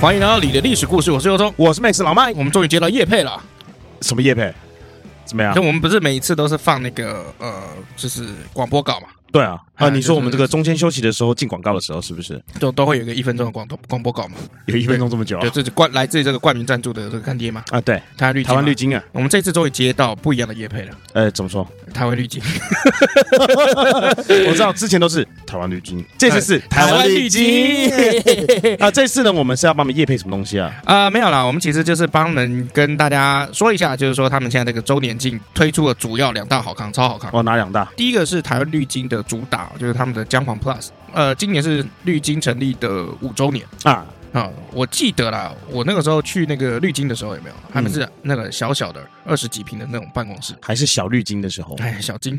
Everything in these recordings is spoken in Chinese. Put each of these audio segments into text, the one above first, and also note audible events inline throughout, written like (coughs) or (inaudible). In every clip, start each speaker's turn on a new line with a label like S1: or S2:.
S1: 欢迎来到你的历史故事，我是尤忠。
S2: 我是 Max 老麦，
S1: 我们终于接到叶配了，
S2: 什么叶配？怎么样
S1: 就？我们不是每一次都是放那个呃，就是广播稿嘛，
S2: 对啊，
S1: 啊
S2: 啊，你
S1: 就是
S2: 说我们这个中间休息的时候进广告的时候，是不是
S1: 就都会有一个一分钟的广播广播稿嘛，
S2: 有一分钟这么久啊
S1: 就？这是冠来自于这个冠名赞助的这个干爹嘛，
S2: 啊，对，
S1: 台湾绿
S2: 台湾绿
S1: 金
S2: 金啊，
S1: 嘛。我们这次终于接到不一样的叶配了，
S2: 呃，怎么说？
S1: 台湾绿金，
S2: 我知道之前都是台湾绿金，这次是 (laughs) 台湾绿金啊。这次呢，我们是要帮我们叶配什么东西啊？
S1: (laughs) 啊、没有啦，我们其实就是帮人跟大家说一下，就是说他们现在这个周年庆推出了主要两大好康，超好康。
S2: 哦，哪两大？
S1: 第一个是台湾绿金的主打，就是他们的姜黄 Plus，呃，今年是绿金成立的五周年
S2: 啊，
S1: 啊、我记得啦，我那个时候去那个绿金的时候有没
S2: 嗯
S1: 有？他们是那个小小的二十几平的那种办公室，
S2: 还是小绿金的时候？
S1: 哎，小
S2: (laughs)
S1: 金，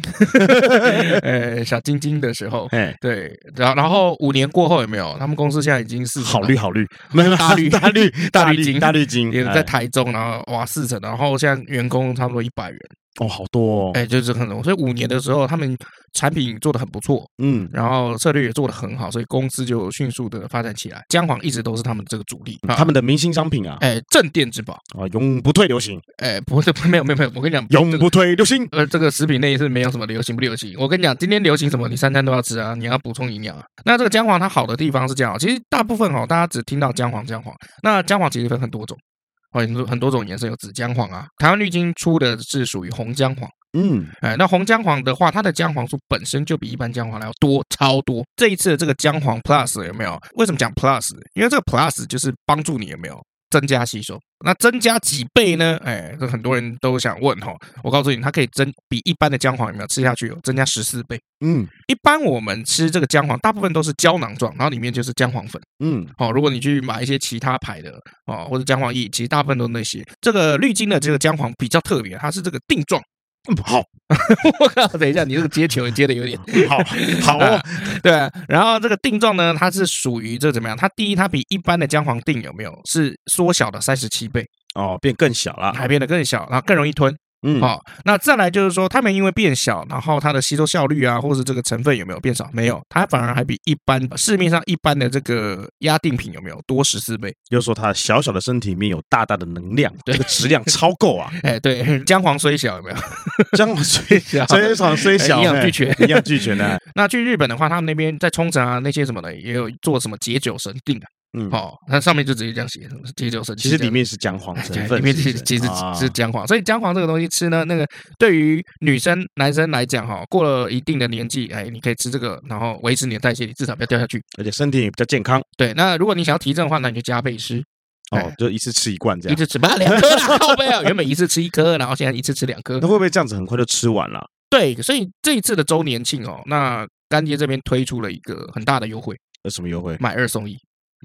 S1: 呃，小金金的时候。
S2: 哎，
S1: 对，然后然后五年过后有没有？他们公司现在已经是
S2: 好绿好绿，没有
S1: (laughs) 大绿
S2: 大绿
S1: 大
S2: 大
S1: 绿金
S2: 绿大绿金，
S1: 也
S2: 哎
S1: 在台中，然后哇四成，然后现在员工差不多一百人，
S2: 哦，好多哦，
S1: 哎，就是很多。所以五年的时候，他们产品做的很不错，
S2: 嗯，
S1: 然后策略也做得很好，所以公司就迅速的发展起来。姜黄一直都是他们这个主力，啊
S2: 嗯他们的明星商品啊，
S1: 哎镇店之宝，
S2: 啊，永不退流行，
S1: 哎不 (laughs) 是没有没有没有，我跟你讲
S2: 永
S1: 这个
S2: 不退流行。
S1: 呃，这个食品类是没有什么流行不流行。我跟你讲，今天流行什么，你三餐都要吃啊，你要补充营养啊。那这个姜黄它好的地方是这样，其实大部分哦，大家只听到姜黄姜黄，那姜黄其实分很多种，哦很多很多种颜色，有紫姜黄啊。台湾绿金出的是属于红姜黄，
S2: 嗯，
S1: 哎，那红姜黄的话，它的姜黄素本身就比一般姜黄来要多超多。这一次的这个姜黄 Plus 有没有？为什么讲 Plus？因为这个 Plus 就是帮助你有没有增加吸收？那增加几倍呢？哎，这很多人都想问哈。我告诉你，它可以增比一般的姜黄有没有吃下去有增加十四倍。
S2: 嗯
S1: 一般我们吃这个姜黄，大部分都是胶囊状，然后里面就是姜黄粉。
S2: 嗯，
S1: 哦，如果你去买一些其他牌的哦，或者姜黄液，其实大部分都是那些。这个绿金的这个姜黄比较特别，它是这个定状。
S2: 嗯好
S1: (laughs) 我靠！等一下，你这个接球接的有点
S2: (laughs) 好好哦，
S1: 对。然后这个定状呢，它是属于这怎么样？它第一，它比一般的姜黄定有没有是缩小了三十七倍，
S2: 哦，变更小了。
S1: 还变得更小，然后更容易吞。
S2: 嗯，
S1: 好、那再来就是说，它们因为变小，然后它的吸收效率啊，或是这个成分有没有变少？没有，它反而还比一般市面上一般的这个压定品有没有多十四倍？
S2: 又说他小小的身体里面有大大的能量，这个
S1: (laughs)
S2: 质量超够啊！
S1: 哎，对， (laughs) 姜黄虽小有没有？
S2: 姜黄 (laughs) 虽
S1: 小
S2: 虽小虽小，
S1: 营养
S2: 哎
S1: 俱全
S2: (laughs) 营养俱
S1: (laughs)
S2: 全的。
S1: 那去日本的话，他们那边在冲绳啊那些什么的，也有做什么解酒神定啊。
S2: 嗯
S1: 哦，它上面就直接这样写，解酒神。啊哎
S2: 其实里面是姜黄成
S1: 对，
S2: 分，
S1: 里面其
S2: 是不
S1: 实
S2: 是
S1: 其实
S2: 啊
S1: 是姜黄，所以姜黄这个东西吃呢，那个对于女生男生来讲哈，过了一定的年纪，哎，你可以吃这个，然后维持你的代谢，你至少不要掉下去。
S2: 而且身体也比较健康
S1: 对，那如果你想要提振的话，那你就加倍吃，
S2: 哦
S1: 哎，
S2: 就一次吃一罐这
S1: 一
S2: 样。
S1: 次吃吧，两颗啦， (laughs) 靠背啊，原本一次吃一颗，然后现在一次吃两颗
S2: 那。会不会这样子很快就吃完了？
S1: 对，所以这一次的周年庆哦，那干爹这边推出了一个很大的优惠，
S2: 有什么优惠？
S1: 买二送一。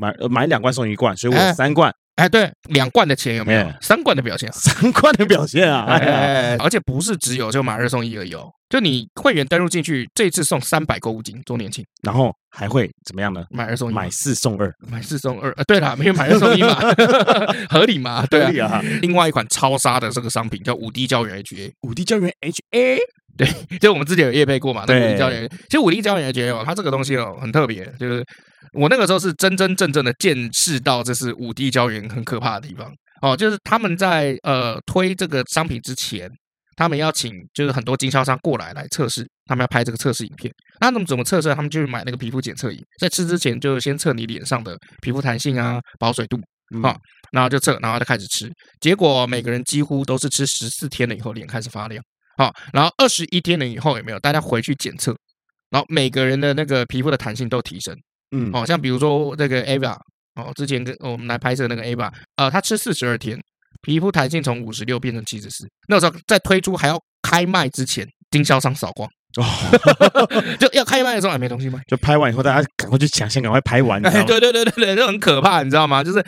S2: 买呃买两罐送一罐，所以我
S1: 哎
S2: 有三罐， (laughs)
S1: 哎，对，两罐的钱有没有
S2: 哎？
S1: 三罐的表现。
S2: 三罐的表现啊！
S1: 哎
S2: (laughs) 哎呀
S1: 哎哎而且不是只有就买二送一而已哦，就你会员登录进去，这次送三百购物金周年庆，
S2: (laughs) 然后还会怎么样呢？
S1: 买二送一嘛，
S2: 买四送二，
S1: 买四送二啊，对啦，没有买二送一
S2: (laughs)
S1: 嘛，合理嘛，对
S2: 合理啊
S1: 另外一款超杀的这个商品叫五 D 胶原 HA，
S2: 五 D 胶原 HA
S1: 就我们之前有业配过嘛，那个五 D
S2: 对
S1: 胶原，其实五 D 胶原 HA 哦，它这个东西哦很特别，就是我那个时候是真真正正的见识到这是五 D 胶原很可怕的地方哦，就是他们在呃推这个商品之前。他们要请就是很多经销商过来来测试，他们要拍这个测试影片。那他们怎么测试？他们就是买那个皮肤检测仪，在吃之前就先测你脸上的皮肤弹性啊、保水度，好
S2: 嗯
S1: 然后就测，然后就开始吃，结果每个人几乎都是吃十四天了以后脸开始发亮，好，然后二十一天了以后有没有？大家回去检测，然后每个人的那个皮肤的弹性都提升，
S2: 嗯
S1: 哦，像比如说那个 Ava，哦，之前跟我们来拍摄那个 Ava，呃，她吃四十二天，皮肤弹性从五十六变成七十四，那时候在推出还要开卖之前，经销商扫光， (laughs)
S2: 哦，
S1: 就要开卖的时候哎还没东西卖。
S2: 就拍完以后，大家赶快去抢先赶快拍完，你知道
S1: 哎，
S2: 吗
S1: 对对对对对，这很可怕，你知道吗？就是，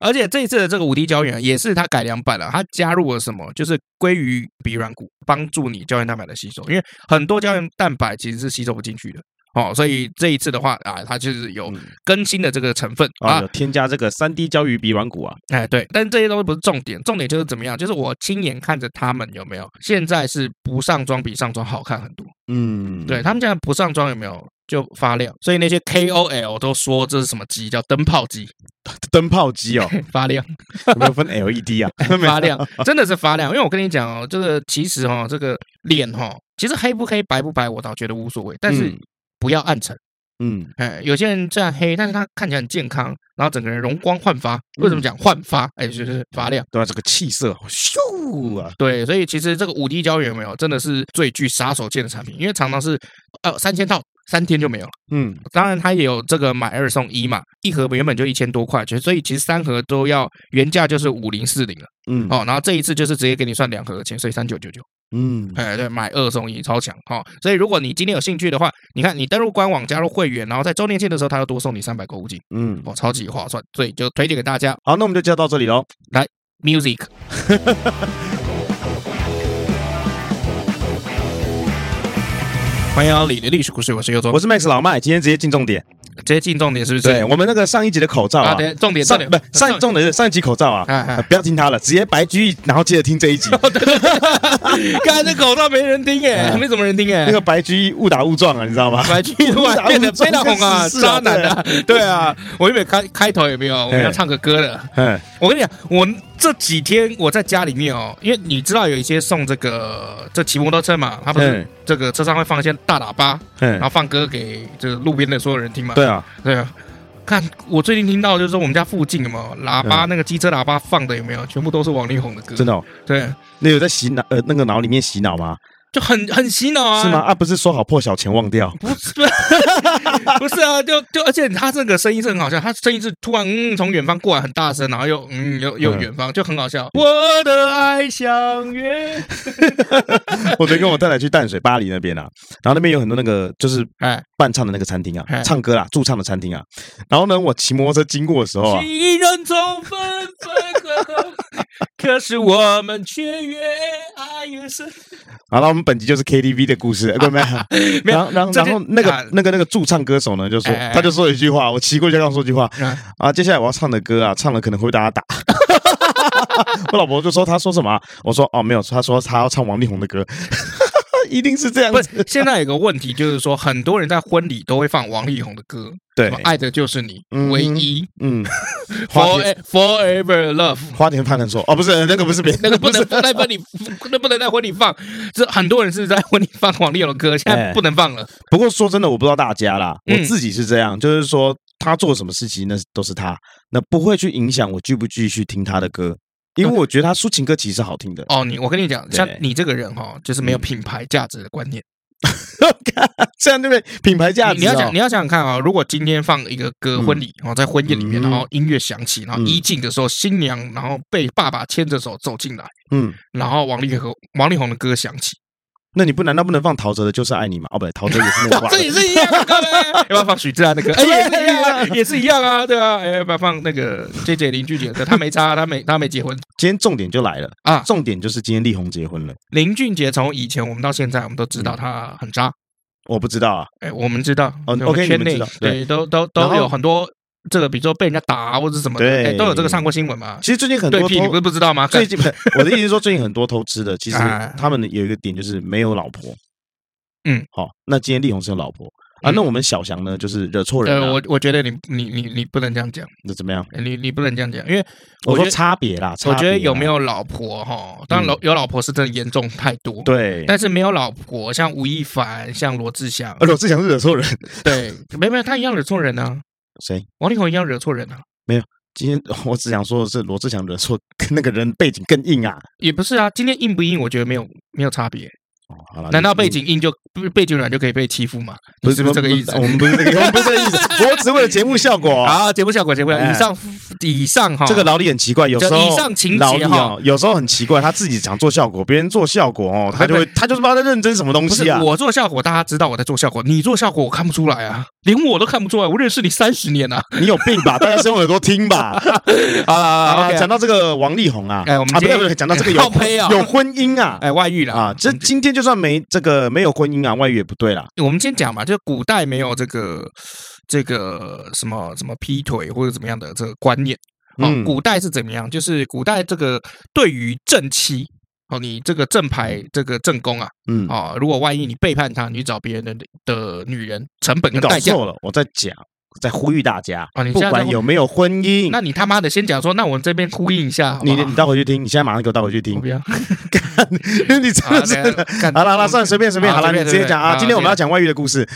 S1: 而且这一次的这个五 D 胶原也是它改良版了，它加入了什么？就是鲑鱼鼻软骨，帮助你胶原蛋白的吸收，因为很多胶原蛋白其实是吸收不进去的。哦，所以这一次的话啊，它就是有
S2: 嗯
S1: 更新的这个成分
S2: 啊，
S1: 啊
S2: 有，添加这个三 D 胶鱼鼻软骨啊，
S1: 哎，对，但这些东西不是重点，重点就是怎么样，就是我亲眼看着他们有没有，现在是不上妆比上妆好看很多。
S2: 嗯，
S1: 对他们现在不上妆有没有就发亮？所以那些 KOL 都说这是什么机，叫灯泡机，
S2: 灯泡机哦，
S1: (laughs) 发亮
S2: (laughs) 有没有分 LED 啊？
S1: 发亮，真的是发亮。因为我跟你讲哦，这个其实哈、哦，这个脸哈、哦，其实黑不黑、白不白，我倒觉得无所谓， (laughs) 但是
S2: 嗯
S1: 不要暗沉。
S2: 嗯，
S1: 哎，有些人虽然黑，但是他看起来很健康，然后整个人容光焕发。为什么讲焕发？哎，就是发亮。
S2: 对吧？这个气色咻啊，
S1: 对，所以其实这个五 D 胶原有没有，真的是最具杀手锏的产品，因为常常是呃三千套。三天就没有了，
S2: 嗯，
S1: 当然它也有这个买二送一嘛，一盒原本就一千多块钱，所以其实三盒都要原价就是五零四零了
S2: 嗯，
S1: 哦，然后这一次就是直接给你算两盒的钱，所以三九九九，
S2: 嗯，
S1: 哎对，买二送一超强哈、哦，所以如果你今天有兴趣的话，你看你登入官网加入会员，然后在周年庆的时候，它又多送你三百购物金。
S2: 嗯，
S1: 哦，超级划算，所以就推荐给大家。
S2: 好，那我们就介绍到这里喽。
S1: Music，欢迎光临的历史故事，我是尤总。
S2: 我是 Max 老麦，今天直接进重点。
S1: 直接进重点是不是？
S2: 对我们那个上一集的口罩
S1: 啊，
S2: 啊，
S1: 对，重点重
S2: 上
S1: 点
S2: 不上一重点是上一集口罩啊，
S1: 哎哎
S2: 呃不要听他了，直接白居易，然后接着听
S1: (laughs)
S2: 这一集。
S1: 刚才那口罩没人听哎，没什么人听哎。
S2: 啊那个白居易误打误撞啊，你知道吗？
S1: 白居 (laughs) 易突然变得非常红啊，
S2: 是啊哎
S1: 渣男啊，对啊，我原本开开头也没有，我们要唱个歌的。
S2: 嗯
S1: 我跟你讲，我这几天我在家里面哦，因为你知道有一些送这个这骑摩托车嘛，他不是
S2: 嗯
S1: 这个车上会放一些大喇叭，然
S2: 嗯，
S1: 后放歌给这个路边的所有人听嘛。
S2: 对啊，
S1: 对啊，看我最近听到就是说我们家附近有没有喇叭，那个机车喇叭放的有没有，全部都是王力宏的歌。
S2: 嗯真
S1: 的
S2: 的哦。
S1: 对，
S2: 那有在洗脑呃那个脑里面洗脑吗？
S1: 就很很洗脑啊。
S2: 是吗？？啊，不是说好破晓前忘掉。
S1: 不是，不是啊，就就而且他这个声音是很好笑，他声音是突然嗯从远方过来很大声，然后又嗯又又
S2: 嗯
S1: 远方就很好笑。我的爱像月，
S2: (laughs) 我昨天跟我太太去淡水巴黎那边啊，然后那边有很多那个就是
S1: 哎，
S2: 伴唱的那个餐厅啊
S1: 哎，
S2: 唱歌啦，驻唱的餐厅啊。然后呢，我骑摩托车经过的时候啊，
S1: 情人总分分合合，可是我们却越爱越深。
S2: 好了，我们本集就是 KTV 的
S1: (laughs)
S2: 故事，对不对？
S1: 没有
S2: 然后，然后，
S1: 这
S2: 然
S1: 就
S2: 后那个
S1: 啊
S2: 那个那个驻唱歌手呢，就说
S1: 哎哎哎
S2: 他就说一句话，我骑过去跟他说一句话
S1: 嗯
S2: (laughs) 啊，接下来我要唱的歌啊，唱了可能会被大家打。 (laughs) 我老婆就说他说什么啊、我说哦没有，他说他要唱王力宏的歌， (laughs) 一定是这
S1: (laughs)
S2: 样
S1: 不
S2: 子。
S1: 是，现在有个问题就是说，很多人在婚礼都会放王力宏的歌，
S2: 对
S1: 什么，《爱的就是你》
S2: 嗯
S1: 唯一 (laughs)
S2: 嗯，花田
S1: For Forever Love。 (laughs)
S2: 花田潘能说哦不是那个不是别人
S1: 哎那个不能放在婚礼， (laughs) 那不能在婚礼放。这很多人是在婚礼放王力宏的歌，现在
S2: 哎
S1: 不能放了。
S2: 不过说真的，我不知道大家啦，我
S1: 嗯
S2: 自己是这样，就是说他做什么事情，那都是他，那不会去影响我继不继续听他的歌，因
S1: 嗯
S2: 为我觉得他抒情歌其实是好听的。
S1: 哦，你我跟你讲，
S2: 对嗯
S1: 像你这个人哈、哦，就是没有品牌价值的观念。
S2: 这样对不对？品牌价
S1: 你
S2: 值、哦
S1: 你要想，你要想想看啊、如果今天放一个歌
S2: 嗯
S1: 婚礼哦，在婚宴里面，
S2: 嗯
S1: 然后音乐响起，然后
S2: 嗯
S1: 一进的时候，新娘然后被爸爸牵着手走进来，
S2: 嗯，
S1: 然后王力宏王力宏的歌响起，
S2: 那你不难道不能放陶喆的《就是爱你》吗？哦，不对，陶喆也是那
S1: 哇
S2: 个，
S1: (laughs) 这也是一样的
S2: (laughs)
S1: 歌呗，要不要放许志安的歌？哎，也是一样啊，也是一样啊，对啊，哎，要不要放那个 J J 邻居姐的歌？他没差，他没他没结
S2: (laughs)
S1: 婚
S2: 今天重点就来了
S1: 啊
S2: 重点就是今天力宏结婚了，
S1: 林俊杰从以前我们到现在，我们都知道他很渣，
S2: 我不知道啊。
S1: 哎，我们知道，
S2: 嗯哦
S1: 对
S2: OK，
S1: 我们圈
S2: 你
S1: 内
S2: 们知道
S1: 对都都
S2: 然
S1: 都
S2: 后
S1: 有很多这个，比如说被人家打或者什么的，
S2: 对
S1: 哎都有这个上过新闻嘛。
S2: 其实最近很
S1: 对
S2: 多
S1: 屁，你不
S2: 偷
S1: 是，不知道吗？
S2: 最近不是我的意思是说，最近很多偷吃的，其实
S1: 哎
S2: 他们有一个点就是没有老婆。
S1: 嗯，
S2: 好，那今天力宏是有老婆啊，
S1: 嗯
S2: 那我们小翔呢，就是惹错人啊
S1: 呃，
S2: 了，
S1: 我我觉得你你你你不能这样讲，
S2: 那怎么样？
S1: 你你不能这样讲，因为我
S2: 我
S1: 觉
S2: 说
S1: 得
S2: 差别啦，差
S1: 我
S2: 别啦啊嗯
S1: 觉得有没有老婆哈，当然老有老婆是真的严重太多，
S2: 对？
S1: 但是没有老婆，像吴亦凡，像罗志祥
S2: 而，且我志祥是惹错人，
S1: 对，没没有他一样惹错人啊，
S2: (laughs) 谁？
S1: 王力宏一样惹错人啊，
S2: 今天我只想说的是，罗志祥惹错那个人背景更硬啊。
S1: 也不是啊，今天硬不硬，我觉得没有没有差别，
S2: 哦，好了，
S1: 难道
S2: 你
S1: 背景硬就背背景软就可以被欺负吗？
S2: 不
S1: 你
S2: 是
S1: 是不是这个意思
S2: 我？们不是这个，我们不是这个意思， (laughs) 我只是为了节目效
S1: (laughs)
S2: 果。
S1: 好，节目效果，节目效果，
S2: 哎
S1: 以上以上哈，
S2: 这个劳力很奇怪，有时候
S1: 以上情节
S2: 劳力
S1: 哈
S2: 哦，有时候很奇怪，他自己想做效果，别人做效
S1: (laughs)
S2: 果哦，他就会他就是不知道在认真什么东
S1: 不是
S2: 西啊。
S1: 我做效果，大家知道我在做效果，你做效果我看不出来啊，连我都看不出来，我认识你三十
S2: (laughs)
S1: 年了
S2: 你有病吧？大家是用耳朵
S1: (laughs)
S2: 听吧。
S1: 啊
S2: (laughs) 啊，讲到这个王力宏啊，
S1: 哎我们今
S2: 啊不
S1: 天
S2: 对不对，讲到这
S1: (laughs)
S2: 个
S1: 好
S2: 有
S1: 呸啊
S2: 有婚姻啊
S1: 哎，外遇了
S2: 啊，这今天就算没这个没有婚姻啊，外遇也不对啦。
S1: 我们先讲嘛，就古代没有这个这个什么什么劈腿或者怎么样的这个观念。哦
S2: 嗯，
S1: 古代是怎么样？就是古代这个对于正妻哦，你这个正牌这个正宫啊，
S2: 嗯，
S1: 啊、如果万一你背叛他，你去找别人的的女人，成本
S2: 你
S1: 跟
S2: 搞
S1: 代
S2: (laughs)
S1: 价，
S2: 错了，我在讲，在呼吁大家
S1: 啊你，
S2: 不
S1: 现在在
S2: 管
S1: 呼
S2: 有没有婚姻，
S1: 那你他妈的先讲说，那我们这边呼应一下好不
S2: 你
S1: 好，
S2: 你倒回去听，你现在马上给我倒回
S1: (laughs)
S2: 去
S1: 我
S2: 听
S1: 不，要，
S2: (laughs) 你真的是。 (laughs) 好了好了，算了，随便随便，
S1: 好
S2: 好了，
S1: 随
S2: 你
S1: 便
S2: 直接讲
S1: 随
S2: 啊。
S1: 便
S2: 今天我们要讲外遇的故事，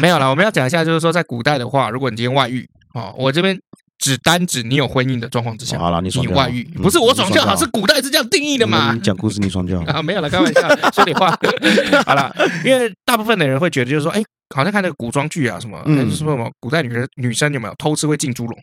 S1: 没有啦，我们要讲一下，就是说在古代的话，如果你今天外遇哦，我这边只单指你有婚姻的状况之下，
S2: 好了你爽
S1: 你
S2: 就好
S1: 外遇
S2: 嗯
S1: 不是我
S2: 你爽
S1: 爽就
S2: 就好嗯
S1: 好，是古代是这样定义的嘛
S2: 你？讲故事你爽就好。
S1: (laughs) 啊，没有了，开玩笑，说点话。好了，因为大部分的人会觉得，就是说，哎，好像看那个古装剧啊，什么，
S2: 嗯
S1: 哎就是说什么古代女人女生有没有偷吃会进猪笼？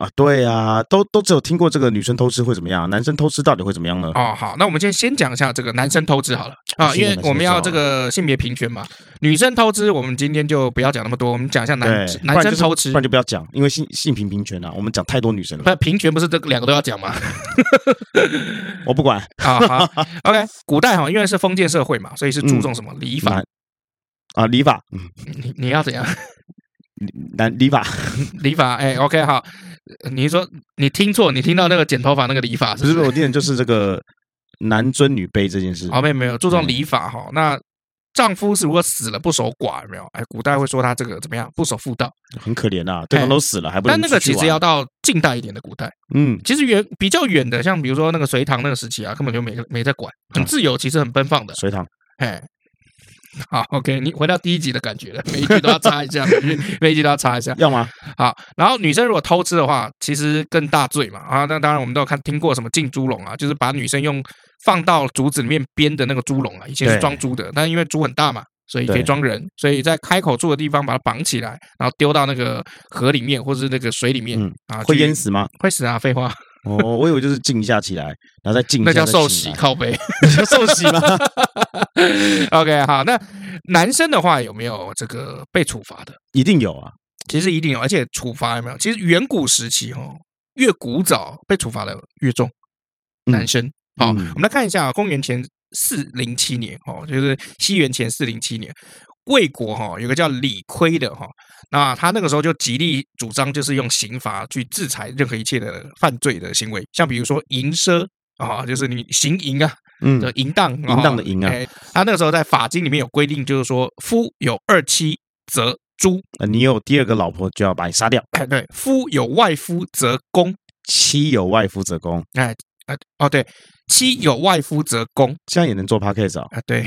S2: 啊，对啊，都都只有听过这个女生偷吃会怎么样，男生偷吃到底会怎么样呢？
S1: 哦，好，那我们先先讲一下这个男生偷吃好了啊，
S2: 是
S1: 因
S2: 的
S1: 为我们要这个性别平权嘛。女生偷吃，我们今天就不要讲那么多，我们讲一下男
S2: 对，
S1: 男
S2: 不然
S1: 生
S2: 就是
S1: 偷吃
S2: 不。然就不要讲，因为性性平平权啊，我们讲太多女生了，
S1: 不，平权不是这个两个都要讲吗？
S2: 我不管。
S1: 啊，
S2: (laughs)
S1: 好，OK，古代哈，因为是封建社会嘛，所以是注重什么礼法
S2: 男？啊，礼法，嗯，
S1: 你你要怎样 (laughs)
S2: 男礼法
S1: 礼法？哎，OK，好，你说你听错，你听到那个剪头发那个礼法是不
S2: 不是
S1: 是？
S2: 我念的就是这个男尊女卑这件事。
S1: 哦，没有没有，注重礼法
S2: 嗯
S1: 哈。那丈夫是如果死了不守寡，有没有？哎，古代会说他这个怎么样不守妇道，
S2: 很可怜啊，对方
S1: 哎
S2: 都死了还不能
S1: 但那个
S2: 出
S1: 其
S2: 去
S1: 实
S2: 玩
S1: 要到近代一点的古代。
S2: 嗯，
S1: 其实远比较远的，像比如说那个隋唐那个时期啊，根本就没没在管，
S2: 啊
S1: 很自由，其实很奔放的。
S2: 隋唐
S1: 哎，好，OK，你回到第一集的感觉了，每一句都要插一下，每一句 (laughs) 每一句都要插一下。
S2: 要吗？
S1: 好，然后女生如果偷吃的话，其实更大罪嘛啊！那当然，我们都有看听过什么浸猪笼啊，就是把女生用放到竹子里面编的那个猪笼啊，以前是
S2: 对
S1: 装猪的，但因为猪很大嘛，所以可以
S2: 对
S1: 装人，所以在开口处的地方把它绑起来，然后丢到那个河里面或是那个水里面
S2: 嗯
S1: 啊，
S2: 会
S1: 去
S2: 淹死吗？
S1: 会死啊！废话， (laughs)
S2: 哦，我以为就是静一下起来，然后再静一下
S1: 那叫
S2: 再
S1: 受
S2: 醒
S1: 洗 (laughs)
S2: 来
S1: 靠背。
S2: 那叫受洗吗？ (laughs)
S1: OK，好，那男生的话有没有这个被处罚的？
S2: 一定有啊，
S1: 其实一定有，而且处罚有没有？其实远古时期哦，越古早被处罚的越重，
S2: 嗯
S1: 男生。好、
S2: 嗯
S1: 我们来看一下、公元前四零七年哦，就是西元前四零七年，魏国哈、有个叫李悝的哈、那他那个时候就极力主张，就是用刑罚去制裁任何一切的犯罪的行为，像比如说淫奢啊、就是你行淫啊，
S2: 嗯
S1: 的，淫荡，
S2: 淫荡的淫啊
S1: 哎他那个时候在法经里面有规定，就是说夫有二妻则诛，
S2: 呃你有第二个老婆就要把你杀掉，
S1: 哎对，夫有外夫则公，
S2: 妻有外夫则公，
S1: 哎哎哦对，妻有外夫则公
S2: 这样也能做 podcast 啊？
S1: (coughs) 啊对，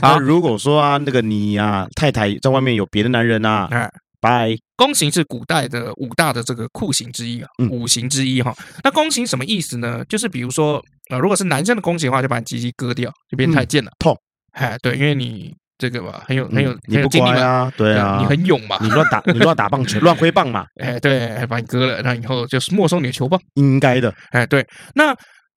S2: 那
S1: 好
S2: 如果说啊，那个你啊，太太在外面有别的男人啊，
S1: 哎。
S2: 拜，
S1: 宫刑是古代的五大的这个酷刑之一啊
S2: 嗯，
S1: 五刑之一哈、那宫刑什么意思呢？就是比如说，呃，如果是男生的宫刑的话，就把你鸡鸡割掉，就变太监了，
S2: 嗯痛。
S1: 哎，对，因为你这个嘛，很有
S2: 嗯
S1: 很有
S2: 你
S1: 很有
S2: 不
S1: 精力
S2: 乖
S1: 嘛，
S2: 啊，对啊， (laughs)
S1: 你很勇嘛，
S2: 你乱打，
S1: (laughs)
S2: 你乱打棒球，乱挥棒嘛，
S1: 哎，对，把你割了，那以后就是没收你的球棒。
S2: 应该的，
S1: 哎，对，那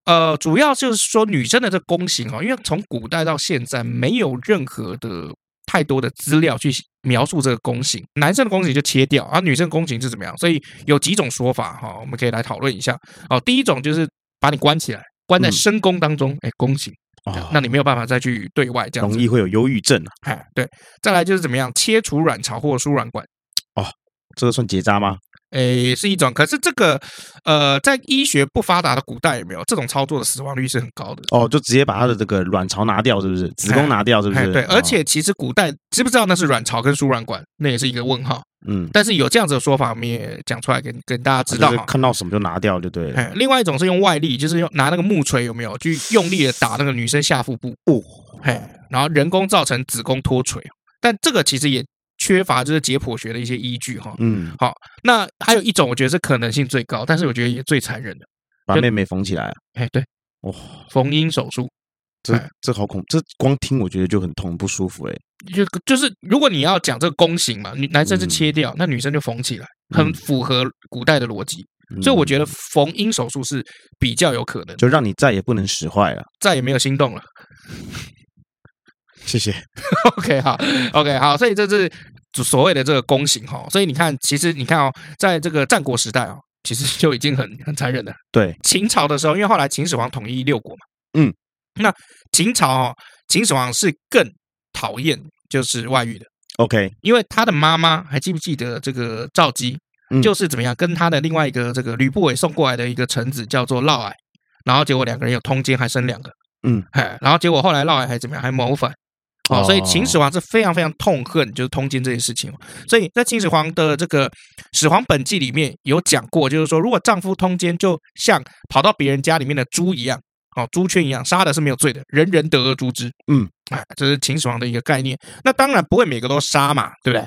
S1: 呃，主要就是说女生的这宫刑哦，因为从古代到现在没有任何的太多的资料去描述这个宫刑，男生的宫刑就切掉，而、女生的宫刑是怎么样？所以有几种说法哈、我们可以来讨论一下哦。第一种就是把你关起来，关在
S2: 嗯
S1: 深宫当中，哎、宫刑，
S2: 哦，
S1: 那你没有办法再去对外这样
S2: 容
S1: 子。
S2: 易会有忧郁症啊，
S1: 哎，对，再来就是怎么样切除卵巢或输卵管。
S2: 这个算结扎吗？
S1: 诶，是一种，可是这个，呃，在医学不发达的古代，有没有这种操作的死亡率是很高的？
S2: 哦，就直接把他的这个卵巢拿掉，是不是？子宫拿掉，是
S1: 嗯
S2: 不
S1: 哎，
S2: 是？
S1: 对，
S2: 哦
S1: 而且其实古代知不知道那是卵巢跟输卵管，那也是一个问号。
S2: 嗯，啊
S1: 但是有这样子的说法，我们也讲出来给跟大家知道
S2: 就是
S1: 哈。
S2: 看到什么就拿掉，就对了。
S1: 哎，另外一种是用外力，就是用拿那个木锤有没有去用力的打那个女生下腹部，
S2: 哦，
S1: 哎，然后人工造成子宫脱垂，但这个其实也缺乏就是解剖学的一些依据哈。
S2: 嗯，
S1: 那还有一种，我觉得是可能性最高，但是我觉得也最残忍的。
S2: 把
S1: 就
S2: 妹妹缝起来啊，
S1: 哎，对，
S2: 哇，
S1: 缝阴手术，
S2: 这
S1: 哎
S2: 这好恐，这光听我觉得就很痛不舒服哎。
S1: 就就是如果你要讲这个弓形嘛，女男生是切掉，那女生就缝起来，很
S2: 嗯
S1: 符合古代的逻辑。所以我觉得缝阴手术是比较有可能
S2: 得，就让你再也不能使坏了。
S1: 再也没有心动了。
S2: 谢谢。
S1: OK，好，OK，好，所以这是所谓的这个弓形哈。所以你看，其实你看哦，在这个战国时代哦，其实就已经很很残忍了。
S2: 对，
S1: 秦朝的时候，因为后来秦始皇统一六国嘛，
S2: 嗯，
S1: 那秦朝哦，秦始皇是更讨厌就是外遇的。
S2: OK，
S1: 因为他的妈妈还记不记得这个赵姬，
S2: 嗯
S1: 就是怎么样跟他的另外一个这个吕不韦送过来的一个臣子叫做嫪毐，然后结果两个人有通奸，还生两个，
S2: 嗯，
S1: 哎，然后结果后来嫪毐还怎么样，还谋反。哦，所以秦始皇是非常非常痛恨就是通奸这件事情哦，所以在秦始皇的这个《始皇本纪》里面有讲过，就是说如果丈夫通奸，就像跑到别人家里面的猪一样，哦，猪圈一样，杀的是没有罪的，人人得而诛之。
S2: 嗯，
S1: 哎，这是秦始皇的一个概念。那当然不会每个都杀嘛，对不对？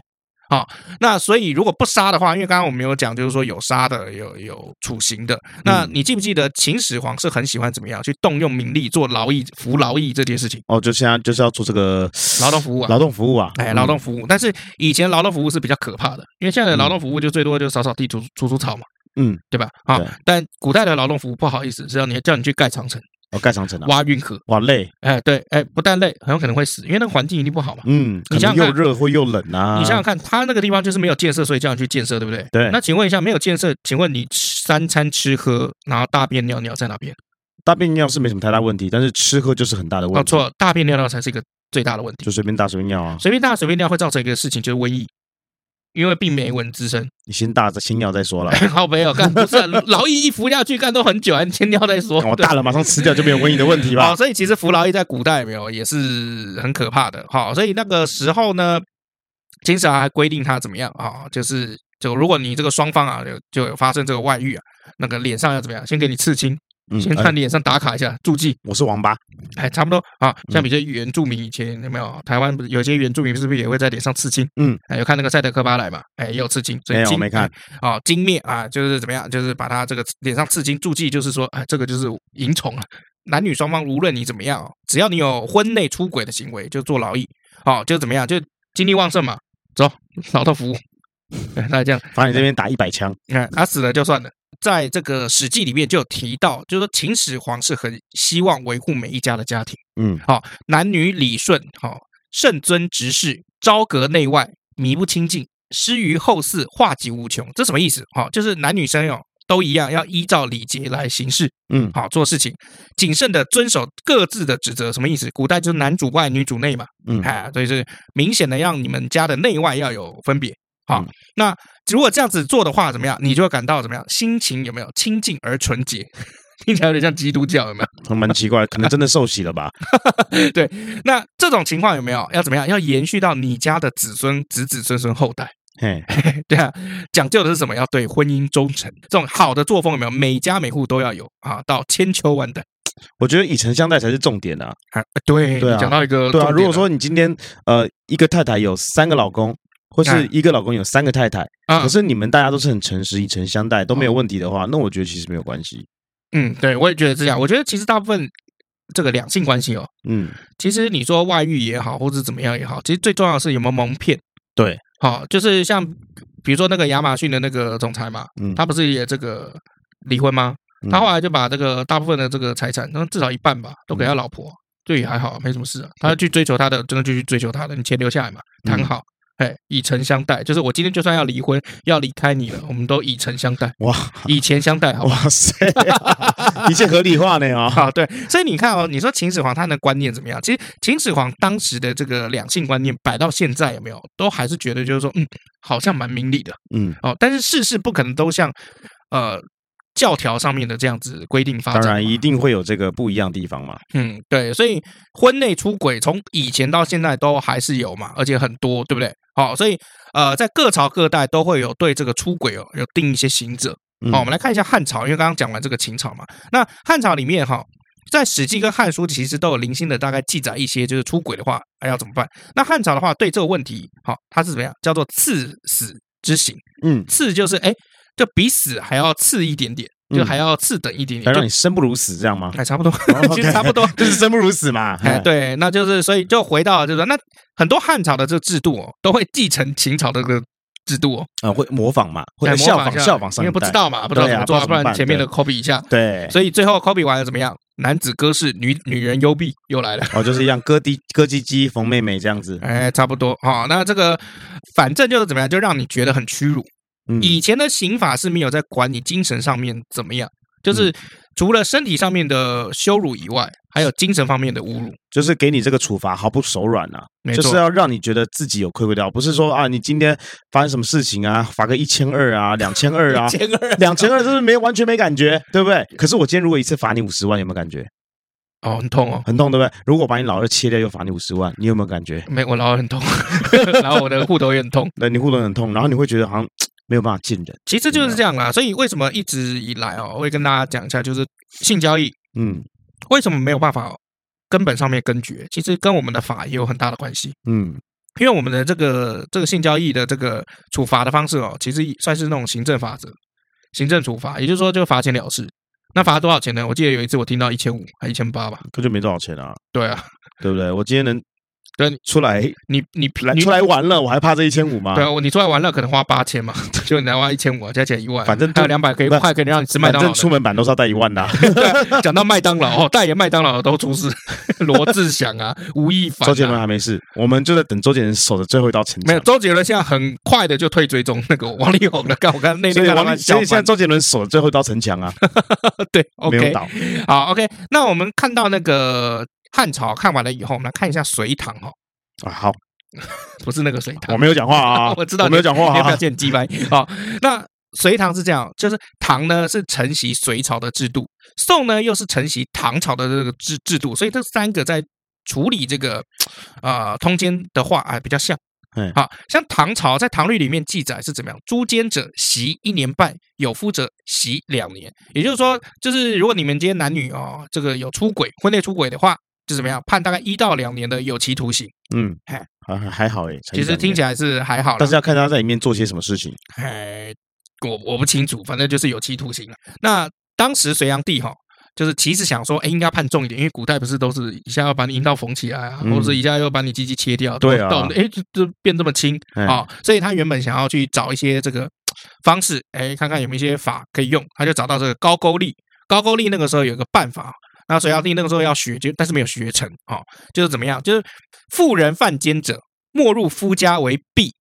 S1: 好、那所以如果不杀的话，因为刚刚我们有讲，就是说有杀的，有有处刑的。那
S2: 嗯
S1: 你记不记得秦始皇是很喜欢怎么样去动用民力做劳役、服劳役这件事情，
S2: 哦，就现在就是要做这个
S1: 劳动服务啊？
S2: 劳动服务啊，
S1: 哎，劳动服务，但是以前劳动服务是比较可怕的，因为现在的劳动服务就最多就扫扫地、除除除草嘛，
S2: 嗯，嗯，
S1: 对吧？啊
S2: 对，
S1: 但古代的劳动服务不好意思，是要你叫你去盖长城、
S2: 哦，盖长城啊，
S1: 挖运河，
S2: 哇累，
S1: 哎，对，哎，不但累，很有可能会死，因为那个环境一定不好嘛。
S2: 嗯，可
S1: 你想
S2: 能
S1: 想看
S2: 又热或又冷啊，
S1: 你想想看，他那个地方就是没有建设，所以叫你去建设，对不对？
S2: 对
S1: 那请问一下，没有建设，请问你吃三餐吃喝，然后大便尿尿在哪边？
S2: 大便尿是没什么太大问题，但是吃喝就是很大的
S1: 搞
S2: 问题，
S1: 哦错，大便尿尿才是一个最大的问题
S2: 就。随便大随便尿啊，
S1: 随便大随便尿会造成一个事情，就是瘟疫，因为病媒蚊滋
S2: (laughs)
S1: 生。
S2: 你先大着先尿再
S1: (laughs)
S2: 说了，
S1: 好没有干，不是啊劳役一服下去干都很久，你先尿再说。
S2: 我大了马上吃掉就没有瘟疫的问题
S1: 对
S2: 吧
S1: 哦好，？所以其实服劳役在古代没有也是很可怕的。好，所以那个时候呢，秦始皇还规定他怎么样啊？就是就如果你这个双方啊就就有发生这个外遇啊，那个脸上要怎么样？先给你刺青，
S2: 嗯，
S1: 先
S2: 哎嗯
S1: 看脸上打卡一下注记，
S2: 我是王八，
S1: 哎，差不多啊。
S2: 嗯
S1: 像比如原住民以前有没有台湾不是有些原住民是不是也会在脸上刺青？
S2: 嗯，
S1: 哎，有看那个赛德克巴莱嘛？哎，也有刺青，所以
S2: 没有
S1: 金
S2: 没看
S1: (laughs) 哎哦，金灭啊，就是怎么样，就是把他这个脸上刺青注记，就是说，哎，这个就是淫宠了。男女双方无论你怎么样哦，只要你有婚内出轨的行为，就做劳役，哦，就怎么样，就精力旺盛嘛，走，劳动服务， (laughs) 哎那这样。
S2: 反正你这边打一百枪，
S1: 你看他死了就算了。在这个《史记》里面就有提到，就是说秦始皇是很希望维护每一家的家庭，
S2: 嗯，
S1: 好、男女理顺，好、慎尊执事，朝阁内外，靡不亲近，施于后嗣，化及无穷。这什么意思？好、就是男女生哦都一样，要依照礼节来行事，
S2: 嗯
S1: 好、做事情，谨慎的遵守各自的职责。什么意思？古代就是男主外，女主内嘛，
S2: 嗯
S1: 哎，所以是明显的让你们家的内外要有分别。好
S2: 嗯，
S1: 那如果这样子做的话，怎么样？你就会感到怎么样？心情有没有清净而纯洁？ (laughs) 听起来有点像基督教，有没有？
S2: 还蛮奇怪，可能真的受洗
S1: (laughs)
S2: 了吧？
S1: 对，那这种情况有没有？要怎么样？要延续到你家的子孙、子子孙孙后代。 (laughs)
S2: 嘿，
S1: 对啊，讲究的是什么？要对婚姻忠诚，这种好的作风有没有？每家每户都要有啊，到千秋万代。
S2: 我觉得以诚相待才是重点啊。
S1: 啊，对，
S2: 对啊
S1: 你讲到一个
S2: 对啊，
S1: 重点
S2: 如果
S1: 了
S2: 说你今天呃一个太太有三个老公，或是
S1: 哎
S2: 一个老公有三个太太，
S1: 啊
S2: 可，是你们大家都是很诚实以诚相待都没有问题的话，那我觉得其实没有关系。
S1: 嗯，对，我也觉得这样。我觉得其实大部分这个两性关系哦，
S2: 嗯，
S1: 其实你说外遇也好，或者怎么样也好，其实最重要的是有没有蒙骗。
S2: 对，
S1: 好、就是像比如说那个亚马逊的那个总裁嘛，
S2: 嗯
S1: 他不是也这个离婚吗？
S2: 嗯
S1: 他后来就把这个大部分的这个财产，那至少一半吧，都给他老婆，就也还好，没什么事啊。他去追求他的，真的就去追求他的，你钱留下来嘛，
S2: 嗯
S1: 谈好，哎，以诚相待。就是我今天就算要离婚，要离开你了，我们都以诚相待，
S2: 哇
S1: 以钱相待，好不好？
S2: 哇塞， (laughs) 一切合理化呢啊、
S1: (laughs) 啊，对，所以你看哦，你说秦始皇他的观念怎么样？其实秦始皇当时的这个两性观念摆到现在有没有，都还是觉得就是说，嗯，好像蛮明理的
S2: 嗯，
S1: 哦。但是世事不可能都像呃教条上面的这样子规定发
S2: 当
S1: 展。
S2: 然一，定会有这个不一样的地方嘛。
S1: 嗯，对，所以婚内出轨从以前到现在都还是有嘛，而且很多，对不对？好、所以呃，在各朝各代都会有对这个出轨哦有定一些刑责。
S2: 嗯
S1: 好、我们来看一下汉朝，因为刚刚讲完这个秦朝嘛。那汉朝里面哈、在《史记》跟《汉书》其实都有零星的大概记载一些，就是出轨的话，哎要怎么办？那汉朝的话，对这个问题，好、它是怎么样？叫做赐死之刑。
S2: 嗯，
S1: 赐就是哎，就比死还要次一点点，就
S2: 嗯
S1: 还要次等一点
S2: 来
S1: 点，
S2: 让
S1: 就
S2: 你生不如死这样吗？
S1: 哎差不多， (laughs) 其实
S2: OK
S1: 差不多。
S2: 就是生不如死嘛。
S1: 哎，对，那就是所以就回到就是说那很多汉朝的这个制度哦，都会继承秦朝的这个制度哦，
S2: 啊，会模仿嘛，或者
S1: 哎模
S2: 效
S1: 仿
S2: 仿
S1: 一下
S2: 效仿上
S1: 因
S2: 一
S1: 为不
S2: 代，
S1: 知道嘛，不知道
S2: 对
S1: 怎
S2: 啊
S1: 么做啊，
S2: 不知道怎
S1: 不
S2: 么
S1: 然
S2: 办
S1: 前面的
S2: 对
S1: copy 一下，
S2: 对，
S1: 所以最后 copy 完了怎么样？男子割是女女人幽闭又
S2: (laughs)
S1: 来了。
S2: 哦，就是一样割滴割鸡鸡缝妹妹这样子。
S1: 哎，差不多好、那这个反正就是怎么样，就让你觉得很屈辱。
S2: 嗯，
S1: 以前的刑法是没有在
S2: 嗯
S1: 管你精神上面怎么样，就是除了身体上面的羞辱以外，还有精神方面的侮辱。
S2: 就是给你这个处罚毫不手软啊，
S1: 没
S2: 就
S1: 错，
S2: 是要让你觉得自己有愧愧到，不是说啊你今天发生什么事情啊，罚个一千二啊，两千二啊
S1: (laughs) 千二
S2: 两千二就是没完全没感觉，对不对？可是我今天如果一次罚你五十万，有没有感觉？
S1: 哦，很痛哦，
S2: 很痛，对不对？如果把你老二切掉又罚你五十万，你有没有感觉？
S1: 没我老二很痛， (laughs) 然后我的护头也很痛。
S2: 那你互动很痛，然后你会觉得好像没有办法见人，
S1: (laughs) 其实就是这样啦，所以为什么一直以来哦，我会跟大家讲一下，就是性交易
S2: 嗯
S1: 为什么没有办法根本上面根绝，其实跟我们的法也有很大的关系。
S2: 嗯
S1: 因为我们的这个这个性交易的这个处罚的方式哦，其实算是那种行政法则，行政处罚，也就是说就罚钱了事。那罚多少钱呢？我记得有一次我听到一千五还一千八吧。
S2: 可就没多少钱啊，
S1: 对啊，
S2: 对不对？我今天能
S1: 对你
S2: 出来
S1: 你你
S2: 来
S1: 你
S2: 出来玩了，我还怕这一千五吗
S1: 对？啊，我你出来玩乐可能花八千嘛， (laughs) 就你来花一千五，加起来一万，
S2: 反正
S1: 还
S2: 都
S1: 有两百可以
S2: 不是
S1: 块可以让你吃麦
S2: 反
S1: 当劳
S2: 正
S1: 的。
S2: 出门版都是要带
S1: (laughs)
S2: 一万的啊，
S1: 对啊讲到麦当劳哦，代言麦当劳的都出事，罗志祥啊，吴亦凡、
S2: 周杰伦
S1: 啊。
S2: 还没事，我们就在等周杰伦守着最后一道城
S1: 没有，
S2: 墙。
S1: 周杰伦现在很快的就退追踪那个王力宏了。刚我刚那
S2: 所
S1: 天
S2: 以
S1: 看他
S2: 王力，
S1: 们
S2: 所
S1: 笑
S2: 以现在
S1: 翻，
S2: 周杰伦守着最后一道城墙啊，
S1: 对
S2: 没有
S1: ，OK，
S2: 倒。
S1: 好，OK。那我们看到那个汉朝看完了以后，我们来看一下隋唐哦，
S2: 啊，好，
S1: 不是那个隋唐
S2: 我，没有讲话啊，
S1: 我知道
S2: 我没有讲话
S1: 你要不要
S2: 啊，
S1: 见鸡掰？好，那隋唐是这样，就是唐呢是承袭隋朝的制度，宋呢又是承袭唐朝的这个制制度，所以这三个在处理这个呃通奸的话啊比较像
S2: 嗯。
S1: 好像唐朝在唐律里面记载是怎么样？诛奸者袭一年半，有夫者袭两年。也就是说，就是如果你们今天男女哦，这个有出轨、婚内出轨的话，就怎么样判大概一到两年的有期徒刑。
S2: 嗯
S1: 哎，
S2: 还还好哎，
S1: 其实听起
S2: 来，
S1: 来是还好啦，
S2: 但是要看他在里面做些什么事情。
S1: 哎，我我不清楚，反正就是有期徒刑了。那当时隋炀帝哈，就是其实想说，哎，应该判重一点，因为古代不是都是一下要把你阴道缝起来啊，
S2: 嗯
S1: 或者是一下又把你鸡鸡切掉，
S2: 对
S1: 到
S2: 啊
S1: 到我们哎，就就变这么轻
S2: 哎
S1: 啊、所以他原本想要去找一些这个方式，哎，看看有没有一些法可以用，他就找到这个高句丽。高句丽那个时候有个办法，那隋炀帝那个时候要学，就但是没有学成啊、哦，就是怎么样，就是妇人犯奸者，莫入夫家为婢，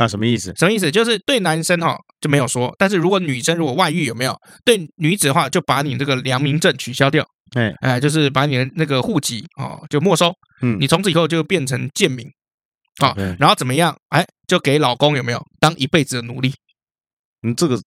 S2: 啊，什么意思？
S1: 什么意思？就是对男生哈、就没有说，但是如果女生如果外遇有没有对女子的话，就把你这个良民证取消掉，
S2: 哎
S1: 哎、就是把你的那个户籍哦就没收，
S2: 嗯
S1: 你从此以后就变成贱民，好、
S2: 对
S1: 然后怎么样？哎，就给老公有没有当一辈子的奴隶？
S2: 你嗯这个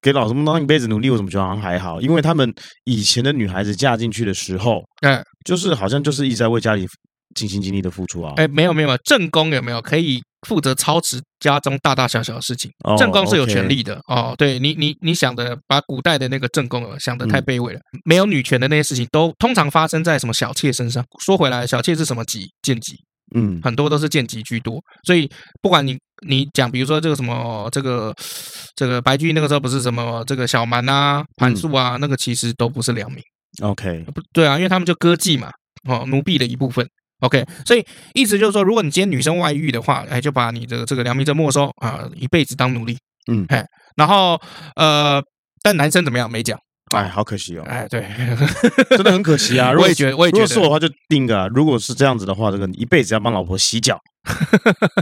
S2: 给老什么当一辈子奴隶，我怎么觉得好像还好？因为他们以前的女孩子嫁进去的时候，
S1: 哎
S2: 就是好像就是一直在为家里尽心尽力的付出啊。
S1: 哎，没有没有，正宫有没有可以负责操持家中大大小小的事情？
S2: 哦
S1: 正宫是有
S2: OK
S1: 权利的哦。对你你你想的，把古代的那个正宫啊想的太
S2: 嗯
S1: 卑微了，没有女权的那些事情，都通常发生在什么小妾身上。说回来，小妾是什么级？贱级，
S2: 嗯，
S1: 很多都是贱籍居多。所以不管你你讲，比如说这个什么这个这个白居易那个时候不是什么这个小蛮啊、
S2: 嗯
S1: 盘素啊，那个其实都不是良民。
S2: OK，
S1: 不对啊，因为他们就歌妓嘛，哦，奴婢的一部分。OK，所以意思就是说，如果你今天女生外遇的话，哎，就把你的这个良民证没收啊、一辈子当奴隶。
S2: 嗯
S1: 哎，然后呃，但男生怎么样没讲？
S2: 哎，好可惜哦，
S1: 哎，对，
S2: (laughs) 真的很可惜啊。如
S1: 我
S2: 果
S1: 也觉得，我也
S2: 如
S1: 觉
S2: 果是我
S1: 得
S2: 的，话，就定个啊、如果是这样子的话，这个一辈子要帮老婆洗
S1: (laughs)
S2: 脚，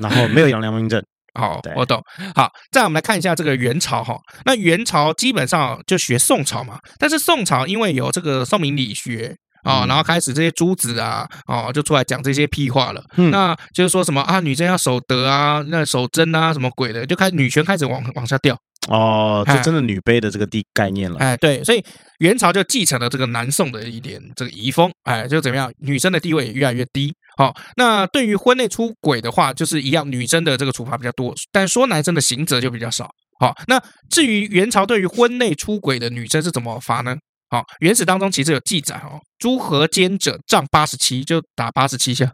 S2: 然后没有养良民证。
S1: 好
S2: 对，
S1: 我懂。好，再我们来看一下这个元朝哈，那元朝基本上就学宋朝嘛，但是宋朝因为有这个宋明理学。哦
S2: 嗯，
S1: 然后开始这些诸子啊，哦，就出来讲这些屁话了。
S2: 嗯
S1: 那就是说什么啊，女生要守德啊，那守贞啊，什么鬼的，就开女权开始往往下掉。
S2: 哦，这
S1: 哎
S2: 真的女卑的这个地概念了。
S1: 哎，对，所以元朝就继承了这个南宋的一点这个遗风，哎，就怎么样，女生的地位也越来越低。好、那对于婚内出轨的话，就是一样，女生的这个处罚比较多，但说男生的刑责就比较少。好、那至于元朝对于婚内出轨的女生是怎么罚呢？好、原始当中其实有记载哦，诸河奸者杖八十七，就打八十七下，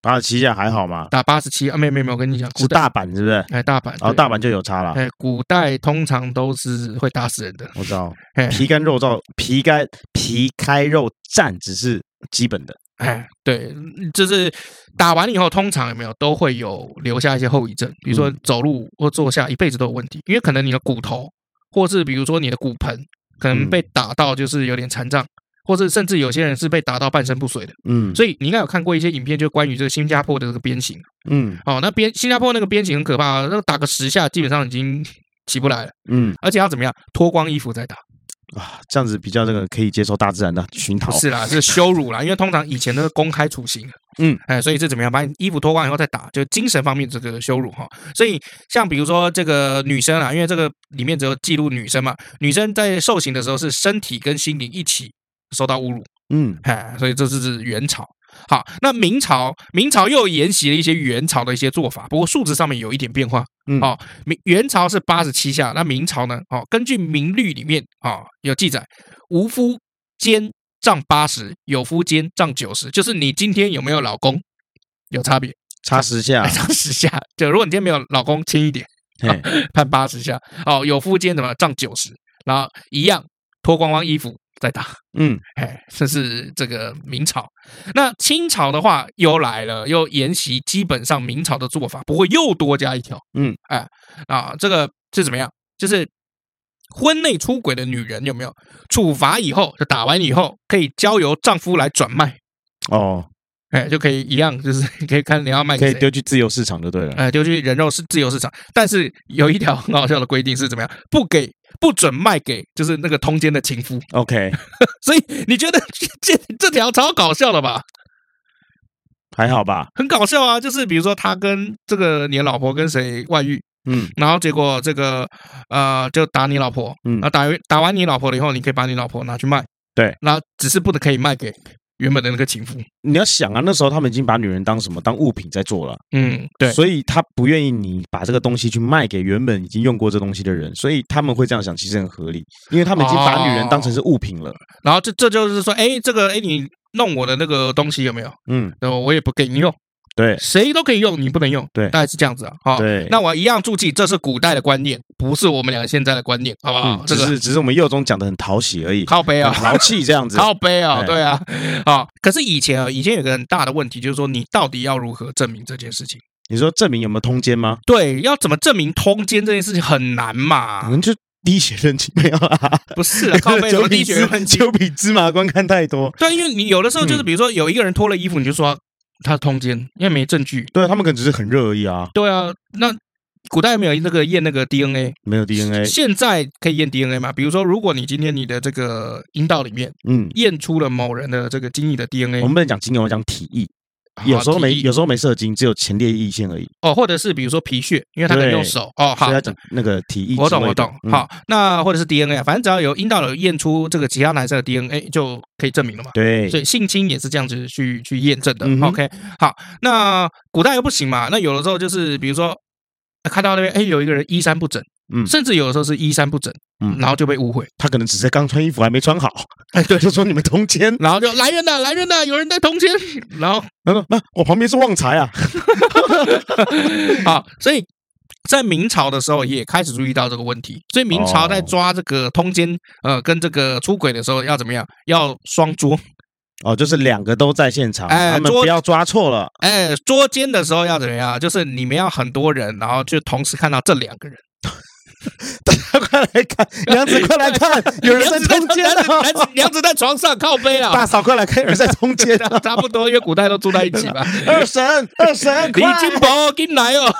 S2: 八十七下还好嘛，
S1: 打八十七啊，没有没有没有，我跟你讲，古
S2: 是
S1: 代
S2: 大阪是不是？
S1: 哎大阪，
S2: 然后
S1: 对
S2: 大阪就有差了。
S1: 哎古代通常都是会打死人的，
S2: 我知道
S1: 哎，
S2: 皮干肉燥，皮干皮开肉绽只是基本的。
S1: 哎，对，就是打完以后，通常有没有都会有留下一些后遗症，比如说
S2: 嗯
S1: 走路或坐下一辈子都有问题，因为可能你的骨头，或是比如说你的骨盆，可能
S2: 嗯
S1: 被打到就是有点残障，或是甚至有些人是被打到半身不遂的。
S2: 嗯
S1: 所以你应该有看过一些影片，就关于这个新加坡的这个鞭刑。
S2: 嗯
S1: 哦，那鞭新加坡那个鞭刑很可怕啊，那个打个十下，基本上已经起不来了，
S2: 嗯，
S1: 而且要怎么样，脱光衣服再打。
S2: 啊，这样子比较这个可以接受大自然的熏陶
S1: 不。是啦，是羞辱啦，因为通常以前都是公开处刑，
S2: 嗯，
S1: 哎，所以是怎么样把你衣服脱光以后再打，就精神方面这个羞辱哈。所以像比如说这个女生啊，因为这个里面只有记录女生嘛，女生在受刑的时候是身体跟心灵一起受到侮辱，
S2: 嗯，
S1: 哎，所以这是指元朝。好，那明朝，明朝又沿袭了一些元朝的一些做法，不过数字上面有一点变化。
S2: 嗯
S1: 哦，明元朝是八十七下，那明朝呢？哦，根据明律里面哦有记载，无夫奸杖八十，有夫奸杖九十，就是你今天有没有老公有差别，，
S2: 擦十
S1: (laughs)
S2: 下
S1: 杖十下。就如果你今天没有老公，轻一点，
S2: 嘿，
S1: 判八十下。哦，有夫奸怎么杖九十，然后一样脱光光衣服再打。
S2: 嗯，
S1: 哎，这是这个明朝。那清朝的话又来了，又沿袭基本上明朝的做法，不过又多加一条。
S2: 嗯，
S1: 哎啊，这个是怎么样？就是婚内出轨的女人有没有处罚以后，就打完以后可以交由丈夫来转卖，
S2: 哦，
S1: 哎，就可以一样，就是可哎以看你要卖
S2: 可
S1: 给
S2: 以
S1: 谁。
S2: 丢去自由市场就对了。
S1: 哎，丢去人肉是自由市场，但是有一条很好笑的规定是怎么样？不给，不准卖给就是那个通奸的情夫。 (laughs)
S2: OK，
S1: 所以你觉得 (laughs) 这这条超搞笑的吧？
S2: 还好吧？
S1: 很搞笑啊，就是比如说他跟这个你的老婆跟谁外遇，
S2: 嗯
S1: 然后结果这个呃就打你老婆，
S2: 嗯
S1: 然后打完打完你老婆了以后，你可以把你老婆拿去卖，
S2: 对，
S1: 然后只是不能可以卖给原本的那个情妇，
S2: 你要想啊，那时候他们已经把女人当什么？当物品在做了，
S1: 嗯，对，
S2: 所以他不愿意你把这个东西去卖给原本已经用过这东西的人，所以他们会这样想，其实很合理，因为他们已经把女人当成是物品了。
S1: 然后这这就是说，哎，这个哎你弄我的那个东西有没有？
S2: 嗯，
S1: 那我也不给你用，
S2: 对，
S1: 谁都可以用，你不能用，
S2: 对
S1: 大概是这样子啊，好、
S2: 对
S1: 那我一样注记，这是古代的观念，不是我们两个现在的观念，好不好？
S2: 嗯，
S1: 啊这
S2: 只
S1: 个
S2: 是只是我们右中讲的很讨喜而已，
S1: 靠背啊，
S2: 很淘气这样子。
S1: 靠背哦
S2: 哎，
S1: 对啊，啊、可是以前啊，以前有个很大的问题，就是说你到底要如何证明这件事情？
S2: 你说证明有没有通奸吗？
S1: 对，要怎么证明通奸这件事情很难
S2: 我 (laughs)
S1: 嘛？
S2: 们就滴血认亲没有啦，
S1: 不是啊，啊靠
S2: (laughs)
S1: 背
S2: 九
S1: 有
S2: 品
S1: 滴血
S2: 芝
S1: 认亲。
S2: 九品芝麻官看太多。
S1: (laughs) 对，因为你有的时候就是，
S2: 嗯
S1: 比如说有一个人脱了衣服，你就说他通奸，因为没证据。
S2: 对啊他们可能只是很热而已啊，
S1: 对啊，那古代没有那个验那个 DNA，
S2: 没有 DNA。
S1: 现在可以验 DNA 嘛？比如说，如果你今天你的这个阴道里面
S2: 嗯，
S1: 验出了某人的这个精液的 DNA，
S2: 我们不能讲精液，我们讲体液。
S1: 好
S2: 有时候没
S1: 哎啊体液
S2: 有时候没射精，只有前列异腺而已，
S1: 哦，或者是比如说皮屑，因为他可以用
S2: 对
S1: 手哦，
S2: 所
S1: 好
S2: 以要，讲那个体液之类的。
S1: 我懂，我懂。
S2: 嗯，
S1: 好，那或者是 DNA，反正只要有阴道有验出这个其他男生的 DNA，就可以证明了嘛。
S2: 对，
S1: 所以性侵也是这样子去去验证的
S2: 嗯。哼
S1: OK，好，那古代又不行嘛，那有的时候就是比如说。看到那边，哎，有一个人衣衫不整，
S2: 嗯
S1: 甚至有的时候是衣衫不整，
S2: 嗯
S1: 然后就被误会，
S2: 他可能只是刚穿衣服还没穿好，
S1: 哎，对，
S2: 就说你们通奸。
S1: 然后就来人了，来人了，有人在通奸，然后
S2: 他说：“那 (laughs) 我旁边是旺财啊。
S1: 好，所以在明朝的时候也开始注意到这个问题，所以明朝在
S2: 哦
S1: 抓这个通奸呃跟这个出轨的时候要怎么样？要双捉，”
S2: 哦，就是两个都在现场，
S1: 哎
S2: 他们
S1: 桌
S2: 不要抓错了。 (laughs)
S1: 哎，捉奸的时候要怎么样？就是你们要很多人，然后就同时看到这两个人，
S2: 快来看，杨子，快来
S1: (laughs)
S2: 看，有人在通奸
S1: 娘子娘
S2: 了！
S1: 子娘子在床上靠背
S2: (laughs) 大
S1: 了，
S2: 嫂，快来看，有人在通奸
S1: (laughs)
S2: 了！
S1: 差不多，因为古代都住在一起嘛。
S2: 二婶，
S1: (laughs)
S2: 二婶，
S1: 李
S2: (laughs) 快！
S1: 金宝进来哦，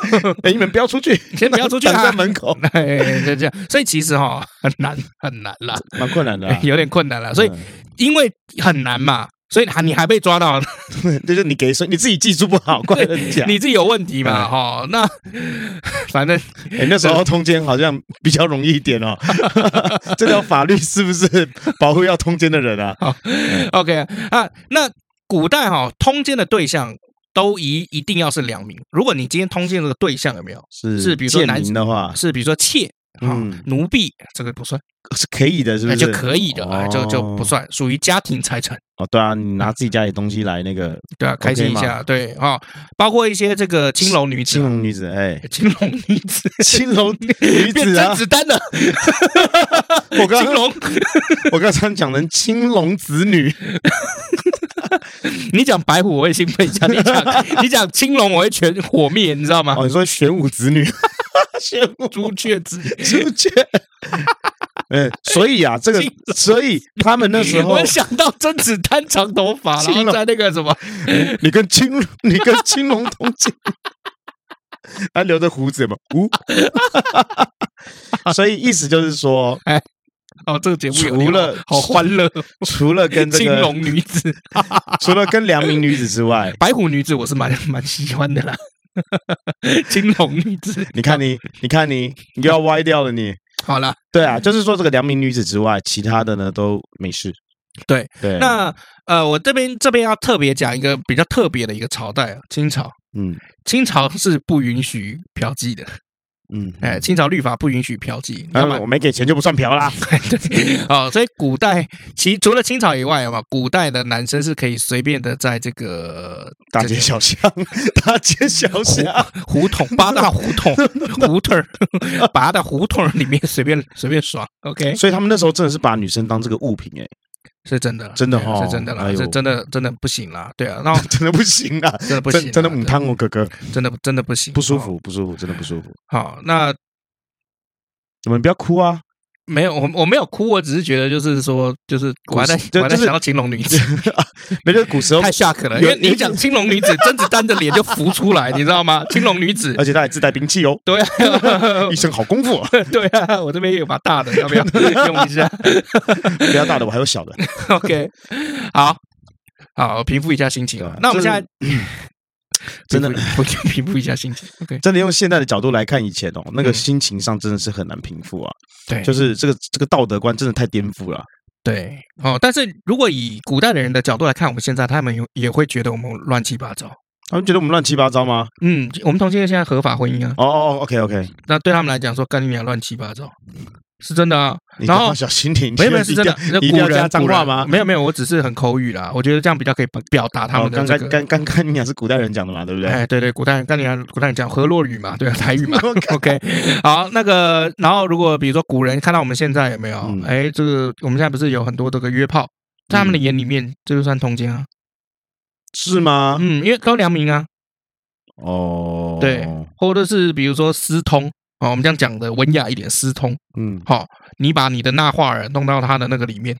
S2: 哎，你们不要 (laughs) 出去，
S1: 先不要出去啊
S2: 挡在门口，
S1: 哎，就这样，所以其实哈、很难很难啦，
S2: 蛮困难的啊。
S1: 有点困难 (laughs) 了。所以
S2: 嗯
S1: 因为很难嘛，所以还你还被抓到，
S2: 嗯就是你给谁，你自己技术不
S1: (laughs)
S2: 好，怪人家。
S1: 你自己有问题嘛？哈、那 (laughs) 反正
S2: 哎，那时候通奸好像比较容易一 (laughs) 点哦。这条法律是不是保护要通奸的人啊？
S1: (laughs) OK 啊，那古代哈、通奸的对象都一一定要是良民。如果你今天通奸这个对象有没有
S2: 是
S1: 是比如说
S2: 贱
S1: 男
S2: 民的话
S1: 是比如说妾啊、
S2: 嗯
S1: 奴婢，这个不算，
S2: 是可以的，是不
S1: 那
S2: 是？
S1: 就可以的，啊，就就不
S2: 哦
S1: 算，属于家庭财产。
S2: 哦，对啊，你拿自己家里东西来那 (laughs) 个
S1: 对啊，开心一
S2: OK 嘛
S1: 下，对啊、包括一些这个青楼女子
S2: 青
S1: 啊。，
S2: 龙女子，哎
S1: 青楼女子，
S2: (laughs) 青龙女
S1: 变
S2: 子啊
S1: 甄，子丹了。
S2: 我刚
S1: 青
S2: (laughs)
S1: 龙，
S2: 我刚才讲成青龙子女，
S1: 你讲白虎我会兴奋一下，你
S2: (laughs)
S1: 讲你讲青龙我会全火灭，你知道吗？
S2: 哦，你说玄武子女， (laughs) 玄武
S1: 朱雀之
S2: 朱雀。 (laughs) 哎，所以啊，这个
S1: 青，
S2: 所以他们那时候
S1: 我，想到甄子丹长头
S2: (laughs)
S1: 发，然
S2: 青
S1: 后
S2: 龙
S1: 在那个什么，
S2: 你跟青，你跟青龙同进， (laughs) 还 (laughs) 留着胡子嘛，呜。所以意思就是说
S1: 哎，哦，这个节目有
S2: 除
S1: 点
S2: 了
S1: 好好欢乐，
S2: 除了跟这
S1: 青
S2: 个，
S1: 龙女子、
S2: 除了跟良民女子之外，
S1: 白虎女子，我是蛮蛮喜欢的啦。青龙女子，
S2: 你看你，你看你，你又要歪掉了你。
S1: 好了，
S2: 对啊，就是说这个良民女子之外，其他的呢都没事。
S1: 对
S2: 对，
S1: 那呃，我这边这边要特别讲一个比较特别的一个朝代啊，清朝。
S2: 嗯
S1: 清朝是不允许嫖妓的，
S2: 嗯，
S1: 哎，清朝律法不允许嫖妓，那
S2: 当
S1: 么
S2: 然我没给钱就不算嫖啦。
S1: (laughs) 哦，所以古代其除了清朝以外啊嘛，古代的男生是可以随便的在这个
S2: 大街小巷，大街小巷， (laughs)
S1: 胡同八大胡同 (laughs) 胡同儿八大胡同儿里面随便随便爽，OK，
S2: 所以他们那时候真的是把女生当这个物品，哎，
S1: 是真的，
S2: 真的
S1: 对啊
S2: 哦
S1: 是真的
S2: 哎
S1: 啦，
S2: 呦
S1: 这真的真的不行啦，对啊，那
S2: 真的不行啊，
S1: 真的不行啦，
S2: 真真的母汤哦，哥哥
S1: 真的真的不行，
S2: 不舒
S1: 哦。
S2: 服，不舒服，真的不舒服。
S1: 好，那
S2: 你们不要哭
S1: (laughs)
S2: 啊！
S1: 没有，我我没有哭，我只是觉得就是说，就是我还在
S2: 故事就
S1: 我还在
S2: 就是
S1: 想到青龙女子，
S2: 没事，古时候
S1: 太，下可了，因
S2: 有
S1: 为你讲青龙女子，甄子丹的脸就浮出来，你知道吗？青龙女
S2: (laughs)
S1: 子，
S2: 而且他还自带
S1: (laughs)
S2: 兵器哦，
S1: 对啊，
S2: 一身好
S1: (laughs)
S2: 功夫啊！
S1: 对啊，我这边有把大的，要
S2: (laughs)
S1: 不要用一下
S2: 不要大的，我还有小的。
S1: (laughs) ？OK，好好平复一下心情
S2: 对
S1: 啊
S2: 啊。
S1: 那我们现在
S2: 这
S1: (coughs)
S2: 真的
S1: 平复平复一下心情。OK，
S2: 真的用现在的角度来看以前哦，那个
S1: 嗯
S2: 心情上真的是很难平复啊，
S1: 对，
S2: 就是是这个这个道德观真的太颠覆了。
S1: 对哦。但是如果以古代的人的角度来看，我们现在他们有也会觉得我们乱七八糟。
S2: 他们觉得我们乱七八糟吗？
S1: 嗯，我们同性恋现在合法婚姻啊，
S2: 哦哦，OK OK，
S1: 那对他们来讲说干你娘乱七八糟，是真的啊。
S2: 你
S1: 然后
S2: 要小心点，你
S1: 没有没有
S2: 一
S1: 是
S2: 定
S1: 真的，
S2: 要
S1: 那
S2: 你一
S1: 古
S2: 定要加
S1: 人
S2: 脏
S1: 古人
S2: 话吗？
S1: 没有没有，我只是很口语啦。我觉得这样比较可以表达他
S2: 哦，
S1: 们的
S2: 刚
S1: 这
S2: 刚
S1: 个
S2: 刚刚刚你俩是古代人讲的嘛，对不对？。
S1: 哎，对对，古代人跟你讲古代人讲河洛语嘛，对 (laughs) 啊，台语嘛
S2: (laughs) 我靠
S1: OK，好，那个，然后如果比如说古人看到我们现在有没有
S2: 嗯？
S1: 哎、这个我们现在不是有很多这个约炮，在他们的眼里面，这就算通奸啊。
S2: 是吗？
S1: 嗯，因为都良民啊，
S2: 哦，
S1: 对或者是比如说私通啊、哦，我们这样讲的文雅一点，私通。
S2: 嗯，
S1: 好、你把你的那话儿弄到他的那个里面，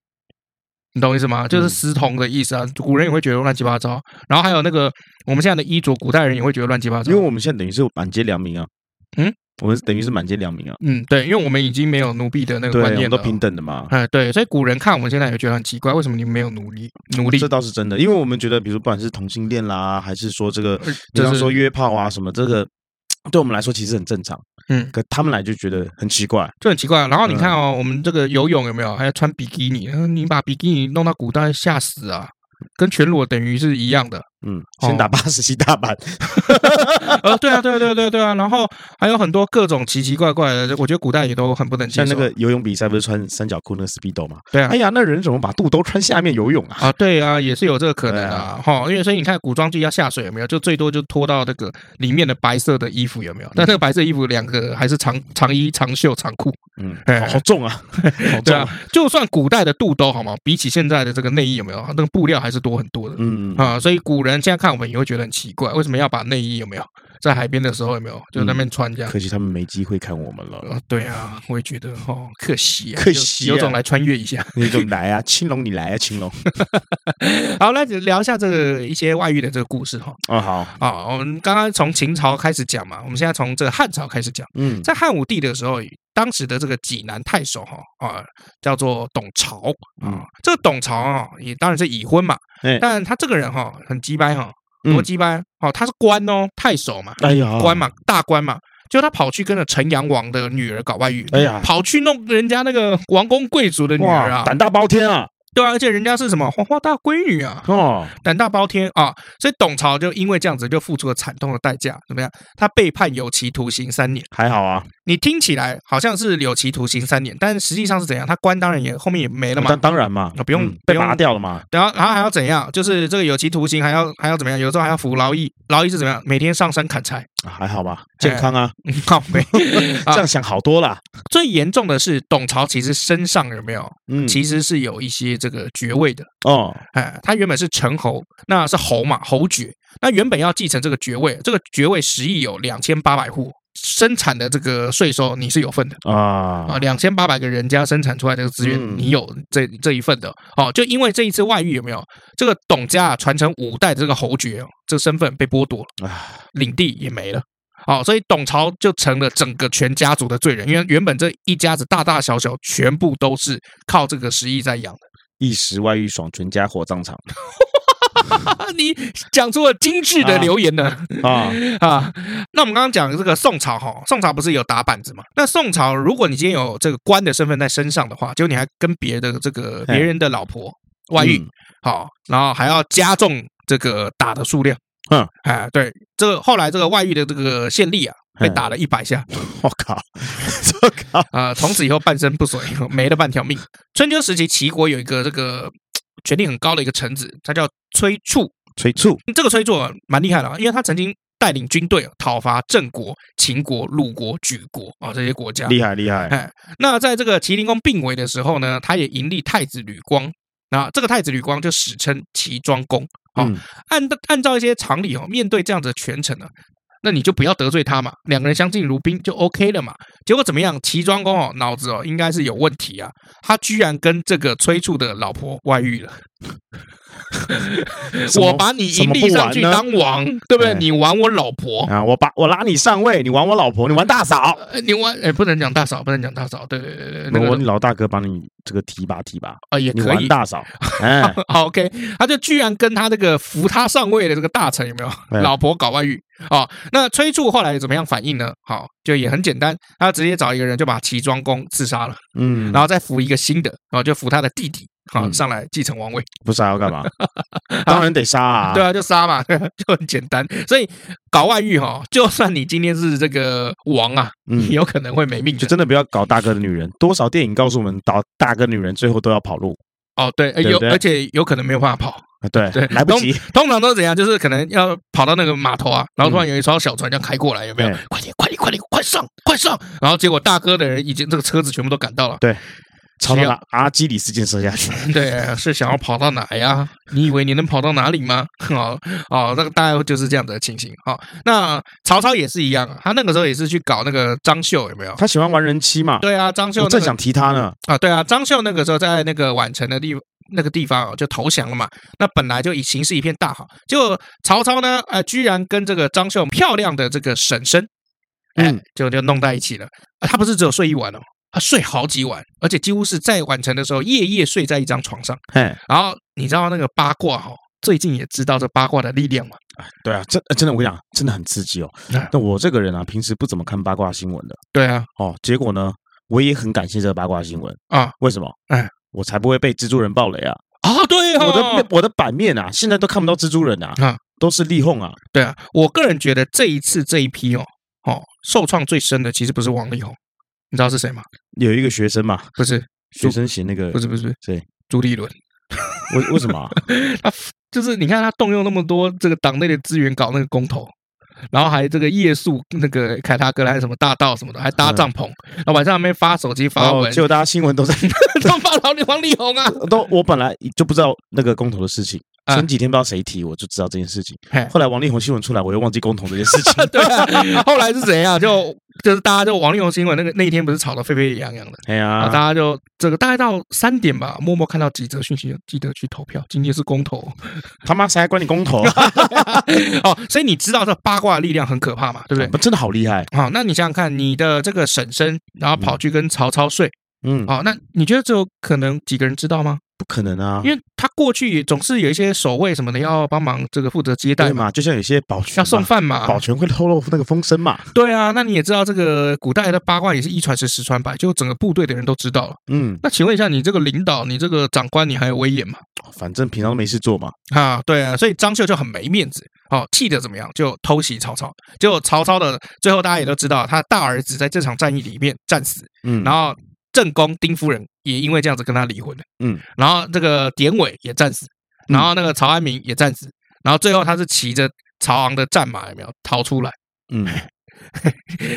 S1: 你懂我意思吗？就是
S2: 嗯
S1: 私通的意思啊。古人也会觉得乱七八糟，然后还有那个我们现在的衣着，古代人也会觉得乱七八糟
S2: 因为。我们现在等于是满街良民啊，
S1: 嗯，
S2: 我们等于是满街良民啊，
S1: 嗯，对，因为我们已经没有奴婢的那个
S2: 对，
S1: 观
S2: 我
S1: 念
S2: 们
S1: 了
S2: 都
S1: 哦。
S2: 平等的嘛，
S1: 哎，对，所以古人看我们现在也觉得很奇怪，为什么你们没有努力努力
S2: 这？倒是真的，因为我们觉得，比如不管是同性恋啦，还是说这个，比
S1: 呃就
S2: 方
S1: 是
S2: 说约炮啊什么，这个对我们来说其实很正常，
S1: 嗯，
S2: 可他们来就觉得很奇怪，
S1: 就很奇怪。然
S2: 嗯
S1: 后你看哦，我们这个游泳有没有还要穿比基尼？嗯你把比基尼弄到古代吓死啊，跟全裸等于是一样的。
S2: 嗯，
S1: 哦
S2: 先打八十七大板，
S1: 呃，对啊，对啊对啊对啊对啊。然后还有很多各种奇奇怪怪的，我觉得古代也都很不能接
S2: 像那
S1: 受。
S2: 个游泳比赛不是穿三角裤那个 speedo 嘛？
S1: 对啊
S2: 哎呀，那人怎么把肚兜穿下面游泳啊？
S1: 啊，对啊，也是有这个可能
S2: 对
S1: 啊，哈、因为所以你看古装剧要下水有没有，就最多就脱到那个里面的白色的衣服有没有？但那个白色衣服两个还是长长衣、长袖、长裤，
S2: 嗯，
S1: 哎
S2: 好好重
S1: (laughs)
S2: 啊，好
S1: 对
S2: 重
S1: 啊，，就算古代的肚兜好吗？比起现在的这个内衣有没有？那个布料还是多很多的
S2: 嗯，
S1: 啊、所以古人现在看我们也会觉得很奇怪，为什么要把内衣有没有在海边的时候有没有就在那边穿这样？
S2: 可惜他们没机会看我
S1: (laughs)
S2: 们了。
S1: 啊，对啊，我也觉得哦，可惜、啊，
S2: 嗯可惜
S1: 有
S2: 啊
S1: 有种来穿越一下。
S2: 你就来啊，青龙你来啊，青
S1: (laughs)
S2: 龙
S1: 好，来聊一下这个一些外遇的这个故事哈。
S2: 哦，好，
S1: 啊，我们刚刚从秦朝开始讲嘛，我们现在从这个汉朝开始讲。
S2: 嗯
S1: 在汉武帝的时候，当时的这个济南太守哈啊，叫做董朝啊
S2: 嗯。
S1: 这个董朝啊，也当然是已婚嘛
S2: 哎，
S1: 但他这个人哈很鸡掰哈，
S2: 嗯
S1: 多鸡掰哦，他是官哦，太守嘛，
S2: 哎呀，
S1: 官嘛，大官嘛。就他跑去跟了陈阳王的女儿搞外遇，
S2: 哎呀
S1: 跑去弄人家那个王公贵族的女儿
S2: 哇，
S1: 啊，
S2: 胆大包天啊，
S1: 对啊，而且人家是什么黄花大闺女啊，
S2: 哦，
S1: 胆大包天啊！所以董朝就因为这样子就付出了惨痛的代价，怎么样？他被判有期徒刑三年。
S2: 还好啊，
S1: 你听起来好像是有期徒刑三年，但实际上是怎样？他官当然也后面也没了嘛
S2: 当。当然嘛
S1: 啊，不用
S2: 嗯
S1: 不
S2: 被
S1: 用
S2: 拔掉了嘛，
S1: 然后，然后还要怎样？就是这个有期徒刑还要还要怎么样？有时候还要服劳役，劳役是怎么样？每天上山砍柴。 (laughs)
S2: 啊还好吧，健康啊，
S1: 嗯好没？啊
S2: 这样想好多啦，
S1: 最严重的是董朝其实身上有没有？
S2: 嗯，
S1: 其实是有一些这个爵位的。
S2: 哦，
S1: 哎，他原本是陈侯，那是侯嘛，侯爵。那原本要继承这个爵位，这个爵位十亿有两千八百户，生产的这个税收你是有份的啊，
S2: 啊，
S1: 两千八百个人家生产出来这个资源，
S2: 嗯
S1: 你有这这一份的哦。就因为这一次外遇有没有，这个董家啊传承五代的这个侯爵、哦，这个身份被剥夺了，
S2: 唉
S1: 领地也没了。哦，所以董朝就成了整个全家族的罪人，因为原本这一家子大大小小全部都是靠这个十亿在养的。
S2: 一时外遇爽，全家火葬场
S1: 啊你讲出了精致的留言呢
S2: 啊！
S1: 啊！那我们刚刚讲这个宋朝哈，宋朝不是有打板子嘛？那宋朝如果你今天有这个官的身份在身上的话，就你还跟别的这个别人的老婆外遇
S2: 嗯，
S1: 好、然后还要加重这个打的数量。
S2: 嗯，
S1: 哎，对，这个后来这个外遇的这个县吏啊，被打了一百
S2: (laughs)
S1: 下，
S2: 我靠，我靠，
S1: 啊，从此以后半身不遂，没了半条命。春秋时期，齐国有一个这个嘖权力很高的一个臣子，他叫崔杼。
S2: 催促
S1: 这个崔杼啊蛮厉害的啊，因为他曾经带领军队啊讨伐郑国、秦国、鲁国、莒国啊这些国家。
S2: 厉害厉害，
S1: 哎，那在这个齐灵公病危的时候呢，他也迎立太子吕光。那这个太子吕光就史称齐庄公。好、
S2: 嗯
S1: 按按照一些常理哦，面对这样子的权臣呢、啊那你就不要得罪他嘛，两个人相敬如宾就 OK 了嘛。结果怎么样？齐庄公哦，脑子哦应该是有问题啊，他居然跟这个崔杼的老婆外遇了。
S2: 什么
S1: 我把你
S2: 什
S1: 迎
S2: 么
S1: 立
S2: 不
S1: 上
S2: 玩
S1: 去
S2: 呢？
S1: 当王，对不对？
S2: 哎
S1: 你玩我老婆，
S2: 啊！我把我拉你上位，你玩我老婆，你玩大嫂，
S1: 呃你玩哎，不能讲大嫂，不能讲大嫂，对对对呃对，那
S2: 我
S1: 个
S2: 你老大哥帮你这个提拔提拔，
S1: 啊也
S2: 你
S1: 可
S2: 玩
S1: 以。
S2: 大嫂，哎，
S1: (laughs) 好 OK，他就居然跟他那个扶他上位的这个大臣有没有
S2: 哎
S1: 老婆搞外遇哦？那崔杼后来怎么样反应呢？好，就也很简单，他直接找一个人就把齐庄公刺杀了，
S2: 嗯，
S1: 然后再扶一个新的，然后就扶他的弟弟。好，
S2: 嗯
S1: 上来继承王位，
S2: 不杀要干
S1: (laughs)
S2: 嘛？当然得杀啊！
S1: 对啊，就杀嘛， (laughs) 就很简单。所以搞外遇哈，就算你今天是这个王啊，
S2: 嗯
S1: 你有可能会没命
S2: 就
S1: 的。
S2: 真的不要搞大哥的女人，多少电影告诉我们，搞大哥女人最后都要跑路
S1: 哦，对，呃
S2: 对
S1: 有
S2: 不对
S1: 而且有可能没有办法跑，
S2: 啊！对
S1: 对，
S2: 来不及，
S1: 通常都是怎样？就是可能要跑到那个码头啊，然后突然有一艘小船要开过来，有没有
S2: 对？
S1: 快点，快点，快点，快上，快上！然后结果大哥的人已经这个车子全部都赶到了。
S2: 朝
S1: 需
S2: 那
S1: 要
S2: 个阿基里斯腱射下去。
S1: 对，是想要跑到哪呀？你以为你能跑到哪里吗？哦哦，那个大概就是这样的情形。好、那曹操也是一样啊，他那个时候也是去搞那个张绣，有没有？
S2: 他喜欢玩人妻嘛？
S1: 对啊，张绣、
S2: 我
S1: 那
S2: 正
S1: 个、
S2: 想提他呢。
S1: 啊，对啊，张绣那个时候在那个宛城的地那个地方、哦、就投降了嘛，那本来就已形势一片大好，结果曹操呢，呃，居然跟这个张绣漂亮的这个婶婶，哎
S2: 嗯，
S1: 就就弄在一起了。啊他不是只有睡一晚哦，他睡好几晚，而且几乎是在宛城的时候夜夜睡在一张床上。
S2: 哎，
S1: 然后你知道那个八卦哦，最近也知道这八卦的力量嘛？
S2: 对啊，真真的我跟你讲，真的很刺激哦
S1: 哎。
S2: 那我这个人啊，平时不怎么看八卦新闻的
S1: 对啊，
S2: 哦。结果呢，我也很感谢这个八卦新闻
S1: 啊。
S2: 为什么？
S1: 哎，
S2: 我才不会被蜘蛛人暴雷啊！
S1: 啊，对
S2: 我的
S1: 哦
S2: 面，我的版面啊，现在都看不到蜘蛛人啊
S1: 啊，
S2: 都是力宏啊。
S1: 对啊，我个人觉得这一次这一批哦，哦，受创最深的其实不是王力宏，你知道是谁吗？
S2: 有一个学生嘛，
S1: 不是，
S2: 学生写那个
S1: 不是不是，
S2: 谁？
S1: 朱立伦， (laughs)
S2: 为为什么啊？ (laughs)
S1: 他就是你看他动用那么多这个党内的资源搞那个公投，然后还这个夜宿那个凯塔格兰什么大道什么的，还搭帐篷，然后晚上还没发手机发
S2: 哦，
S1: 文， (laughs)
S2: 结果大家新闻都在
S1: 都发老李王力宏啊，
S2: 都我本来就不知道那个公投的事情，
S1: 啊
S2: 前几天不知道谁提，我就知道这件事情
S1: 嘿。
S2: 后来王力宏新闻出来，我又忘记公投这件事
S1: (laughs)。
S2: 情
S1: 对啊，后来是谁啊？就就是大家就王力宏新闻那个那一天不是吵得沸沸扬扬的。
S2: 哎
S1: 啊，大家
S2: 呀，
S1: 就这个大概到三点吧，默默看到几则讯息，记得去投票。今天是公投， (laughs)
S2: 他妈谁还管你公投？啊
S1: 哦，所以你知道这八卦的力量很可怕嘛， (laughs) 对不对？
S2: 不真的好厉害。
S1: 好，那你想想看，你的这个婶婶，然后跑去跟曹操睡，
S2: 嗯，
S1: 好，那你觉得只有可能几个人知道吗？
S2: 不可能啊
S1: 因，为他过去也总是有一些守卫什么的要帮忙这个负责接待
S2: 对
S1: 嘛，
S2: 嘛？就像有些保全
S1: 要送
S2: 嘛
S1: 饭嘛，
S2: 保全会透露那个风
S1: (laughs)
S2: 声嘛。
S1: 对啊，那你也知道这个古代的八卦也是一传十，十传百，就整个部队的人都知道了。
S2: 嗯，
S1: 那请问一下，你这个领导，你这个长官，你还有威严吗？
S2: 反正平常都没事做嘛。
S1: 啊，对啊，所以张绣就很没面子，哦，气得怎么样，就偷袭曹操。结果曹操的最后大家也都知道，他大儿子在这场战役里面战死，
S2: 嗯，
S1: 然后正宫丁夫人也因为这样子跟他离婚了，
S2: 嗯，
S1: 然后这个典韦也战死，
S2: 嗯
S1: 然后那个曹安民也战死，然后最后他是骑着曹昂的战马有没有逃出来？
S2: 嗯，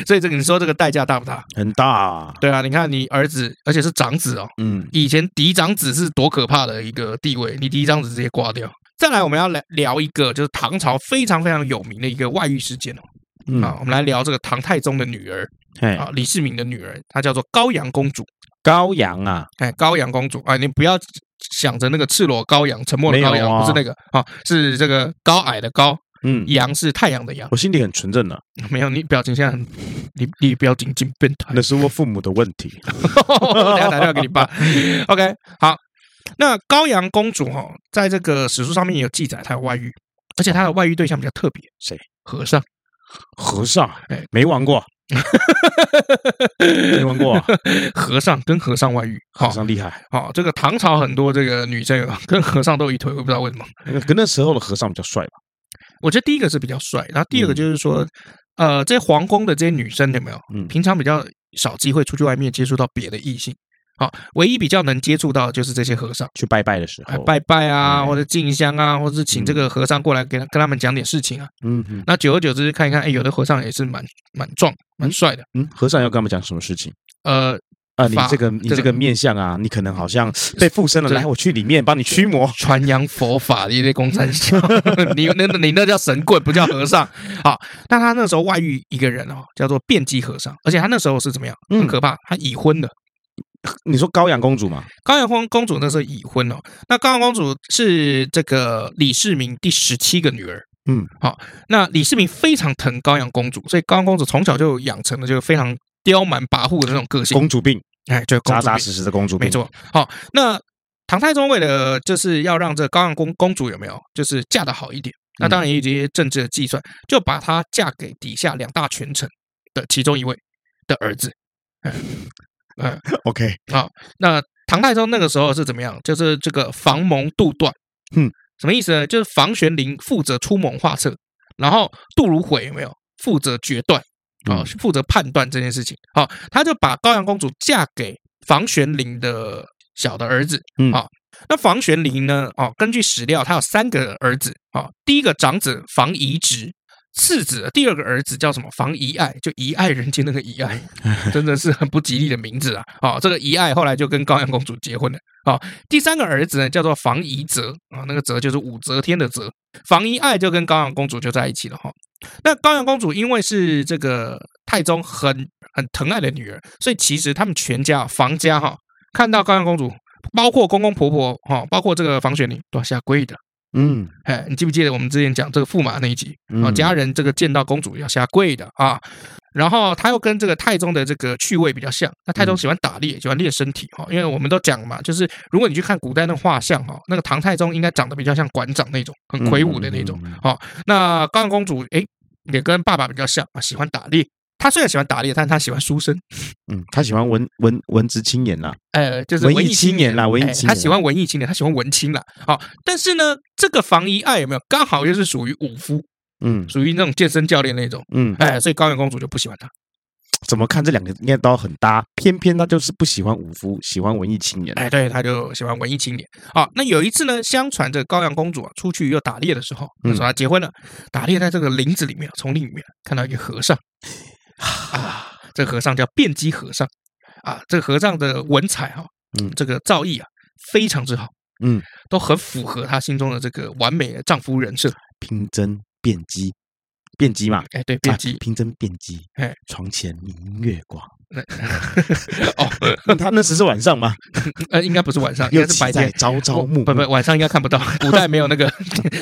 S1: 所以这个你说这个代价大不大？
S2: 很大啊。
S1: 对啊，你看你儿子，而且是长子哦，
S2: 嗯，
S1: 以前嫡长子是多可怕的一个地位，你嫡长子直接挂掉。再来，我们要来聊一个，就是唐朝非常非常有名的一个外遇事件哦。
S2: 嗯
S1: 啊，，我们来聊这个唐太宗的女儿
S2: 嘿，
S1: 啊，李世民的女儿，她叫做高阳公主。
S2: 高阳啊，
S1: 哎，高阳公主啊，你不要想着那个赤裸羔羊、沉默的羔
S2: 没有
S1: 羊，
S2: 啊
S1: 不是那个啊，是这个高矮的高
S2: 嗯，
S1: 阳是太阳的 (laughs) 阳，
S2: 我心里很纯正的、
S1: 没有你表情现在很，你你表情进变态
S2: (laughs) 那，是我父母的问
S1: (laughs)
S2: 题。
S1: 等一下打电话给你爸。OK，好，那高阳公主哈、哦，在这个史书上面也有记载她有外遇，而且她的外遇对象比较特别，
S2: 谁？
S1: 和尚。
S2: 和尚
S1: 哎，
S2: 没
S1: (laughs)
S2: 玩过，没玩过啊，
S1: 和尚跟和尚外遇，好
S2: 和尚厉害。
S1: 好，这个唐朝很多这个女生啊跟和尚都有一腿，我不知道为什么。
S2: 那个跟那时候的和尚比较帅吧？
S1: 我觉得第一个是比较帅，然后第二个就是说，呃，这些皇宫的这些女生有没有，
S2: 嗯
S1: 平常比较少机会出去外面接触到别的异性，好，唯一比较能接触到的就是这些和尚。
S2: 去拜拜的时
S1: 哎
S2: 候，，
S1: 拜拜啊，
S2: 哎
S1: 或者进香啊，或者是请这个和尚过来给他跟他们讲点事情啊。
S2: 嗯嗯
S1: 那久而久之看一看，哎，有的和尚也是蛮蛮壮、蛮帅的。
S2: 嗯，和尚要跟他们讲什么事情？
S1: 呃，
S2: 啊，你
S1: 法
S2: 这个你
S1: 这
S2: 这
S1: 个
S2: 个面相啊，你可能好像被附身了，
S1: 对
S2: 来，我去里面帮你驱魔。
S1: 传扬佛法的一些公山小， (laughs) 你那你那叫神棍，不叫和尚。好，那他那时候外遇一个人哦，叫做辩机和尚，而且他那时候是怎么样？很
S2: 嗯
S1: 可怕，他已婚的。
S2: 你说高阳公主嘛？
S1: 高阳公公主那时候已婚哦，那高阳公主是这个李世民第十七个女儿。
S2: 嗯，
S1: 好，那李世民非常疼高阳公主，所以高阳公主从小就养成了就是非常刁蛮跋扈的那种个性，
S2: 公主病，
S1: 哎，就是公
S2: 扎
S1: 主病
S2: 扎实实的公主病。
S1: 没，错。好，那唐太宗为了就是要让这高阳公公主有没有就是嫁得好一点，
S2: 嗯
S1: 那当然也有一些政治的计算，就把她嫁给底下两大权臣的其中一位的儿子。哎
S2: (laughs) OK，
S1: 那唐太宗那个时候是怎么样？就是这个房蒙杜断，
S2: 嗯，
S1: 什么意思呢？就是房玄龄负责出谋划策，然后杜如晦有没有负责决断啊、
S2: 嗯
S1: 负责判断这件事情。好、他就把高阳公主嫁给房玄龄的小的儿子。
S2: 嗯
S1: 好、那房玄龄呢？哦，根据史料，他有三个儿子。哦，第一个长子房遗直。次子第二个儿子叫什么？房遗爱，就遗爱人间那个遗爱，真的是很不吉利的名字啊！哦，这个遗爱后来就跟高阳公主结婚了。哦，第三个儿子呢叫做房遗泽啊、那个泽就是武则天的泽。房遗爱就跟高阳公主就在一起了哈、那高阳公主因为是这个太宗很很疼爱的女儿，所以其实他们全家房家哈、看到高阳公主，包括公公婆婆哈、包括这个房玄龄都要下跪的。
S2: 嗯，
S1: 哎，你记不记得我们之前讲这个驸马那一集？啊，
S2: 嗯
S1: 家人这个见到公主要下跪的啊。然后他又跟这个太宗的这个趣味比较像，那
S2: 嗯
S1: 太宗喜欢打猎，喜欢练身体哈、哦，因为我们都讲嘛，就是如果你去看古代那画像哈、哦，那个唐太宗应该长得比较像馆长那种，很魁梧的那种
S2: 嗯嗯嗯
S1: 哦。那高阳公主诶也跟爸爸比较像啊，喜欢打猎。她虽然喜欢打猎，但她喜欢书生，
S2: 嗯，他喜欢文文文质青年呐，
S1: 呃，就是
S2: 文
S1: 文
S2: 艺
S1: 艺青哎
S2: 青年啦，文艺青年。
S1: 他喜欢文艺青年，他喜欢文青啦。好、但是呢，这个房遗爱有没有刚好又是属于武夫，
S2: 嗯
S1: 属于那种健身教练那种，
S2: 嗯，
S1: 哎，所以高阳公主就不喜欢他。
S2: 怎么看这两个应该都很搭，偏偏他就是不喜欢武夫，喜欢文艺青年。
S1: 哎，对，他就喜欢文艺青年。啊，那有一次呢，相传这个高阳公主啊出去又打猎的时候，那
S2: 嗯
S1: 时候她结婚了，打猎在这个林子里面，丛林里面看到一个和尚，啊，这个和尚叫辩机和尚，啊，这个和尚的文采哈、
S2: 嗯
S1: 这个造诣啊非常之好，
S2: 嗯，
S1: 都很符合他心中的这个完美的丈夫人设。
S2: 拼针辩机，辩机嘛，
S1: 哎，对，辩
S2: 啊
S1: 机，
S2: 拼针辩机
S1: 哎。
S2: 床前明月
S1: (laughs)
S2: 光，
S1: 哦，
S2: 那他那时是晚上吗？
S1: 呃，应该不是晚上，应
S2: 啊 (laughs) 又
S1: 该是白
S2: 起在
S1: 天。
S2: 朝朝暮暮，
S1: 不不，晚上应该看不到， (laughs) 古代没有
S2: (laughs)
S1: 那个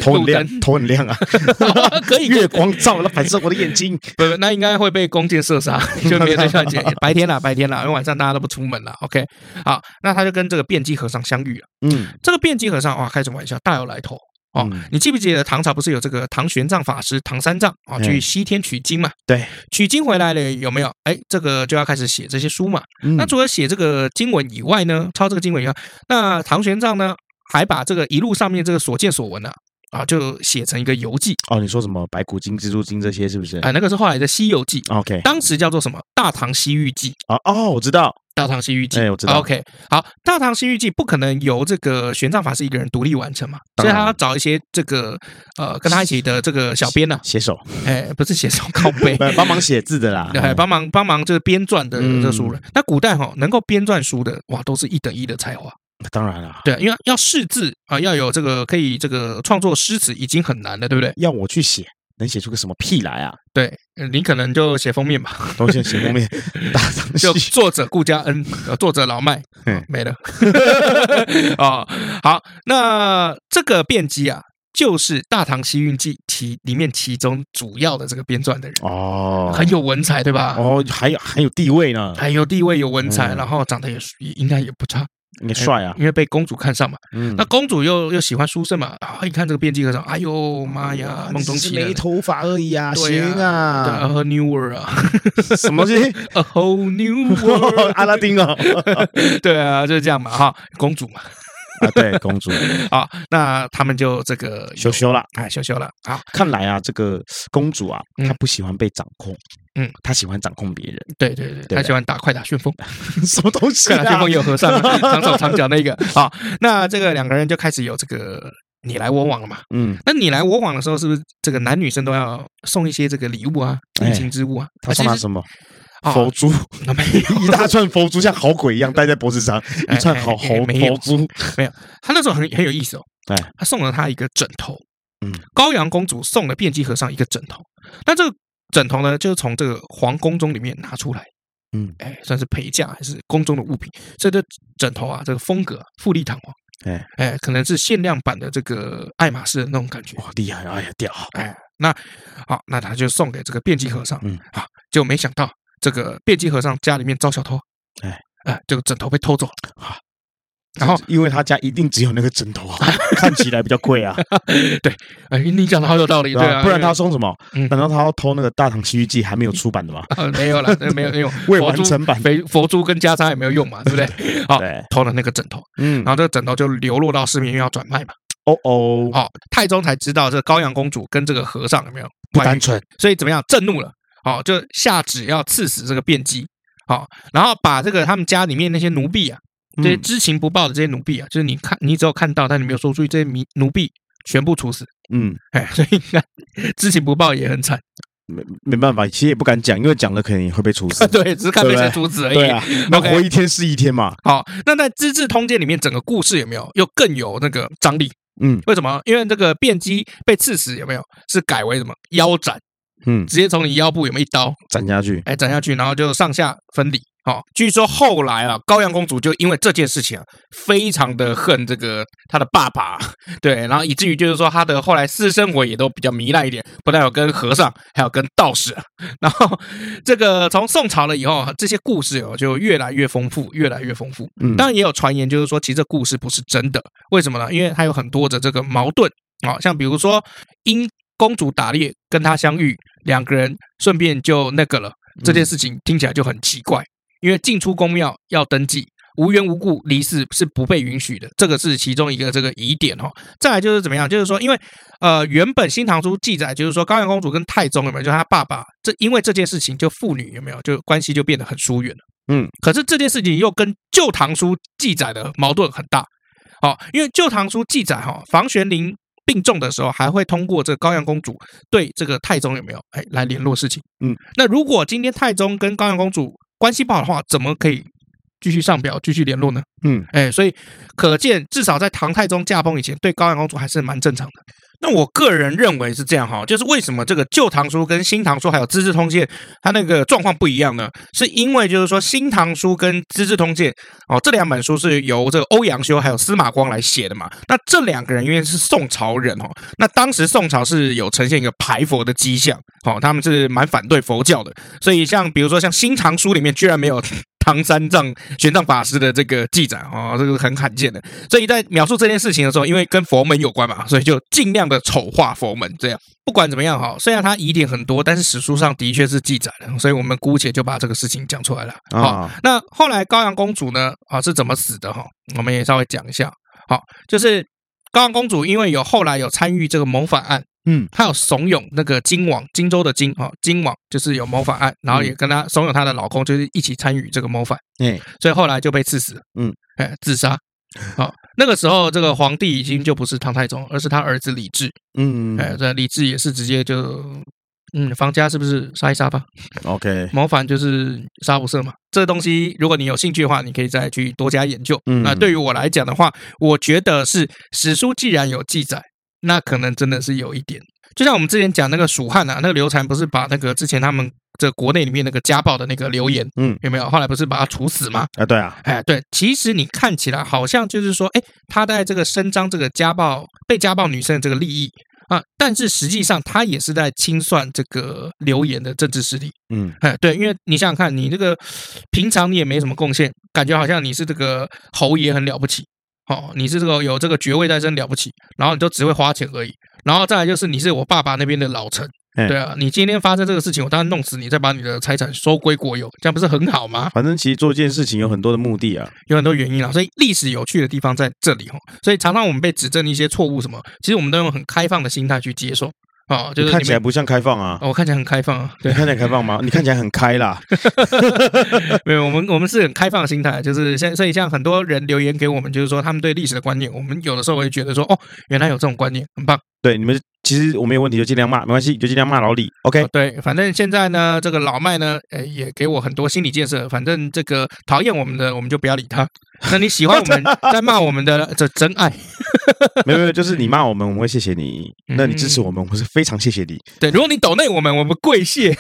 S2: 头很
S1: 路灯！
S2: 亮，头很亮啊
S1: (laughs) 可以可以
S2: 月光照了反射我的眼睛。
S1: 不，不，那应该会被弓箭射
S2: (laughs)
S1: 杀，就没有对象姐。白天啦，白天啦，因为晚上大家都不出门了。OK，好，那他就跟这个辩机和尚相遇了。
S2: 嗯，
S1: 这个辩机和尚哇，开什么玩笑，大有来头哦！
S2: 嗯
S1: 你记不记得唐朝不是有这个唐玄奘法师唐三藏啊、
S2: 嗯
S1: 去西天取经嘛？
S2: 对，
S1: 取经回来了有没有？哎，这个就要开始写这些书嘛。
S2: 嗯
S1: 那除了写这个经文以外呢，抄这个经文以外，那唐玄奘呢，还把这个一路上面这个所见所闻呢、啊，就写成一个游记
S2: 哦，你说什么白骨精、蜘蛛精这些是不是
S1: 啊、那个是后来的《西游记》。
S2: ？OK，
S1: 当时叫做什么《大唐西域记》，
S2: 哦哦，我知道，
S1: 《大唐西域记》
S2: 哎我知道
S1: OK，好，《大唐西域记》不可能由这个玄奘法师一个人独立完成嘛，所
S2: 当
S1: 以
S2: 然
S1: 他要找一些这个呃跟他一起的这个小
S2: (laughs)
S1: 编呢、
S2: 写手，。
S1: 哎，不是写手靠背
S2: (laughs) 呃帮忙写字的啦。
S1: (laughs) 对，帮忙帮忙，就是编撰的
S2: 嗯
S1: 这个书人。那古代哈、能够编撰书的，哇，都是一等一的才华。
S2: 当然啦，
S1: 对，因为要识字啊、要有这个可以这个创作诗词，已经很难了，对不对？
S2: 要我去写，能写出个什么屁来啊？
S1: 对，呃你可能就写封面吧，
S2: 都先写
S1: (laughs)
S2: 封面，大 (laughs) 唐
S1: 就
S2: 西
S1: 作者顾家
S2: (laughs)
S1: 恩，呃作者老麦，
S2: 嗯
S1: (laughs) 没了。哦，好，那这个辩机啊，就是《大唐西域记》其里面其中主要的这个编撰的人，
S2: 哦，
S1: 很有文采，对吧？
S2: 哦，还有还有地位呢，
S1: 很有地位，有文采，
S2: 嗯
S1: 然后长得也是也应该也不差，
S2: 你帅啊，
S1: 因为被公主看上嘛。
S2: 嗯
S1: 那，公主又又喜欢书生嘛，啊，一看这个编辑和尚，哎呦妈呀，梦中
S2: 啊只是
S1: 情人
S2: 没。头发而已啊，
S1: 对
S2: 行
S1: 啊对，a
S2: 啊，
S1: whole new world 啊
S2: (laughs) 什么东西？
S1: ，a whole new
S2: (laughs)
S1: world，
S2: 阿拉丁哦，
S1: 对啊，就是这样嘛哈，公主嘛
S2: 啊，对，公主
S1: 啊，那他们就这个有
S2: 羞羞啦。
S1: 哎羞羞了啊，
S2: 看来啊，这个公主啊，
S1: 嗯
S2: 她不喜欢被掌控，
S1: 嗯，
S2: 她喜欢掌控别人，
S1: 对对对，
S2: 对
S1: 他喜欢打快打旋风，
S2: (laughs) 什么东西
S1: 快打旋
S2: 啊
S1: 风？有和尚
S2: (laughs)
S1: 嘛，长手长脚那个啊，那这个两个人就开始有这个你来我往了嘛，
S2: 嗯，
S1: 那你来我往的时候，是不是这个男女生都要送一些这个礼物啊、
S2: 哎
S1: 定情之物啊？
S2: 她送她
S1: 啊
S2: 什么？
S1: 其实
S2: 佛珠，
S1: (laughs) 啊没有，
S2: (laughs) 一大串佛珠，像好鬼一样戴在脖子上，
S1: 哎
S2: 一串好
S1: 哎哎
S2: 猴
S1: 没有
S2: 佛珠。
S1: 他那时候很很有意思哦。
S2: 对，
S1: 他送了她一个枕头，
S2: 哎嗯，
S1: 高阳公主送了辩机和尚一个枕头。那这个枕头呢，就是从这个皇宫中里面拿出来，
S2: 嗯，
S1: 哎，算是陪嫁还是宫中的物品。所以这枕头啊，这个风格啊富丽堂皇，
S2: 哎
S1: 哎，可能是限量版的这个爱马仕的那种感觉。
S2: 哇，厉害！哎呀，屌！
S1: 哎，那好，那他就送给这个辩机和尚，
S2: 嗯，
S1: 啊，就没想到这个辩机和尚家里面遭小偷，
S2: 哎，
S1: 哎，这个枕头被偷走了啊，然后
S2: 因为他家一定只有那个枕头 (laughs) 啊，看起来比较贵啊，
S1: 哎，你讲的好有道理，
S2: 对
S1: 对
S2: 吧？
S1: 啊，
S2: 不然他
S1: 因
S2: 送什么？
S1: 嗯
S2: 难道他要偷那个《大唐西域记》还没有出版的吗？
S1: 为啊 (laughs) 没有了，没有没有，
S2: (laughs) 未
S1: 佛
S2: 完
S1: 珠
S2: 成版
S1: 佛佛珠跟袈裟也没有用嘛，对不对？好，
S2: 对，
S1: 偷了那个枕头，
S2: 嗯
S1: 然，后这个枕头就流落到市面，因为要转卖嘛。
S2: 哦哦，
S1: 哦，太宗才知道这个高阳公主跟这个和尚有没有
S2: 不
S1: 关
S2: 单
S1: 系，
S2: 纯，
S1: 所以怎么样震怒了，哦，就下旨要刺死这个辩机，哦，然后把这个他们家里面那些奴婢啊，这些
S2: 嗯
S1: 知情不报的这些奴婢啊，就是你看你只有看到，但你没有说出去，这些奴奴婢全部处死。
S2: 嗯，
S1: 哎，所以你看 (laughs) 知情不报也很惨，。
S2: 没没办法，其实也不敢讲，因为讲了可能也会被处
S1: (laughs)
S2: 死
S1: 对，只是看被
S2: (laughs) 对不
S1: 谁
S2: 对
S1: 处死而已。
S2: 对啊，那
S1: OK
S2: 活一天是一天嘛。
S1: 好，那在《资治通鉴》里面，整个故事有没有又更有那个张力？
S2: 嗯
S1: 为什么？因为这个辩机被刺死有没有是改为什么腰斩，
S2: 嗯，
S1: 直接从你腰部有没有一刀，
S2: 斩下去。
S1: 哎，斩下去，然后就上下分离。哦，据说后来啊，高阳公主就因为这件事情啊，非常的恨这个她的爸爸，对，然后以至于就是说她的后来私生活也都比较糜烂一点，不但有跟和尚，还有跟道士。啊然后这个从宋朝了以后，啊这些故事哦就越来越丰富，越来越丰富。
S2: 嗯，
S1: 当然也有传言，就是说其实这故事不是真的，为什么呢？因为它有很多的这个矛盾啊、像比如说因公主打猎跟她相遇，两个人顺便就那个了，这件事情听起来就很奇怪，因为进出宫庙要登记。无缘无故离世是不被允许的，这个是其中一个这个疑点哦。再来就是怎么样，就是说，因为呃，原本《新唐书》记载就是说，高阳公主跟太宗有没有，就她爸爸，这因为这件事情，就父女有没有，就关系就变得很疏远了。
S2: 嗯，
S1: 可是这件事情又跟《旧唐书》记载的矛盾很大。哦，因为《旧唐书》记载哈、房玄龄病重的时候，还会通过这个高阳公主对这个太宗有没有哎来联络事情。
S2: 嗯，
S1: 那如果今天太宗跟高阳公主关系不好的话，怎么可以继续上表、继续联络呢？
S2: 嗯，
S1: 哎，所以可见，至少在唐太宗驾崩以前，对高阳公主还是蛮正常的。那我个人认为是这样哈，就是为什么这个《旧唐书》跟《新唐书》还有《资治通鉴》它那个状况不一样呢？是因为就是说，《新唐书》跟《资治通鉴》哦，这两本书是由这个欧阳修还有司马光来写的嘛。那这两个人因为是宋朝人哦，那当时宋朝是有呈现一个排佛的迹象，哦，他们是蛮反对佛教的，所以像比如说像《新唐书》里面居然没有 (laughs) 唐三藏玄奘法师的这个记载哦，这个很罕见的。所以在描述这件事情的时候，因为跟佛门有关嘛，所以就尽量的丑化佛门。这样不管怎么样哈，虽然它疑点很多，但是史书上的确是记载的，所以我们姑且就把这个事情讲出来了。好、
S2: 啊，
S1: 那后来高阳公主呢？啊，是怎么死的哈？我们也稍微讲一下。好，就是高阳公主因为有后来有参与这个谋反案，
S2: 嗯，
S1: 她有怂恿那个金王荆州的金哈金王就是有谋反案，然
S2: 嗯
S1: 后也跟她怂恿她的老公就是一起参与这个谋反，
S2: 哎，
S1: 所以后来就被刺死。
S2: 嗯，
S1: 哎，自
S2: (laughs)
S1: 杀。好，那个时候这个皇帝已经就不是唐太宗，而是他儿子李治。
S2: 嗯
S1: 哎，这李治也是直接就。嗯，房家是不是杀一杀吧？
S2: ，OK，
S1: 谋反就是杀无赦嘛。这个东西，如果你有兴趣的话，你可以再去多加研究。
S2: 嗯
S1: 那对于我来讲的话，我觉得是史书既然有记载，那可能真的是有一点就像我们之前讲那个蜀汉啊，那个刘禅不是把那个之前他们这国内里面那个家暴的那个刘言，
S2: 嗯
S1: 有没有？后来不是把他处死吗？
S2: 啊，对啊，
S1: 哎，对，其实你看起来好像就是说，哎，他在这个伸张这个家暴被家暴女生的这个利益啊，但是实际上他也是在清算这个流言的政治势力。
S2: 嗯，
S1: 哎，对，因为你想想看，你这个平常你也没什么贡献，感觉好像你是这个侯爷很了不起，哦，你是这个有这个爵位在身了不起，然后你就只会花钱而已，然后再来就是你是我爸爸那边的老臣，
S2: 哎
S1: 对啊，你今天发生这个事情，我当然弄死你，再把你的财产收归国有，这样不是很好吗？
S2: 反正其实做一件事情有很多的目的啊，
S1: 有很多原因啦，所以历史有趣的地方在这里哦。所以常常我们被指正一些错误什么，其实我们都用很开放的心态去接受啊、哦，就是
S2: 看
S1: 你
S2: 起来
S1: 们。
S2: 不像开放啊。
S1: 哦我看起来很开放啊，
S2: 你
S1: 对，
S2: 看起来开放吗？你看起来很
S1: (laughs)
S2: 开啦，
S1: 没有，我们我们是很开放的心态，就是像所以像很多人留言给我们，就是说他们对历史的观念，我们有的时候会觉得说，哦，原来有这种观念，很棒。
S2: 对你们其实我们有问题就尽量骂，没关系，就尽量骂老李。
S1: (laughs)
S2: OK，
S1: 哦对，反正现在呢，这个老麦呢，呃，也给我很多心理建设。反正这个讨厌我们的，我们就不要理他。那你喜欢我们在骂我们的，这真爱。
S2: 没有没有，就是你骂我们，我们会谢谢你；
S1: 嗯
S2: 那你支持我们，我是非常谢谢你。
S1: 对，如果你抖内我们，我们跪谢。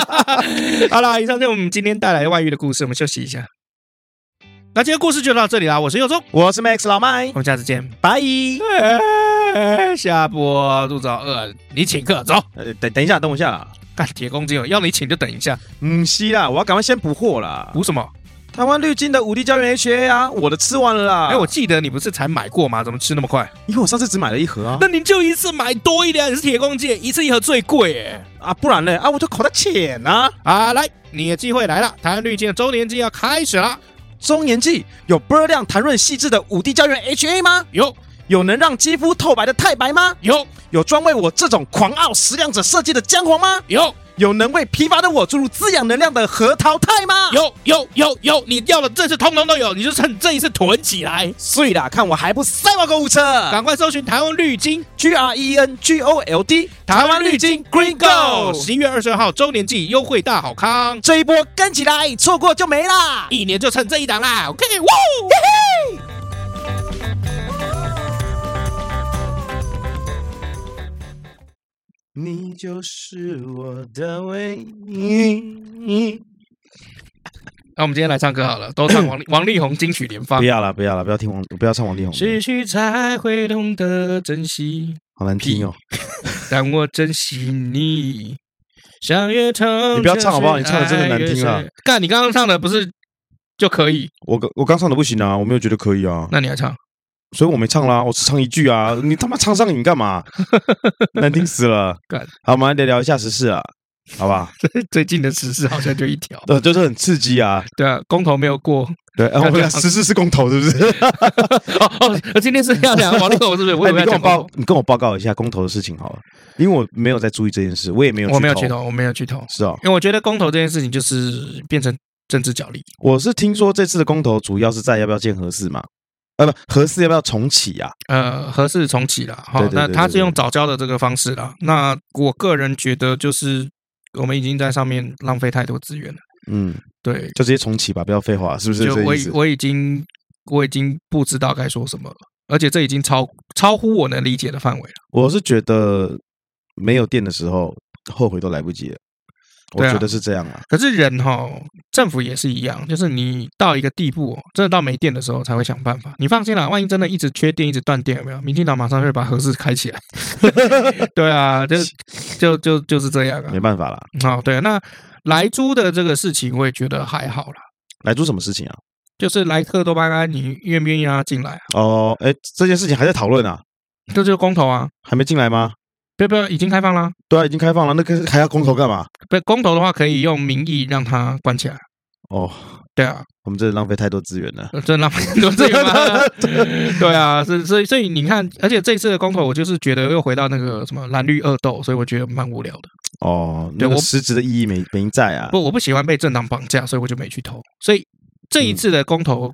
S1: (laughs) 好啦，以上就是我们今天带来的外遇的故事，我们休息一下。那今天故事就到这里啦，我是佑中，
S2: 我是 Max 老麦
S1: 我，们下次见。
S2: 拜。
S1: 哎下播，肚子好饿，你请客走。
S2: 呃，等等一下，等我一下啦。
S1: 干铁公鸡哦，要你请就等一下，
S2: 嗯，是啦，我要赶快先补货啦。
S1: 补什么？
S2: 台湾绿金的五 D 胶原 HA 啊，我的吃完了啦。
S1: 哎，我记得你不是才买过吗？怎么吃那么快？
S2: 因为我上次只买了一盒啊，
S1: 那你就一次买多一点，你是铁公鸡，一次一盒最贵哎。
S2: 啊，不然嘞啊，我就口袋浅啊。
S1: 啊，来，你的机会来了，台湾绿金的周年庆要开始了。
S2: 中年季有波量谈论细致的五 D 胶原 HA 吗？
S1: 有
S2: 有能让肌肤透白的太白吗？
S1: 有
S2: 有专为我这种狂傲食量者设计的姜黄吗？
S1: 有
S2: 有能为疲乏的我注入滋养能量的核桃肽吗？
S1: 有有有有，你要的这次通通都有，你就趁这一次囤起来，
S2: 碎啦，看我还不塞爆购物车
S1: 赶快搜寻台湾绿金。
S2: ！G R E N G O L D，
S1: 台湾绿金 Green Go，
S2: Go
S1: 十一月二十二号周年季优惠大好康，
S2: 这一波跟起来，错过就没啦！
S1: 一年就趁这一档啦！OK，哇！
S2: 你就是我的唯一。
S1: 那我们今天来唱歌好了，都唱王力王力宏金曲联发
S2: 不。要啦，不要啦，不要听王，不要唱王力宏，
S1: 失去才会懂得珍惜，
S2: 好难听哦！
S1: 但我珍惜你。相约同
S2: 你不要唱好不好你唱得真的难听啊！
S1: 干，你刚刚唱的不是就可以？
S2: 我刚我刚唱的不行啊，我没有觉得可以啊，
S1: 那你还
S2: (laughs)
S1: 唱？
S2: 所以我没唱啦，我只唱一句啊，你他妈唱上瘾
S1: (laughs)
S2: 干嘛？难听死了
S1: 干！
S2: 好，我们来聊聊一下时事啊，好吧？，
S1: 最近的时事好像就一条
S2: 呃，就是很刺激啊，
S1: 对啊，公投没有过。 (laughs)
S2: 对，然后我们
S1: 那
S2: 俩
S1: 就
S2: 十四是公投，是不是？
S1: 哦哦，今天是要讲王力宏是不是？ (laughs) 我
S2: 哎，
S1: 以为
S2: 你
S1: 要
S2: 跟
S1: 讲
S2: 我
S1: 公
S2: 报
S1: 投，，
S2: 你跟我报告一下公投的事情好了，因为我没有在注意这件事，我也没有，
S1: 我没有去，投，我没有去投，
S2: 是哦，
S1: 因为我觉得公投这件事情就是变成政治角力。
S2: 我是听说这次的公投主要是在要不要建核四嘛，呃，不，核四要不要重启啊？
S1: 呃，合适重启了哈
S2: 对。对
S1: 那
S2: 对
S1: 他
S2: 对
S1: 是用
S2: 对
S1: 早教的这个方式啦。那我个人觉得，就是我们已经在上面浪费太多资源了。
S2: 嗯，
S1: 对，
S2: 就直接重启吧，不要废话，是不是
S1: 就
S2: 这
S1: 我
S2: 个意
S1: 已
S2: 思？
S1: 我已经我已经不知道该说什么了，而且这已经超超乎我能理解的范围了。
S2: 我是觉得没有电的时候，后悔都来不及了。我
S1: 对啊
S2: 觉得是这样啊，
S1: 可是人哈，政府也是一样，就是你到一个地步哦，真的到没电的时候才会想办法。你放心啦，万一真的一直缺电、一直断电，有没有？民进党马上就会把核试开起来。 (laughs) 对啊，就就就就是这样啊
S2: 没。办法啦。
S1: 哦，对，那莱猪的这个事情，我也觉得还好啦，
S2: 来做什么事情啊？
S1: 就是莱克多巴胺，你愿不愿意让它进来啊？
S2: 哦，哎，这件事情还在讨论啊，
S1: 这就是公投啊，
S2: 还没进来吗？
S1: 不不，已经开放啦。
S2: 对啊，已经开放了，那个还要公投干嘛？
S1: 不，公投的话可以用民意让它关起来。啊
S2: 哦，
S1: 对啊，
S2: 我们真的浪费太多资源了。
S1: 呃真的浪费很多资源吗？ (laughs) 对啊，是所以所以你看，而且这次的公投，我就是觉得又回到那个什么蓝绿恶斗，所以我觉得蛮无聊的。
S2: 哦，
S1: 对
S2: 那个
S1: 我
S2: 实质的意义没没在啊。
S1: 不，我不喜欢被政党绑架，所以我就没去投。所以这一次的公投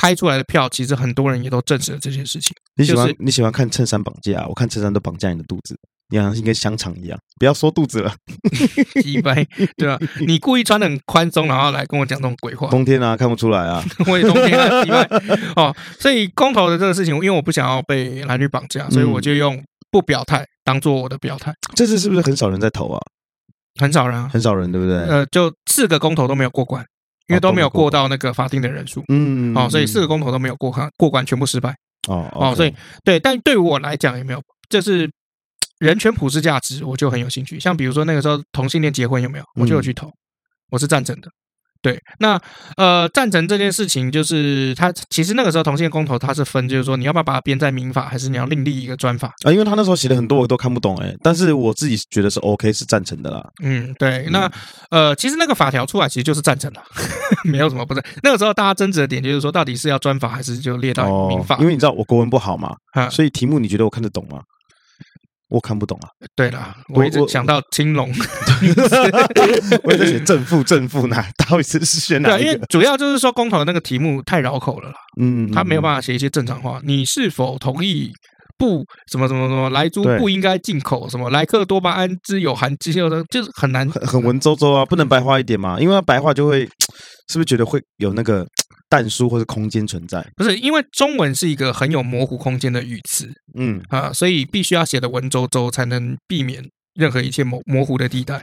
S1: 开出来的票，其实很多人也都证实了这件事情。
S2: 你喜
S1: 就
S2: 欢、
S1: 是
S2: 你喜欢看衬衫绑架、我看衬衫都绑架你的肚子，你好像是跟香肠一样。不要说肚子了，
S1: 鸡掰，对吧、你故意穿的很宽松，然后来跟我讲这种鬼话， (laughs)
S2: 冬天啊看不出来啊。
S1: 我也冬天
S2: 嗯
S1: 啊，鸡掰哦。所以公投的这个事情，因为我不想要被蓝绿绑架，所以我就用不表态，当做我的表态，
S2: 这次是不是很少人在投啊？
S1: 很少人啊，
S2: 很少人，对不对？
S1: 呃，就四个公投都没有过关，因为
S2: 哦都
S1: 都
S2: 没
S1: 没有
S2: 过
S1: 过到那个法定的人数。
S2: 嗯
S1: 哦，所以四个
S2: 公
S1: 公投都没有过关，过关全部失败。
S2: 哦
S1: 哦，
S2: OK
S1: 所以对，但对我来讲也没有，就是人权普世价值，我就很有兴趣。像比如说那个时候同性恋结婚有没有，我
S2: 嗯
S1: 就有去投，我是赞成的。对，那呃，赞成这件事情，就是他其实那个时候同性恋公投，它是分，就是说你要不要把它编在民法，还是你要另立一个专法？
S2: 啊，因为他那时候写的很多我都看不懂哎，但是我自己觉得是 OK 是赞成的啦。
S1: 嗯，对，那呃，其实那个法条出来，其实就是赞成了， (laughs) 没有什么不是。那个时候大家争执的点就是说，到底是要专法还是就列到啊民法？
S2: 哦因为你知道我国文不好嘛，
S1: 啊
S2: 所以题目你觉得我看得懂吗？我看不懂
S1: (laughs)
S2: 啊， (laughs)
S1: 对啦，
S2: 我
S1: 我一直
S2: 我
S1: 想到青龙，
S2: 我也在写正负正负哪到底是选哪
S1: 对，啊因
S2: 一
S1: 为
S2: 个？
S1: 主要就是说公投的那个题目太绕口了啦，
S2: 嗯，
S1: 他没有
S2: 法。
S1: 办法写一些正常化。你是否同意不什么什么什么莱猪
S2: 对
S1: 不应该进口什么莱克多巴胺之有含激素的，就是很难。
S2: 很很文绉绉啊，不能白话一点嘛，
S1: 嗯
S2: 因为白话就会是不是觉得会有那个淡疏或是空间存在？
S1: 不是因为中文是一个很有模糊空间的语词
S2: 嗯，
S1: 啊，所以必须要写的文绉绉，才能避免任何一切模模糊的地
S2: (laughs)
S1: 带。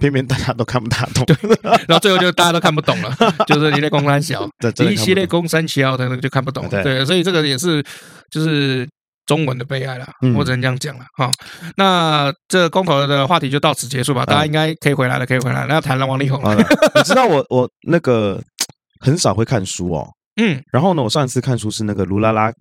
S2: 偏偏大家都看不大懂，
S1: 然后最后就大家都看不懂了，就是你在公三小，
S2: 这真的
S1: 一
S2: 看
S1: 系
S2: 不
S1: 列
S2: 懂。哎
S1: 公三小的那个就看不懂了。
S2: 对
S1: 对，所以这个也是就是中文的悲哀啦，
S2: 嗯
S1: 我只能这样讲了哈。那这公投的话题就到此结
S2: 哎
S1: 束吧，大家应该可以回来了，可以回来了。那要谈了王力宏
S2: 好
S1: 了，
S2: 了，你知道我我那个很少会看书哦，
S1: 嗯
S2: 然后呢，我上一次看书是那个卢拉拉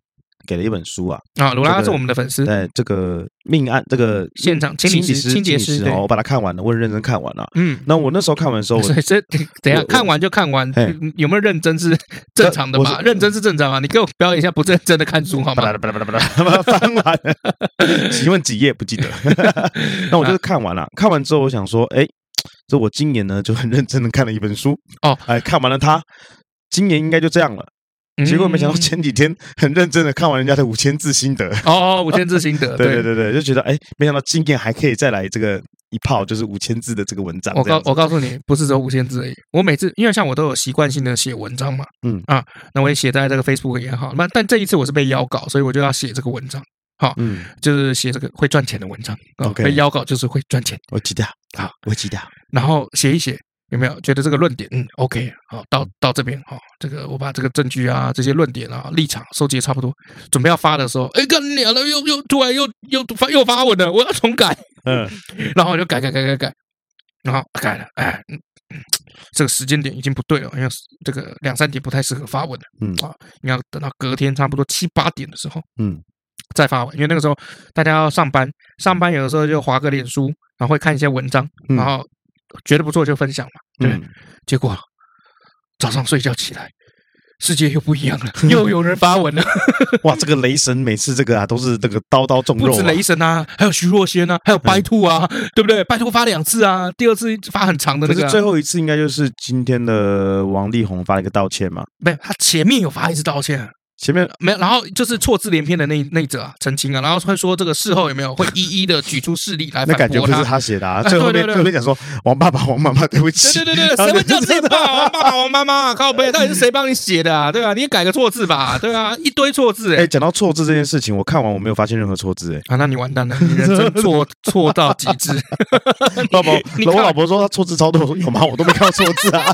S2: 给了一本书啊，
S1: 啊，卢拉
S2: 这
S1: 拉
S2: 个
S1: 是我们的粉丝，
S2: 在这个命案这个
S1: 现场清
S2: 清
S1: 理师、
S2: 师
S1: 清洁
S2: 清
S1: 师，
S2: 理师
S1: 对
S2: 哦，，我把它看完了，我很认真看完了。
S1: 嗯。
S2: 那我那时候看完的时候，我
S1: 所以这等一下
S2: 我
S1: 看完就看完嗯
S2: 嘿，
S1: 有没有认真
S2: (laughs)
S1: 是正常的
S2: 我
S1: 吧？
S2: 是
S1: 认真是正常啊，你给我表演一下不认真的看书好
S2: 巴拉
S1: 吗？
S2: 巴拉巴拉巴拉巴拉翻完了， (laughs) 请问几页不记得？ (laughs) 那我就是看完了，看完之后我想说，哎，这我今年呢就很认真的看了一本书
S1: 哦，
S2: 哎，看完了它，今年应该就这样了。结果没想到
S1: 嗯
S2: 前几天很认真的看完人家的五千字心得，
S1: 哦，五千字心得，
S2: (laughs) 对对对对，就觉得哎，没想到今年还可以再来这个一炮，就是五千字的这个文章
S1: 我
S2: 这样
S1: 告
S2: 子。
S1: 我告诉你，不是只有五千字而已。我每次因为像我都有习惯性的写文章嘛，
S2: 嗯
S1: 啊，那我也写在这个 Facebook 也好，那但这一次我是被邀稿，所以我就要写这个文章，
S2: 嗯，
S1: 就是写这个会赚钱的文章。啊
S2: OK
S1: 被邀稿就是会赚钱，
S2: 我记得
S1: 好，
S2: 我记得
S1: 然后写一写，有没有觉得这个论点嗯 OK 好，到到这边好、这个我把这个证据啊、这些论点啊、立场收集得差不多，准备要发的时候，哎，干你娘了，又又突然又又发又发文了，我要重改。
S2: 嗯，
S1: 然后我就改改改改改，然后改了，哎，嗯这个时间点已经不对了，因为这个两三点不太适合发文了，
S2: 嗯
S1: 啊，你要等到隔天差不多七八点的时候，
S2: 嗯，
S1: 再发文，因为那个时候大家要上班，上班有的时候就划个脸书，然后会看一些文章，
S2: 嗯
S1: 然后觉得不错就分享嘛，对不对，
S2: 嗯，
S1: 结果早上睡觉起来。世界又不一样了，又有人发
S2: (laughs)
S1: 文了，
S2: 哇，这个雷神每次这个啊都是这个刀刀中
S1: 不
S2: 肉
S1: 止
S2: 啊，嗯
S1: 雷神啊，还有徐若瑄啊，还有白兔啊，对不对？白兔发两次啊，第二次发很长的
S2: 可
S1: 那个
S2: 是
S1: 啊，
S2: 最后一次应该就是今天的王力宏发了一个道歉嘛，
S1: 没有，他前面有发一次道歉，啊
S2: 前面
S1: 没有，然后就是错字连篇的那一那一则啊，澄清啊，然后会说这个事后有没有会一一的举出事例来
S2: 那
S1: 反
S2: 感觉
S1: 驳
S2: 不是
S1: 他。
S2: 他写
S1: (laughs)
S2: 的，啊，
S1: 哎
S2: 最后面
S1: 对对对
S2: 最后面讲说王爸爸、王妈妈，对不起，
S1: 对对对对，谁
S2: 然后
S1: 会
S2: 就
S1: 叫自己
S2: 真的
S1: 爸王爸爸王妈妈？靠背，到底是谁帮你写的啊？对啊，你也改个错字吧？对啊，一堆错字哎、
S2: 哎，讲到错字这件事情，我看完我没有发现任何错字，哎，
S1: 啊，那你完蛋了，你人生
S2: (laughs)
S1: 错错到极致。
S2: 老婆，
S1: 你
S2: 我
S1: 看
S2: 老婆说她错字超多，我说有
S1: (laughs)
S2: 吗？我都没看到错字啊，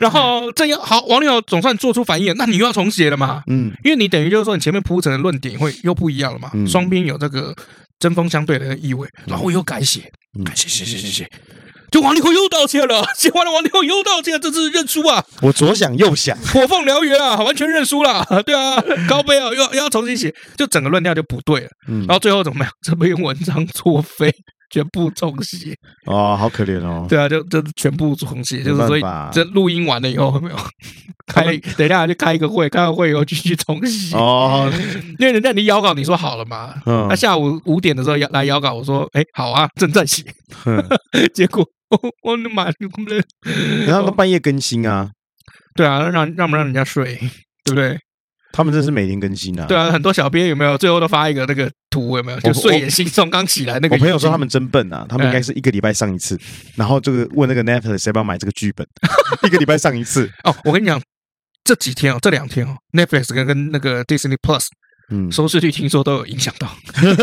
S1: 然后这样好，王力宏总算做出反应了，那你又要重写了嘛？
S2: 嗯
S1: 因为你等于就是说，你前面铺陈的论点会又不一样了嘛
S2: 嗯，
S1: 双边有这个针锋相对的意味，然后又改写
S2: 嗯，
S1: 改写写写写写，就王力宏又道歉了，写完了王力宏又道歉，这次认输
S2: (laughs)
S1: 啊，
S2: 我左想右想，
S1: 火凤燎原啊，完全认输了，对啊，高杯啊，又要又要重新写，就整个论调就不对了，
S2: 嗯
S1: 然，后最后怎么样？这篇文章作废。 (laughs) 全部重写，
S2: 哦，好可怜哦，
S1: 对啊，就就全部重写，就是所
S2: 没
S1: 以
S2: 办法
S1: 这录音完了以后，有没有开？等一下就开一个会，开完会以后继续重写。
S2: 哦，
S1: 因为人家你邀稿，你说好了嘛，
S2: 嗯
S1: (laughs) 那、下午五点的时候要来邀稿，我说哎好啊，正在写， (laughs)
S2: 嗯
S1: 结果我我的妈，
S2: 然后都半夜更新啊，
S1: 对啊，让让不让人家睡，对不对？
S2: 他们真是每天更新啊，
S1: 对啊，很多小编有没有最后都发一个那个图有没有？就睡眼惺忪刚起来那个。
S2: 我朋友说他
S1: 们
S2: 们真笨啊，他们应该是一个礼拜上一次，然后这个问那个 Netflix 谁帮买这个
S1: (laughs)
S2: 剧本，一个礼拜上一次，
S1: 哦，我跟你讲，这几天哦，这两天哦，Netflix 跟跟那个 Disney Plus
S2: 嗯，
S1: 收视率听说都有影响到。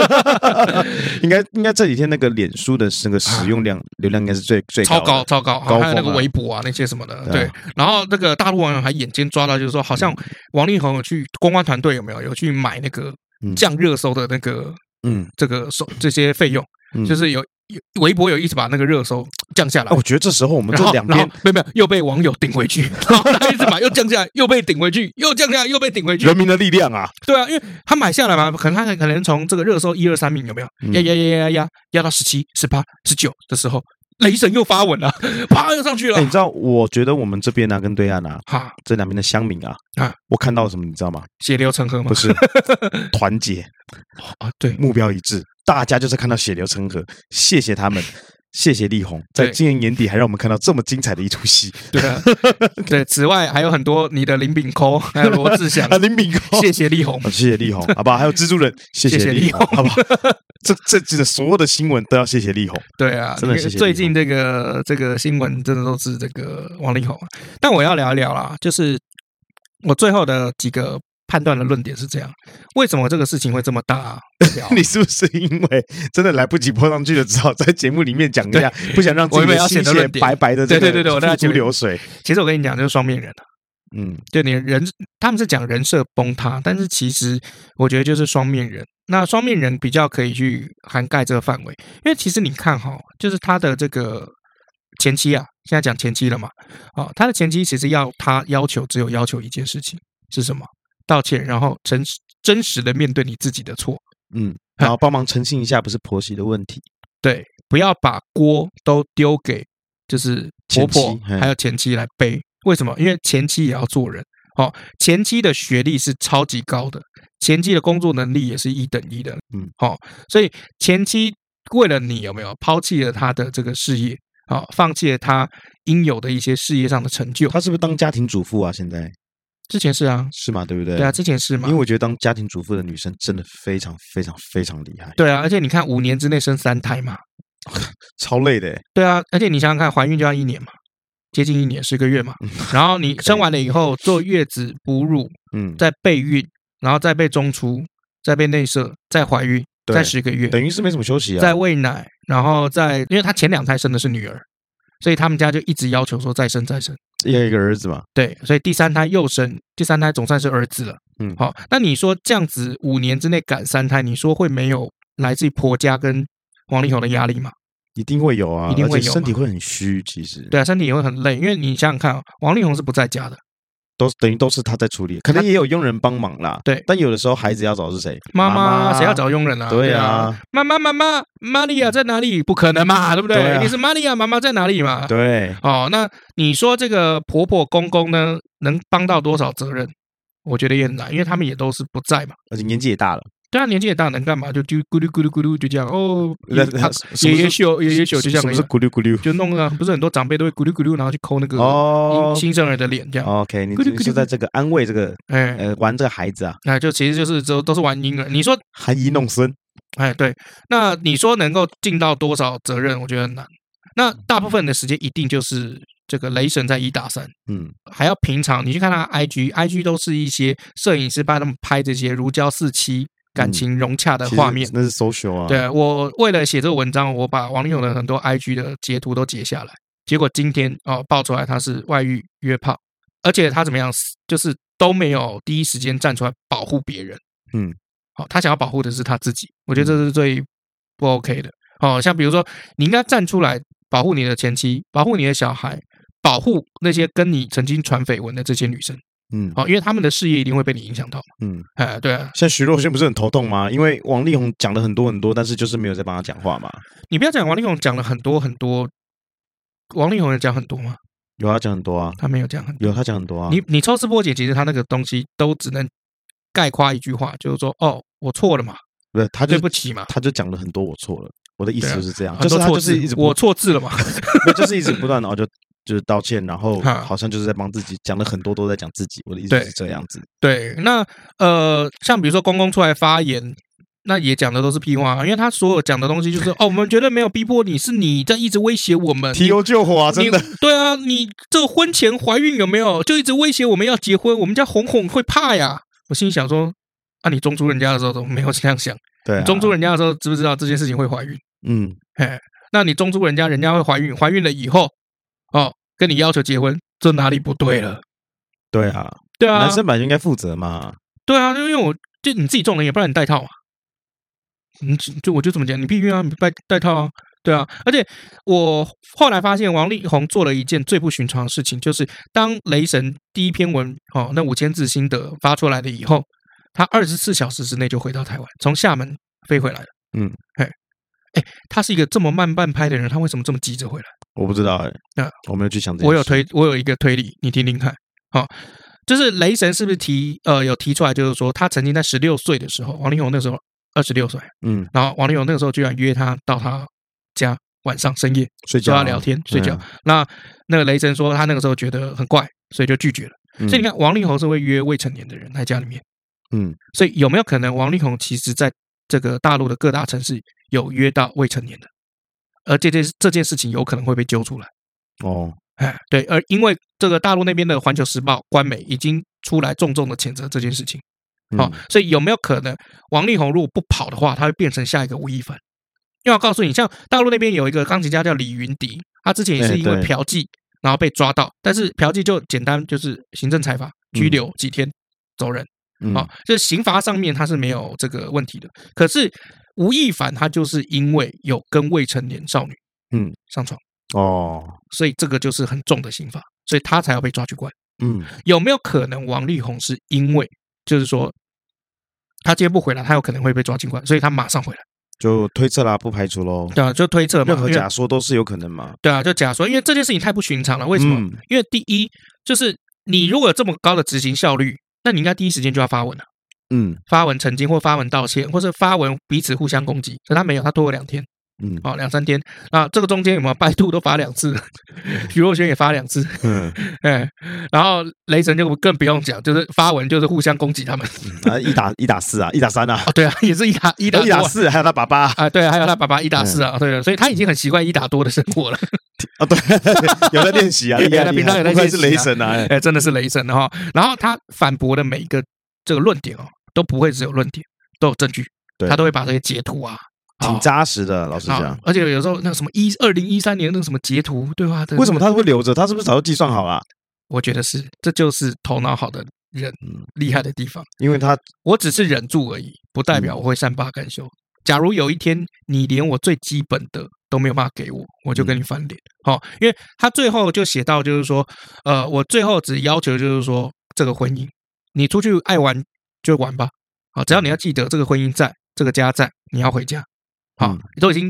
S2: (laughs) 应该应该这几天那个脸书的那个使用量、流量应该是最最
S1: 啊超
S2: 高
S1: 高
S2: 的，
S1: 超高，
S2: 高
S1: 还有那
S2: 峰
S1: 个
S2: 啊
S1: 微博啊那些什么的，
S2: 对
S1: 对
S2: 啊。
S1: 然后那个大陆网友还眼尖抓到，就是说好像王力宏有去公关团队有没有有去买那个
S2: 嗯
S1: 降热搜的那个
S2: 嗯，
S1: 这个收这些费用，
S2: 嗯
S1: 就是有有微博有一直把那个热搜降下来
S2: 啊，。我觉得这时候我们
S1: 然
S2: 这
S1: 后，
S2: 两
S1: 然后
S2: 边
S1: 没有没有，又被网友顶回
S2: (laughs)
S1: 去，然后他一直买，又降下来，又被顶回去，又降下来，又被顶回去。
S2: 人民的力量啊，
S1: 对啊，因为他买下来嘛，可能他可能从这个热搜一二三名有没有
S2: 嗯
S1: 压压压压压压到十七、十八、十九的时候，雷神又发文了，啪又上去了
S2: 哎，你，知道，我觉得我们这边啊跟对岸啊
S1: 哈，
S2: 这两边的乡民啊
S1: 啊，
S2: 我看到什么你知道吗？
S1: 血流成河嘛 (laughs)
S2: 不。是团结，
S1: 啊，
S2: (laughs)
S1: 对，
S2: 目标一致，大家就是看到血流成河，谢谢
S1: (laughs)
S2: 他们。谢谢力宏，在
S1: 对
S2: 今年年底还让我们看到这么精彩的一
S1: (laughs)
S2: 出戏
S1: 对啊，对。此外还有很多你的林炳
S2: (laughs)
S1: 抠，还有罗志祥
S2: 啊！，林炳高，
S1: 谢谢力宏。
S2: 啊，谢谢力宏，好吧，还有蜘蛛人，谢
S1: 谢
S2: 力
S1: 力
S2: 宏，好吧， (laughs) 这这这所有的新闻都要谢谢力宏，
S1: 对啊，
S2: (laughs) 真的谢谢？
S1: 最近这个这个新闻真的都是这个王力宏啊。但我要聊一聊啦，就是我最后的几个判断的论点是这样：为什么这个事情会这啊么大聊
S2: (laughs) 你是不是因为真的来不及泼上去了，只好在节目里面讲一下，不想让自
S1: 我
S2: 己
S1: 以为
S2: 的
S1: 要
S2: 心
S1: 显得
S2: 血
S1: 论点
S2: 白白的，
S1: 对对对对我在
S2: 付
S1: 前
S2: 出
S1: 面
S2: 流水，
S1: 其实我跟你讲，就是双面人啊，
S2: 嗯
S1: 就你人他们是讲人设崩塌，但是其实我觉得就是双面人。那双面人比较可以去涵盖这个范围，因为其实你看哈，就是他的这个前妻啊，现在讲前妻了嘛，哦，他的前妻其实要他要求只有要求一件事情是什么？道歉，然后诚实真实的面对你自己的错，
S2: 嗯，然后帮忙澄清一下，不是婆媳的问题，
S1: 对，不要把锅都丢给就是婆
S2: 前
S1: 婆
S2: 妻嘿
S1: 还有前妻来背。为什么？因为前妻也要做人。哦，前妻的学历是超级高的，前妻的工作能力也是一等一的。
S2: 嗯，
S1: 哦，所以前妻为了你有没有抛弃了他的这个事业？哦，放弃了他应有的一些事业上的成就。
S2: 她是不是当家庭主妇啊？现在
S1: 之前是啊，
S2: 是嘛？对不对？
S1: 对啊，之前是嘛
S2: 因为，我觉得当家庭主妇的女生真的非常非常非常厉害，
S1: 对啊，而且你看五年之内生三胎嘛，
S2: 超累的欸，
S1: 对啊，而且你想想看，怀孕就要一年嘛，接近一年十个月嘛，然后你生完了以后坐月子、哺乳，
S2: 嗯，
S1: 再备孕，然后再被中出，再被内射，再怀孕，
S2: 对
S1: 再十个月，
S2: 等于是没什么休息
S1: 再
S2: 啊，
S1: 喂奶，然后再因为他前两胎生的是女儿，所以他们家就一直要求说再生再生。
S2: 要一个儿子嘛，
S1: 对，所以第三胎又生，第三胎总算是儿子了。
S2: 嗯
S1: 好，那你说这样子五年之内赶三胎，你说会没有来自于婆家跟王力宏的压力吗？
S2: 一定会有啊，
S1: 一定
S2: 而
S1: 会
S2: 且
S1: 有
S2: 身
S1: 嘛
S2: 体会很虚，其实
S1: 对啊，身体也会很累，因为你想想看、哦，王力宏是不在家的，
S2: 都等于都是他在处理，可能也有佣人帮忙啦。
S1: 对
S2: 但有的时候孩子要找是谁？
S1: 妈
S2: 妈
S1: 妈谁要找佣人啊？
S2: 对啊，
S1: 妈妈妈妈，玛利亚在哪里？不可能
S2: (laughs)
S1: 嘛，对不对？
S2: 对啊
S1: 你是玛利亚，妈妈在哪里嘛？
S2: (laughs) 对，
S1: 哦，那你说这个婆婆公公呢，能帮到多少责任？我觉得也很难，因为他们也都是不在嘛。
S2: 而且年纪也大了，
S1: 对啊，年纪也大，能干嘛？就就咕噜咕噜咕噜就这样哦，
S2: 那
S1: 爷
S2: 那
S1: 啊
S2: 什
S1: 爷
S2: 么
S1: 爷
S2: 是
S1: 秀爷爷秀就这
S2: 什
S1: 样
S2: 么是
S1: 而已，
S2: 咕噜咕噜？
S1: 就弄啊，不是很多长辈都会咕噜咕噜，然后去抠那个
S2: 哦
S1: 新新生儿的脸这样。
S2: ，OK，你
S1: 咕噜咕
S2: 你
S1: 噜
S2: 是在这个安慰这个
S1: 哎，
S2: 呃玩这个孩子啊，
S1: 那就其实就是都都是玩婴儿。你说
S2: 含饴弄孙，
S1: 哎，对，那你说能够尽到多少责任？我觉得很难。那大部分的时间一定就是这个雷神在一打三，
S2: 嗯，
S1: 还要平常你去看他 IG，IG 都是一些摄影师帮他们拍这些如胶似漆、感情融洽的
S2: 嗯其实
S1: 画面。
S2: 那是 social 啊，，
S1: 对我为了写这个文章，我把网友的很多 IG 的截图都截下来，结果今天哦爆出来他是外遇约炮，而且他怎么样，就是都没有第一时间站出来保护别人。
S2: 嗯，
S1: 好、他想要保护的是他自己，我觉得这是最不 OK 的。哦，像比如说，你应该站出来保护你的前妻，保护你的小孩，保护那些跟你曾经传绯闻的这些女生。
S2: 嗯
S1: 哦，因为他们的事业一定会被你影响到嘛。
S2: 嗯。
S1: 哎，对啊，
S2: 像徐若瑄不是很头痛吗？因为王力宏讲了很多很多，但是就是没有在帮他讲话嘛。
S1: 你不要讲王力宏讲了很多很多，王力宏有讲很多吗？
S2: 有他讲很多啊，
S1: 他没有讲很多。
S2: 有他讲很多啊。
S1: 你你抽丝剥茧，其实他那个东西都只能概括一句话，就是说哦，我错了嘛，
S2: 不是他就
S1: 对不起嘛，
S2: 他就讲了很多，我错了。我的意思
S1: 对啊
S2: 就是这样，
S1: 很
S2: 就是
S1: 多
S2: 他
S1: 错
S2: 就是一
S1: 字
S2: 直，不
S1: 我错字了嘛，
S2: (laughs) 不就是一直不断的，然后就就是道歉，然后
S1: 哈
S2: 好像就是在帮自己讲了很多都在讲自己。我的意思
S1: 对
S2: 是这样子，
S1: 对，那呃，像比如说公公出来发言，那也讲的都是屁话啊，因为他所有讲的东西就是哦，我们绝对没有逼迫你，是你在一直威胁我
S2: (laughs)
S1: 们。
S2: 提油救火啊，
S1: 你
S2: 真的。
S1: 对啊，你这个婚前怀孕有没有就一直威胁我们要结婚？我们家红红会怕呀。我心里想说，啊，你中租人家的时候都没有这样想，
S2: 对啊，
S1: 中租人家的时候知不知道这件事情会怀孕？
S2: 嗯，
S1: 那你中租人家，人家会怀孕，怀孕了以后，哦，跟你要求结婚，这哪里不对了？
S2: 对啊，
S1: 对啊
S2: 男，生本来就应该负责嘛，
S1: 对啊，就因为我就你自己中了，也不然你戴套啊。你就就我就怎么讲，你避孕啊，你戴戴套啊，对啊。而且我后来发现，王力宏做了一件最不寻常的事情，就是当雷神第一篇文哦，那五千字心得发出来了以后，他二十四小时之内就回到台湾，从厦门飞回来了。
S2: 嗯，
S1: 哎哎，他是一个这么慢半拍的人，他为什么这么急着回来？
S2: 我不知道哎、
S1: 那
S2: 我没有去想这
S1: 啊
S2: 件
S1: 我有
S2: 事，
S1: 推，我有一个推理，你听听看。好、就是雷神是不是提呃有提出来，就是说他曾经在十六岁的时候，王力宏那时候二十六岁，
S2: 嗯，
S1: 然后王力宏那个时候居然约他到他家晚上深夜
S2: 睡
S1: 叫
S2: 觉
S1: 他
S2: 啊
S1: 聊，天睡觉
S2: 嗯。
S1: 那那个雷神说他那个时候觉得很怪，所以就拒绝了。
S2: 嗯
S1: 所以你看，王力宏是会约未成年的人在家里面。
S2: 嗯，
S1: 所以有没有可能王力宏其实在这个大陆的各大城市有约到未成年的，而这件这件事情有可能会被揪出来？
S2: 哦，
S1: 哎，对，而因为这个大陆那边的《环球时报》官媒已经出来重重的谴责这件事情，
S2: 嗯
S1: 好、所以有没有可能王力宏如果不跑的话，他会变成下一个吴亦凡？因为我告诉你，像大陆那边有一个钢琴家叫李云迪，他之前也是
S2: 哎
S1: 因为
S2: 对
S1: 嫖妓然后被抓到，但是嫖妓就简单就是行政裁罚，拘留几天走人，
S2: 嗯
S1: 啊、就是刑罚上面他是没有这个问题的。可是吴亦凡他就是因为有跟未成年少女
S2: 嗯
S1: 上床。
S2: 哦，
S1: 所以这个就是很重的刑罚，所以他才要被抓去关。
S2: 嗯
S1: 有没有可能王力宏是因为就是说他接不回来，他有可能会被抓进关，所以他马上回来？
S2: 就推测啦，不排除喽。
S1: 对啊，就推测嘛，
S2: 任何
S1: 因为
S2: 假说都是有可能嘛。
S1: 对啊，就假说，因为这件事情太不寻常了。为什么？
S2: 嗯
S1: 因为第一就是你如果有这么高的执行效率，那你应该第一时间就要发文了、啊
S2: 嗯
S1: 发文澄清或发文道歉，或是发文彼此互相攻击。可他没有，他拖了两天。
S2: 嗯
S1: 哦，两三天啊，这个中间有没有 (laughs) 拜兔都罚两次，徐若瑄也罚两次，
S2: 嗯， (laughs)
S1: 哎，然后雷神就更不用讲，就是发文就是互相攻击他们。
S2: 啊，一打一打四啊，一打三啊，
S1: 哦，对啊，也是一打一打
S2: (laughs) 一
S1: 多
S2: 打
S1: 啊
S2: 四，还有嗯他爸 (laughs) 爸啊，
S1: 啊，对啊，还有他爸爸一打四啊，对的，所以他已经很习惯一打多的生活了。
S2: 哦对， (laughs) 有在
S1: (laughs)
S2: 练习啊，厉害，
S1: 平常有在
S2: 不愧
S1: 练习
S2: 是
S1: 啊
S2: 雷神啊，哎
S1: 哎，真的是雷神哈、然后他反驳的每一个这个论点哦，都不会只有论点，都有证据，
S2: 对
S1: 他都会把这些截图啊，
S2: 挺
S1: 赞
S2: 扎实的，老实讲
S1: 啊。，而且有时候那个什么一二零一三年那个什么截图对吧？
S2: 为什么他会留着？他是不是早就计算好了？啊
S1: 我觉得是，这就是头脑好的人
S2: 嗯
S1: 厉害的地方。
S2: 因为他
S1: 我只是忍住而已，不代表我会善罢甘休。假如有一天你连我最基本的都没有办法给我，我就跟你翻脸。好、因为他最后就写到，就是说，呃，我最后只要求就是说，这个婚姻，你出去爱玩就玩吧，好、只要你要记得这个婚姻在，这个家在，你要回家。好、
S2: 嗯
S1: 都已经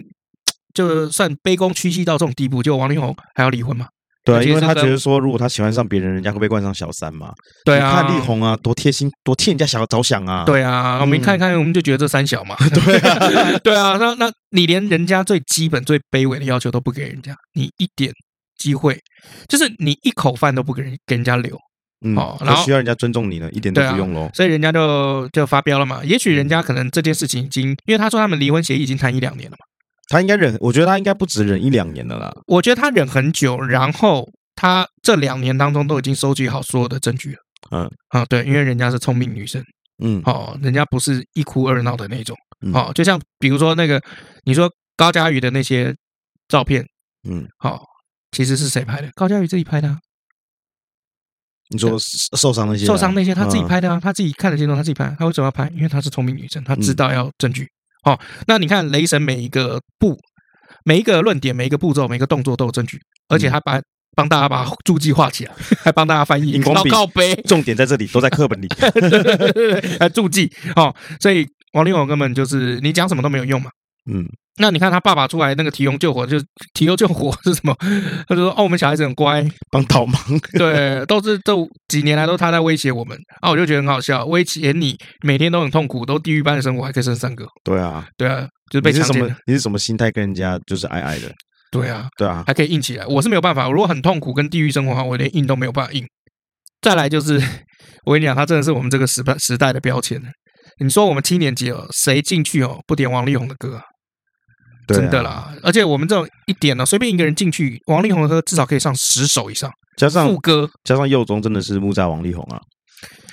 S1: 就算卑躬屈膝到这种地步，就王力宏还要离婚嘛？
S2: 对啊，
S1: 而且
S2: 因为他
S1: 这
S2: 觉
S1: 个
S2: 得说，如果他喜欢上别人，人家会被冠上小三嘛。
S1: 对啊，
S2: 你看力宏啊，多贴心，多替人家想着想啊。
S1: 对啊，我们一
S2: 嗯
S1: 看一看，我们就觉得这三小嘛。
S2: (laughs) 对啊，
S1: (laughs) 对啊，那那你连人家最基本、最卑微的要求都不给人家，你一点机会，就是你一口饭都不给人给人家留，
S2: 嗯
S1: 哦，然
S2: 都
S1: 后
S2: 需要人家尊重你了，一点都
S1: 对啊
S2: 不用喽。
S1: 所以人家就就发飙了嘛。也许人家可能这件事情已经，因为他说他们离婚协议已经谈一两年了嘛，
S2: 他应该忍，我觉得他应该不止忍一两年的啦。
S1: 我觉得他忍很久，然后他这两年当中都已经收集好所有的证据了。
S2: 嗯
S1: 啊，对，因为人家是聪明女生。
S2: 嗯，
S1: 哦，人家不是一哭二闹的那种
S2: 嗯
S1: 哦，就像比如说那个你说高佳瑜的那些照片，
S2: 嗯，
S1: 哦，其实是谁拍的？高佳瑜自己拍的、啊，
S2: 你说受伤那些啊，
S1: 受伤那些他自己
S2: 嗯
S1: 拍的啊，他自己看了镜头，他自己拍，他为什么要拍？因为他是聪明女生，他知
S2: 嗯
S1: 道要证据。哦，那你看雷神每一个步、每一个论点、每一个步骤、每一个动作都有证据，而且
S2: 嗯
S1: 他把。帮大家把注记画起来， (laughs) 还帮大家翻译，
S2: 荧光
S1: 到
S2: 笔
S1: 告碑，
S2: (laughs) 重点在这里，都在课本
S1: (laughs)
S2: 里。
S1: 还注记哦。所以王力宏根本就是你讲什么都没有用嘛。
S2: 嗯，
S1: 那你看他爸爸出来那个提笼救火，就是提笼救火是什么？ (laughs) 他就说：“哦，我们小孩子很
S2: (laughs)
S1: 乖，
S2: 帮倒忙。
S1: 对，都是这几年来都他在威胁我们。”啊，我就觉得很好笑，威胁你每天都很痛苦，都地狱般的生活，还可以生三个，
S2: 对啊，
S1: 对啊，就是被
S2: 你是
S1: 强
S2: 什
S1: 奸
S2: 么
S1: 的，？
S2: 你是什么心态跟人家就是爱爱的？
S1: 对啊，
S2: 对啊，
S1: 还可以硬起来。我是没有办法，如果很痛苦跟地狱生活的话，我连硬都没有办法硬。再来就是，我跟你讲，他真的是我们这个时代时代的标签。你说我们七年级哦，谁进去哦不点王力宏的歌啊？
S2: 对啊
S1: 真的。啦，而且我们这种一点呢、随便一个人进去，王力宏的歌至少可以上十首以上，
S2: 加上
S1: 副歌
S2: 加上佑宗真的是木栅王力宏啊，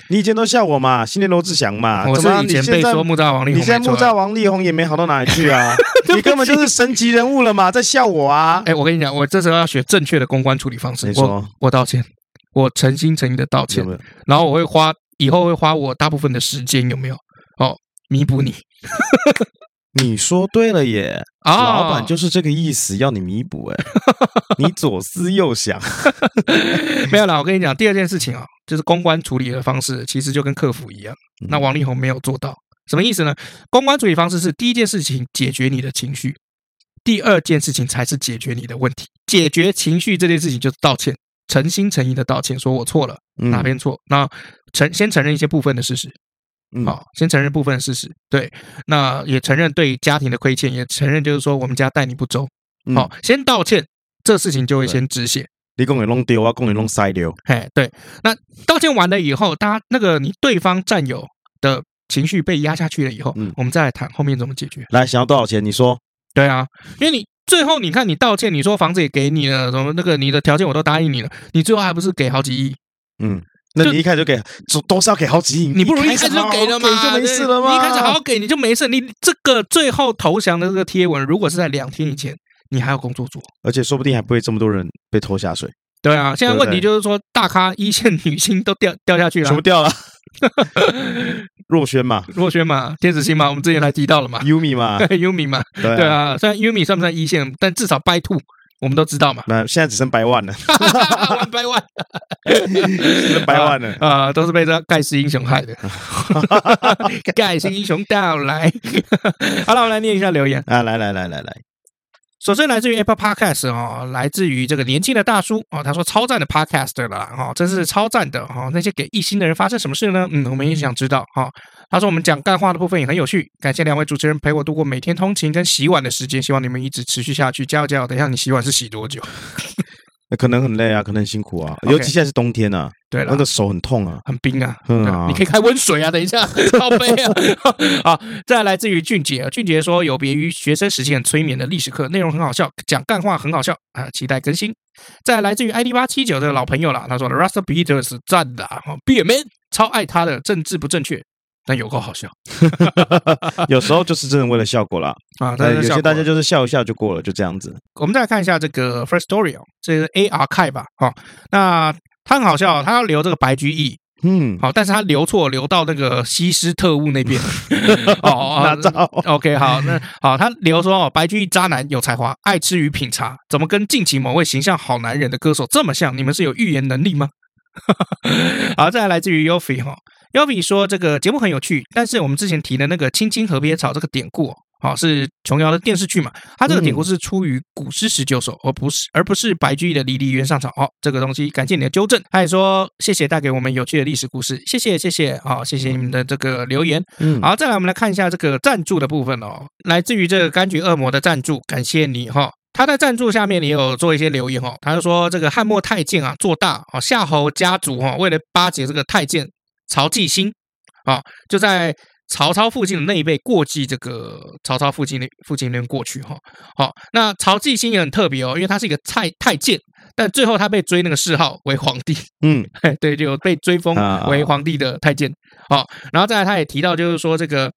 S2: 你以前都笑我嘛，新年罗志祥嘛，
S1: 我
S2: 啊怎
S1: 是
S2: 么
S1: 以前被说木栅王力
S2: 你
S1: 宏没错啊，
S2: 现在你现在木栅王力宏也没好到哪里去 (laughs) 啊，你根本就是神级人物了嘛，在笑我啊！
S1: 哎，我跟你讲，我这时候要学正确的公关处理方式
S2: 你。
S1: 我
S2: 说
S1: 我道歉，我诚心诚意的道歉
S2: 有没，有
S1: 然后我会花以后会花我大部分的时间，有没有？哦，弥补你
S2: 你说对了耶，
S1: 啊，
S2: 老板就是这个意思，要你弥补 (laughs) 哎，你左思右想，
S1: (laughs) 没有啦，我跟你讲，第二件事情啊，就是公关处理的方式，其实就跟客服一样。
S2: 嗯
S1: 那王力宏没有做到，什么意思呢？公关处理方式是第一件事情解决你的情绪，第二件事情才是解决你的问题。解决情绪这件事情就是道歉，诚心诚意的道歉，说我错了，
S2: 嗯
S1: 哪边错？那承先承认一些部分的事实，
S2: 嗯
S1: 好，先承认部分的事实，对，那也承认对家庭的亏欠，也承认就是说我们家待你不周，
S2: 嗯
S1: 好，先道歉，这事情就会
S2: 对
S1: 先止血。
S2: 你讲你弄丢，啊我讲你弄塞丢，
S1: 哎，对，那道歉完了以后，大家那个你对方占有的情绪被压下去了以后，
S2: 嗯
S1: 我们再来谈后面怎么解决。
S2: 来想要多少钱？你说
S1: 对啊，因为你最后你看你道歉，你说房子也给你了，什么那个你的条件我都答应你了，你最后还不是给好几亿？
S2: 嗯。那
S1: 就
S2: 你一开始就给，都都是要给好几亿，
S1: 你不如一开始就
S2: 好好
S1: 给了嘛，
S2: 就没事了
S1: 对
S2: 嘛。
S1: 你一开始好好给你就没事，你这个最后投降的这个贴文，如果是在两天以前，你还有工作做。
S2: 而且说不定还不会这么多人被拖下水，
S1: 对啊，现在
S2: 对
S1: 问题
S2: 对
S1: 就是说，大咖一线女星都掉掉下去了
S2: 全部，掉了。 (laughs) 若轩 (laughs) 嘛
S1: 若轩嘛，天使星嘛，我们之前来提到了嘛
S2: ，Yumi 嘛，
S1: (laughs) ，Yumi 嘛，
S2: 对
S1: 对
S2: 啊。
S1: 啊，虽然 Yumi 算不算一线，但至少 By Two 我们都知
S2: (laughs)
S1: 道嘛
S2: 那现在只剩白万了，
S1: ，One by One
S2: 只剩白万了。
S1: 啊、都是被这盖世英雄害的。盖世英雄到来， (laughs) 好了，我们来念一下留言。
S2: (laughs) 啊，来来来来来，
S1: 首先来自于 Apple Podcast 哦，来自于这个年轻的大叔哦，他说超赞的 Podcast 了哦，真是超赞的哦。那些给一星的人发生什么事呢？嗯，我们也想知道哈、哦。他说我们讲干话的部分也很有趣，感谢两位主持人陪我度过每天通勤跟洗碗的时间，希望你们一直持续下去，加油加油！等一下你洗碗是洗多久？
S2: 那可能很累啊，可能很辛苦啊，
S1: OK
S2: 尤其现在是冬天啊，
S1: 对了
S2: 那，个手很痛
S1: (laughs)
S2: 啊。
S1: 很冰啊，
S2: 嗯
S1: 对啊
S2: 啊
S1: 你可以开温水啊，等一
S2: (laughs)
S1: 下，靠背啊。 (laughs) 好，再来自于俊杰，啊俊杰说有别于学生时期很催眠的历史课，内容很好笑，讲干话很好笑啊，期待更新。再来自于 ID 八七九的老朋友啦，他说 Rust Peters 赞的啊，b e a man 超爱他的政治不正确，但有够好笑
S2: 有时候就是真的为了效果啦，
S1: 啊。但
S2: 但
S1: 是
S2: 哎有
S1: 效
S2: 些
S1: 果
S2: 大家就是笑一笑就过了，就这样子。
S1: 我们再来看一下这个 First Story 哦，这是 AR 开吧，哦，那他很好笑哦，他要留这个白居易，
S2: 嗯，
S1: 好，但是他留错，留到那个西施特务那边。
S2: (laughs)
S1: 哦
S2: 拿
S1: 哦
S2: 照
S1: 哦，OK，好，那好，他留说哦，白居易渣男有才华，爱吃与品茶，怎么跟近期某位形象好男人的歌手这么像？你们是有预言能力吗？ (laughs) 好，再来来自于 Yofi 哈、y o f i 说这个节目很有趣，但是我们之前提的那个青青河边草这个典故、哦。好、是琼瑶的电视剧嘛？它这个典故是出于古诗十九首，而不是而不是白居易的《离离原上草》。哦，这个东西感谢你的纠正。他也说谢谢带给我们有趣的历史故事，谢谢谢谢，好、谢谢你们的这个留言。
S2: 嗯，
S1: 好，再来我们来看一下这个赞助的部分哦，来自于这个柑橘恶魔的赞助，感谢你哈、他在赞助下面也有做一些留言哦，他就说这个汉末太监啊做大哦，夏侯家族哦，为了巴结这个太监曹继兴啊、哦，就在曹操附近的那一辈过继这个曹操附近的附近那边过去哈、哦。好、那曹继兴也很特别哦，因为他是一个太太监，但最后他被追那个谥号为皇帝，
S2: 嗯，
S1: 嘿对，就有被追封
S2: 啊
S1: 为皇帝的太监。好，然后再来他也提到，就是说这个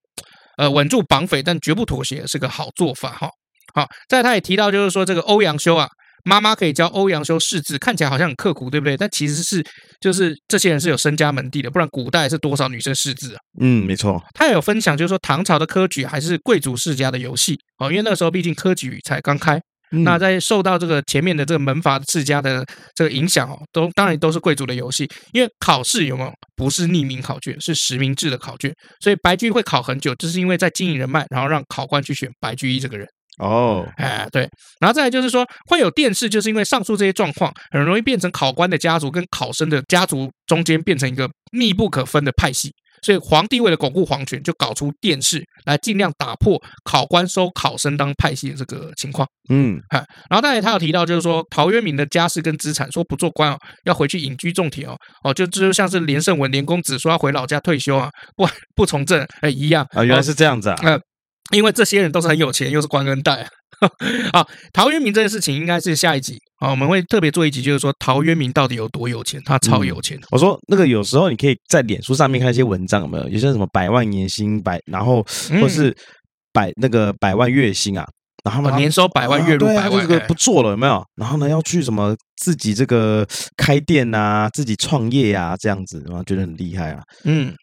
S1: 呃稳住绑匪，但绝不妥协是个好做法哈。好，再来他也提到，就是说这个欧阳修啊，妈妈可以教欧阳修识字，看起来好像很刻苦，对不对？但其实是就是这些人是有身家门第的，不然古代是多少女生识字啊？
S2: 嗯，没错，
S1: 他也有分享，就是说唐朝的科举还是贵族世家的游戏哦，因为那个时候毕竟科举才刚开，那
S2: 嗯
S1: 在受到这个前面的这个门阀世家的这个影响哦，都当然都是贵族的游戏，因为考试有没有不是匿名考卷，是实名制的考卷，所以白居易会考很久，就是因为在经营人脉，然后让考官去选白居易这个人。
S2: 哦，
S1: (laughs) 哎，对，然后再来就是说会有电视，就是因为上述这些状况，很容易变成考官的家族跟考生的家族中间变成一个密不可分的派系。所以皇帝为了巩固皇权，就搞出电视来尽量打破考官收考生当派系的这个情况。
S2: 嗯
S1: 哎，然后当然他有提到，就是说陶渊明的家世跟资产，说不做官哦，要回去隐居种田哦，哦，就这就像是连胜文、连公子说要回老家退休啊，不不从政，哎，一样
S2: 啊，原来是这样子啊，
S1: 呃， (laughs) 因为这些人都是很有钱，又是官恩带啊。好，陶渊明这件事情应该是下一集啊，我们会特别做一集，就是说陶渊明到底有多有钱？他超有钱，
S2: 我说那个有时候你可以在脸书上面看一些文章，有没有？有些什么百万年薪百，然后
S1: 嗯
S2: 或是百那个百万月薪啊，然后他
S1: 啊
S2: 们
S1: 年收百万，
S2: 啊
S1: 月入
S2: 对啊
S1: 百
S2: 就
S1: 万
S2: 这，个
S1: 哎
S2: 不做了有没有？然后呢，要去什么自己这个开店啊，自己创业啊，这样子，然后觉得很厉害啊。
S1: 嗯，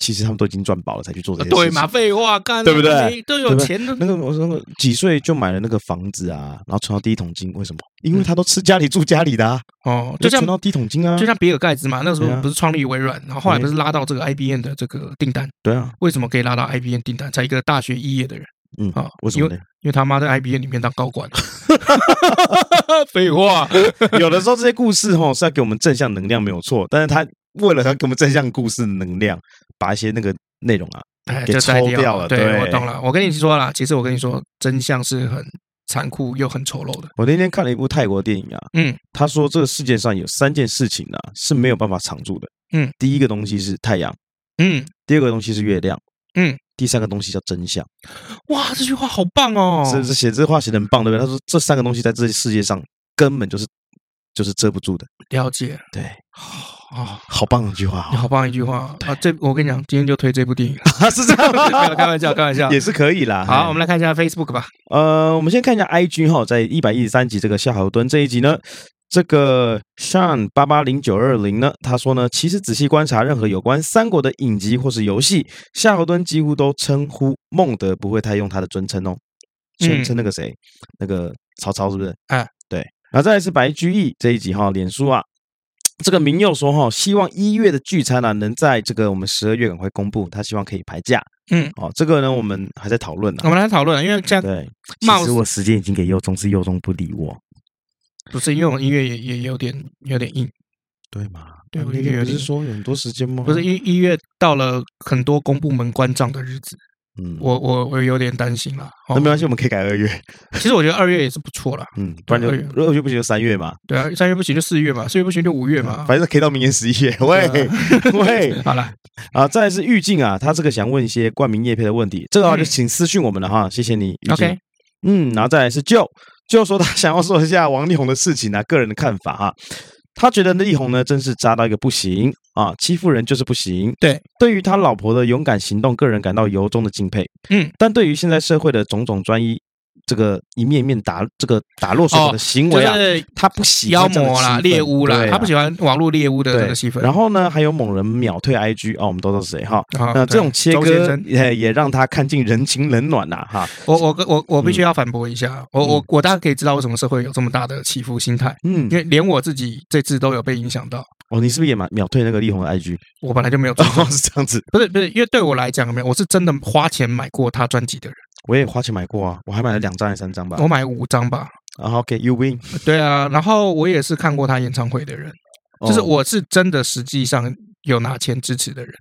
S2: 其实他们都已经赚饱了才去做这些事
S1: 呃对
S2: 情。
S1: 嘛，废话，干啊
S2: 对不对？
S1: 你都有钱的，
S2: 那个我说几岁就买了那个房子啊，然后存到第一桶金，为什么？因为他都吃家里住家里的啊，
S1: 嗯哦，就
S2: 就
S1: 像
S2: 存到第一桶金啊，
S1: 就像比尔盖茨嘛，那时
S2: 对
S1: 候
S2: 啊
S1: 不是创立微软，然后后来不是拉到这个 IBM 的这个订单，
S2: 对啊，
S1: 为什么可以拉到 IBM 订单？才一个大学肄业的人
S2: 嗯，
S1: 啊，
S2: 为什
S1: 因
S2: 么
S1: 为
S2: 呢？
S1: 因为他
S2: 嗯
S1: 妈在 IBM 里面当高
S2: (laughs)
S1: 管，废话，
S2: 有的时候这些故事哈是要给我们正向能量，没有错。但是他为了要给我们正向故事能量，把一些那个内容啊，
S1: 哎，
S2: 给
S1: 就摘
S2: 抽掉了
S1: 对，
S2: 对
S1: 我懂了，我跟你说啦，其实我跟你说，真相是很残酷又很丑陋的。
S2: 我那天看了一部泰国电影啊，
S1: 嗯，
S2: 他说这个世界上有三件事情啊是没有办法常住的。
S1: 嗯，
S2: 第一个东西是太阳，
S1: 嗯，
S2: 第二个东西是月亮，
S1: 嗯，
S2: 第三个东西叫真相。
S1: 哇，这句话好棒哦！
S2: 这这写这话写的很棒，对不对？他说这三个东西在这世界上根本就是就是遮不住的，
S1: 了解
S2: 对，
S1: 哦，
S2: 好棒的一句话、
S1: 好棒一句话啊！这我跟你讲，今天就推这部
S2: (laughs)
S1: 电影， (laughs)
S2: 哦，是这样
S1: 没有开
S2: 吗？
S1: 玩笑，开玩笑。
S2: 嗯 (laughs) 也是可以啦。
S1: 好，
S2: 嘿
S1: 我们来看一下 Facebook 吧。
S2: 呃，我们先看一下 IG 哈，在一百一十三集这个夏侯惇这一集呢，这个 Sean 八八零九二零呢，他说呢，其实仔细观察任何有关三国的影集或是游戏，夏侯惇几乎都称呼孟德，不会太用他的尊称哦，
S1: 嗯
S2: 先称那个谁，那个曹操是不是？
S1: 哎，
S2: 对。然后再来是白居易这一集哈，脸书啊。这个明佑说哈，希望一月的聚餐呢、能在这个我们十二月赶快公布，他希望可以排假。
S1: 嗯，哦
S2: 哦，这个呢我们还在讨论呢、
S1: 我们来讨论，因为现在
S2: 对，
S1: 貌
S2: 其实
S1: 似
S2: 我时间已经给佑中，是佑中不理我，
S1: 不是因为我们音乐也也有点有点硬，
S2: 对嘛？
S1: 对
S2: 那
S1: 我
S2: 个
S1: 觉得有
S2: 不是
S1: 点
S2: 说哦有很多时间吗？
S1: 不是，一一月到了很多公部门关账的日子，
S2: 嗯，
S1: 我我我有点担心啦。
S2: 那
S1: 哦
S2: 没关系，我们可以改二月，
S1: 其实我觉得二月也是不错啦，
S2: 嗯，不然就
S1: 二月
S2: 二月不行就三月嘛，嗯
S1: 对啊，三月不行就四月嘛，四月不行就五月嘛。
S2: 反正可以到明年十一月。
S1: 对
S2: 喂
S1: 啊
S2: (laughs) 喂，
S1: 好了，
S2: 啊，再来是玉静啊，他这个想问一些冠名叶配的问题，这个啊
S1: 嗯
S2: 就请私讯我们了哈，谢谢你，玉静
S1: OK。
S2: 嗯，然后再来是就就说他想要说一下王力宏的事情啊，个人的看法哈、他觉得力宏呢，真是渣到一个不行啊！欺负人就是不行。
S1: 对，
S2: 对于他老婆的勇敢行动，个人感到由衷的敬佩。
S1: 嗯，
S2: 但对于现在社会的种种专一，这个一面面打这个打落水狗的行
S1: 哦就
S2: 为啊，
S1: 是
S2: 他不喜
S1: 妖
S2: 欢这样的
S1: 魔
S2: 气
S1: 啦、
S2: 氛
S1: 猎巫啦，
S2: 对啊
S1: 他不喜欢网络猎巫的这
S2: 对
S1: 个戏份。
S2: 然后呢，还有某人秒退 IG 哦，我们都是谁哈？
S1: 啊
S2: 那这
S1: 对
S2: 种切
S1: 周先
S2: 割
S1: 生
S2: 也也让他看尽人情冷暖呐、哈。
S1: 我我跟我我
S2: 嗯
S1: 必须要反驳一下，啊我我我大家可以知道为什么社会有这么大的起伏心态，
S2: 嗯
S1: 因，为连我自己这次都有被影响到。
S2: 哦，你是不是也秒秒退那个力宏的 IG？
S1: 我本来就没有追
S2: (laughs) 哦，是这样子，
S1: 不是不是，因为对我来讲，没有，我是真的花钱买过他专辑的人，
S2: 我也花钱买过啊，我还买了两张还是三张吧。
S1: 我买五张吧。
S2: 然后 OK，You win，
S1: 对啊，然后我也是看过他演唱会的人，就是
S2: 哦
S1: 我是真的实际上有拿钱支持的人。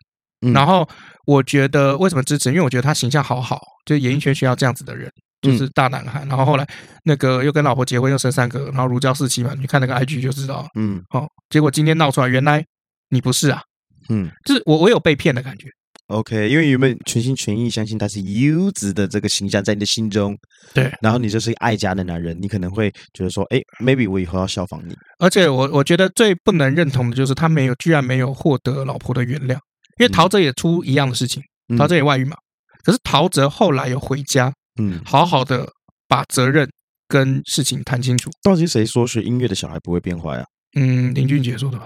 S2: 嗯
S1: 然后我觉得为什么支持？因为我觉得他形象好好，就是演艺圈需要这样子的人，就
S2: 嗯
S1: 是大男孩。然后后来那个又跟老婆结婚，又生三个，然后如胶似漆嘛，你看那个 IG 就知道了。
S2: 嗯
S1: 哦，结果今天闹出来，原来你不是啊，
S2: 嗯
S1: 就是我我有被骗的感觉。
S2: OK，因为原本全心全意相信他是优质的这个形象在你的心中，
S1: 对，
S2: 然后你就是一个爱家的男人，你可能会觉得说，哎，maybe 我以后要效仿你，
S1: 而且我我觉得最不能认同的就是他没有，居然没有获得老婆的原谅，因为陶喆也出一样的事情，
S2: 嗯
S1: 陶喆也外遇嘛。可是陶喆后来有回家，
S2: 嗯，
S1: 好好的把责任跟事情谈清楚。
S2: 到底谁说学音乐的小孩不会变坏啊？ (laughs)
S1: 嗯，林俊杰说的吧？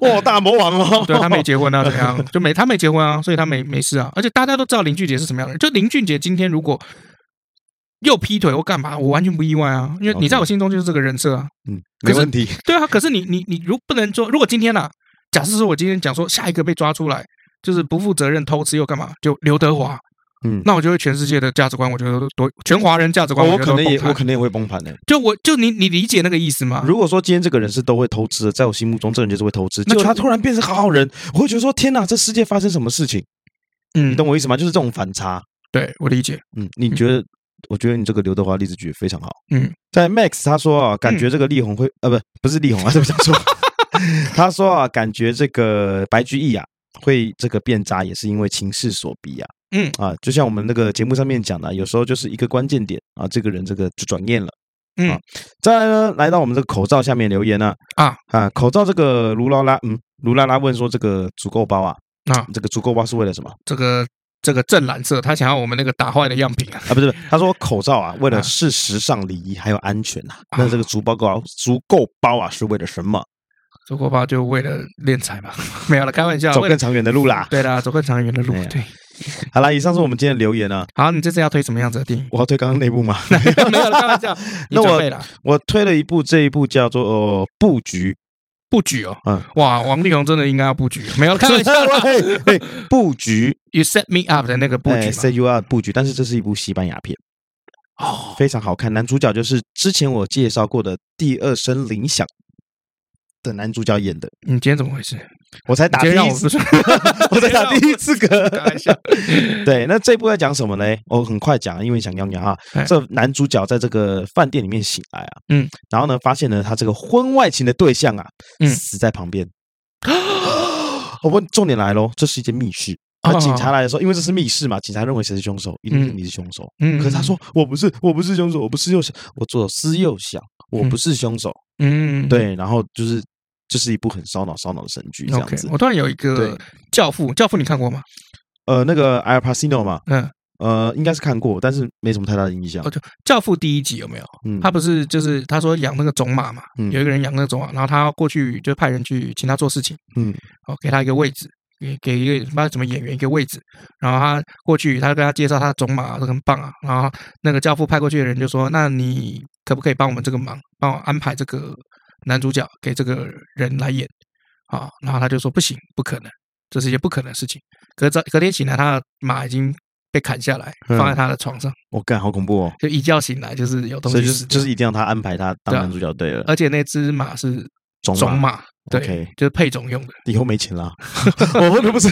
S2: 哇，大魔王哦，
S1: 对
S2: (laughs)
S1: 他没结婚啊，怎样？就没他没结婚啊，所以他没没事啊。而且大家都知道林俊杰是什么样的人，就林俊杰今天如果又劈腿或干嘛，我完全不意外啊，因为你在我心中就是这个人设啊。
S2: 嗯，
S1: 可
S2: 没
S1: 是
S2: 问题，
S1: 对啊，可是你你你如不能说，如果今天啊，假设说我今天讲说下一个被抓出来就是不负责任、偷吃又干嘛，就刘德华，
S2: 嗯
S1: 那我就会全世界的价值观，我觉得都都全华人价值观，
S2: 哦我
S1: 觉得
S2: 可
S1: 都
S2: 能
S1: 崩
S2: 也
S1: 啊塌
S2: 我可能也会崩盘的。
S1: 就我就你你理解那个意思吗？
S2: 如果说今天这个人是都会偷吃的，在我心目中这个人就是会偷吃，
S1: 那
S2: 结
S1: 就
S2: 果他突然变成好好人，我会觉得说天哪，这世界发生什么事情？
S1: 嗯
S2: 你，懂我意思吗？就是这种反差。
S1: 对我理解，
S2: 嗯，你觉得？我觉得你这个刘德华例子举得非常好。
S1: 嗯，
S2: 在 Max 他说啊，感觉这个力宏会、呃，不不是力宏啊，对不起，讲错了。 (laughs) 他说啊，感觉这个白居易啊会这个变渣，也是因为情势所逼啊。
S1: 嗯
S2: 啊，就像我们那个节目上面讲的啊，有时候就是一个关键点啊，这个人这个就转念了。
S1: 嗯
S2: 啊再来呢，来到我们这个口罩下面留言呢、
S1: 啊
S2: 啊，口罩这个卢拉拉，嗯，卢拉拉问说这个足够包啊，
S1: 啊
S2: 这个足够包是为了什么
S1: 这个这个正蓝色，他想要我们那个打坏的样品啊。(laughs)
S2: 啊？不是，不是他说口罩啊，为
S1: 啊
S2: 了是时尚礼仪还有安全呐、那这个足包包足够包啊，是为了什么？
S1: 周国包就为了敛财嘛， (laughs) 没有了，开玩笑，
S2: 走
S1: 啊为了
S2: 更长远的
S1: (laughs)
S2: 路啦。
S1: 对啦，走更长远的路
S2: 哎呀。
S1: 对，
S2: 好啦，以上是我们今天的留言啊。
S1: 好，你这次要推什么样子的电影？ (laughs)
S2: 我要推刚刚那部吗？ (laughs)
S1: 没有了，开玩笑。你
S2: 那我
S1: 准备了
S2: 我推了一部，这一部叫做《呃、布局
S1: 布局哦
S2: 嗯，
S1: 哇，王力宏真的应该要布局，没有了，》开玩笑
S2: (laughs)
S1: 啦。
S2: 对，对哎布局
S1: (laughs) You set me up 的那个 (laughs) 布局
S2: 哎
S1: 嘛，
S2: CUR 布局，但是这是一部西班牙片，
S1: 哦，
S2: 非常好看。男主角就是之前我介绍过的《第二声铃响》的男主角演的。
S1: 你今天怎么回事？
S2: 我才打
S1: 你
S2: 第
S1: 今天让
S2: 一
S1: 我不
S2: 次，
S1: 是
S2: (laughs) 我才打第
S1: (laughs)
S2: 一次嗝。
S1: 开玩笑。
S2: (laughs) 对，那这部在讲什么嘞？我很快讲，因为想要讲啊
S1: 哎，
S2: 这男主角在这个饭店里面醒来啊，
S1: 嗯，
S2: 然后呢，发现呢他这个婚外情的对象啊，
S1: 嗯
S2: 死在旁边。
S1: (gasps)
S2: 我问重点来喽，这是一间密室。那警察来的时候，因为这是密室嘛，警察认为谁是凶手，一定是
S1: 啊嗯
S2: 你是凶手。
S1: 嗯，
S2: 可是他说我不是，我不是凶手，我不是右手，我左思右想，我不是凶手。
S1: 嗯，嗯，
S2: 对，然后就是就是一部很烧脑烧脑的神剧这样
S1: OK，
S2: 子。
S1: 我突然有一个
S2: 对
S1: 教父，教父你看过吗？
S2: 呃，那个 Al Pacino 嘛，
S1: 嗯，
S2: 呃，应该是看过，但是没什么太大的印象
S1: 哦。就教父第一集有没有？
S2: 嗯，
S1: 他不是就是他说养那个种马嘛，
S2: 嗯
S1: 有一个人养那个种马，然后他过去就派人去请他做事情，
S2: 嗯
S1: 哦，给他一个位置，给给一个不知道什么演员一个位置，然后他过去，他跟他介绍他的种马这很棒啊，然后那个教父派过去的人就说，那你可不可以帮我们这个忙，帮我安排这个男主角给这个人来演啊？然后他就说不行，不可能，这是一件不可能的事情。可是早隔天醒来，他的马已经被砍下来，
S2: 嗯
S1: 放在他的床上，
S2: 我干，好恐怖哦！
S1: 就一觉醒来就是有东
S2: 所
S1: 西
S2: 以就
S1: 死
S2: 是
S1: 掉
S2: 就是一定要他安排他当
S1: 对啊
S2: 男主角对了，
S1: 而且那只马是
S2: 种
S1: 种
S2: 马
S1: 马，对
S2: OK，
S1: 就是配种用的。
S2: 以后没钱
S1: (laughs)
S2: 啦， (laughs) 我问的不是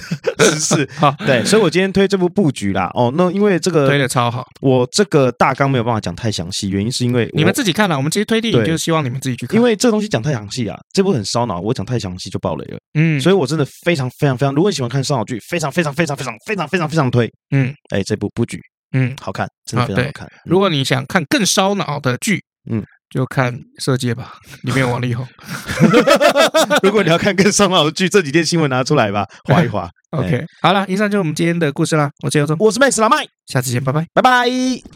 S2: 是是，
S1: 好，
S2: 对，所以我今天推这部布局啦，哦，那因为这
S1: 推
S2: 个
S1: 的超好，
S2: 我这个大纲没有办法讲太详细，原因是因为
S1: 你们
S2: 这
S1: 自己看了。我们其实推电影
S2: 对
S1: 就是希望你们自己去看，
S2: 因为这东西讲太详细啊，这部很烧脑，我讲太详细就爆雷了，
S1: 嗯，
S2: 所以我真的非常非常非常，如果你喜欢看烧脑剧，非常非常非常非常非常非常非常推，
S1: 嗯
S2: 哎，这部布局
S1: 嗯，
S2: 好看，真的
S1: 啊
S2: 非常好
S1: 对
S2: 看。
S1: 如果你想看更烧脑的剧，
S2: 嗯，
S1: 就看《色戒》吧，里面有王力
S2: (laughs)
S1: 宏。
S2: 嗯 (laughs) 如果你要看更烧脑的剧，这几天新闻拿出来吧，
S1: (laughs)
S2: 划一划。
S1: OK，好了，以上就是我们今天的故事啦。我是姚忠，
S2: 我是麦斯拉麦，
S1: 下次见，拜拜。
S2: 拜拜。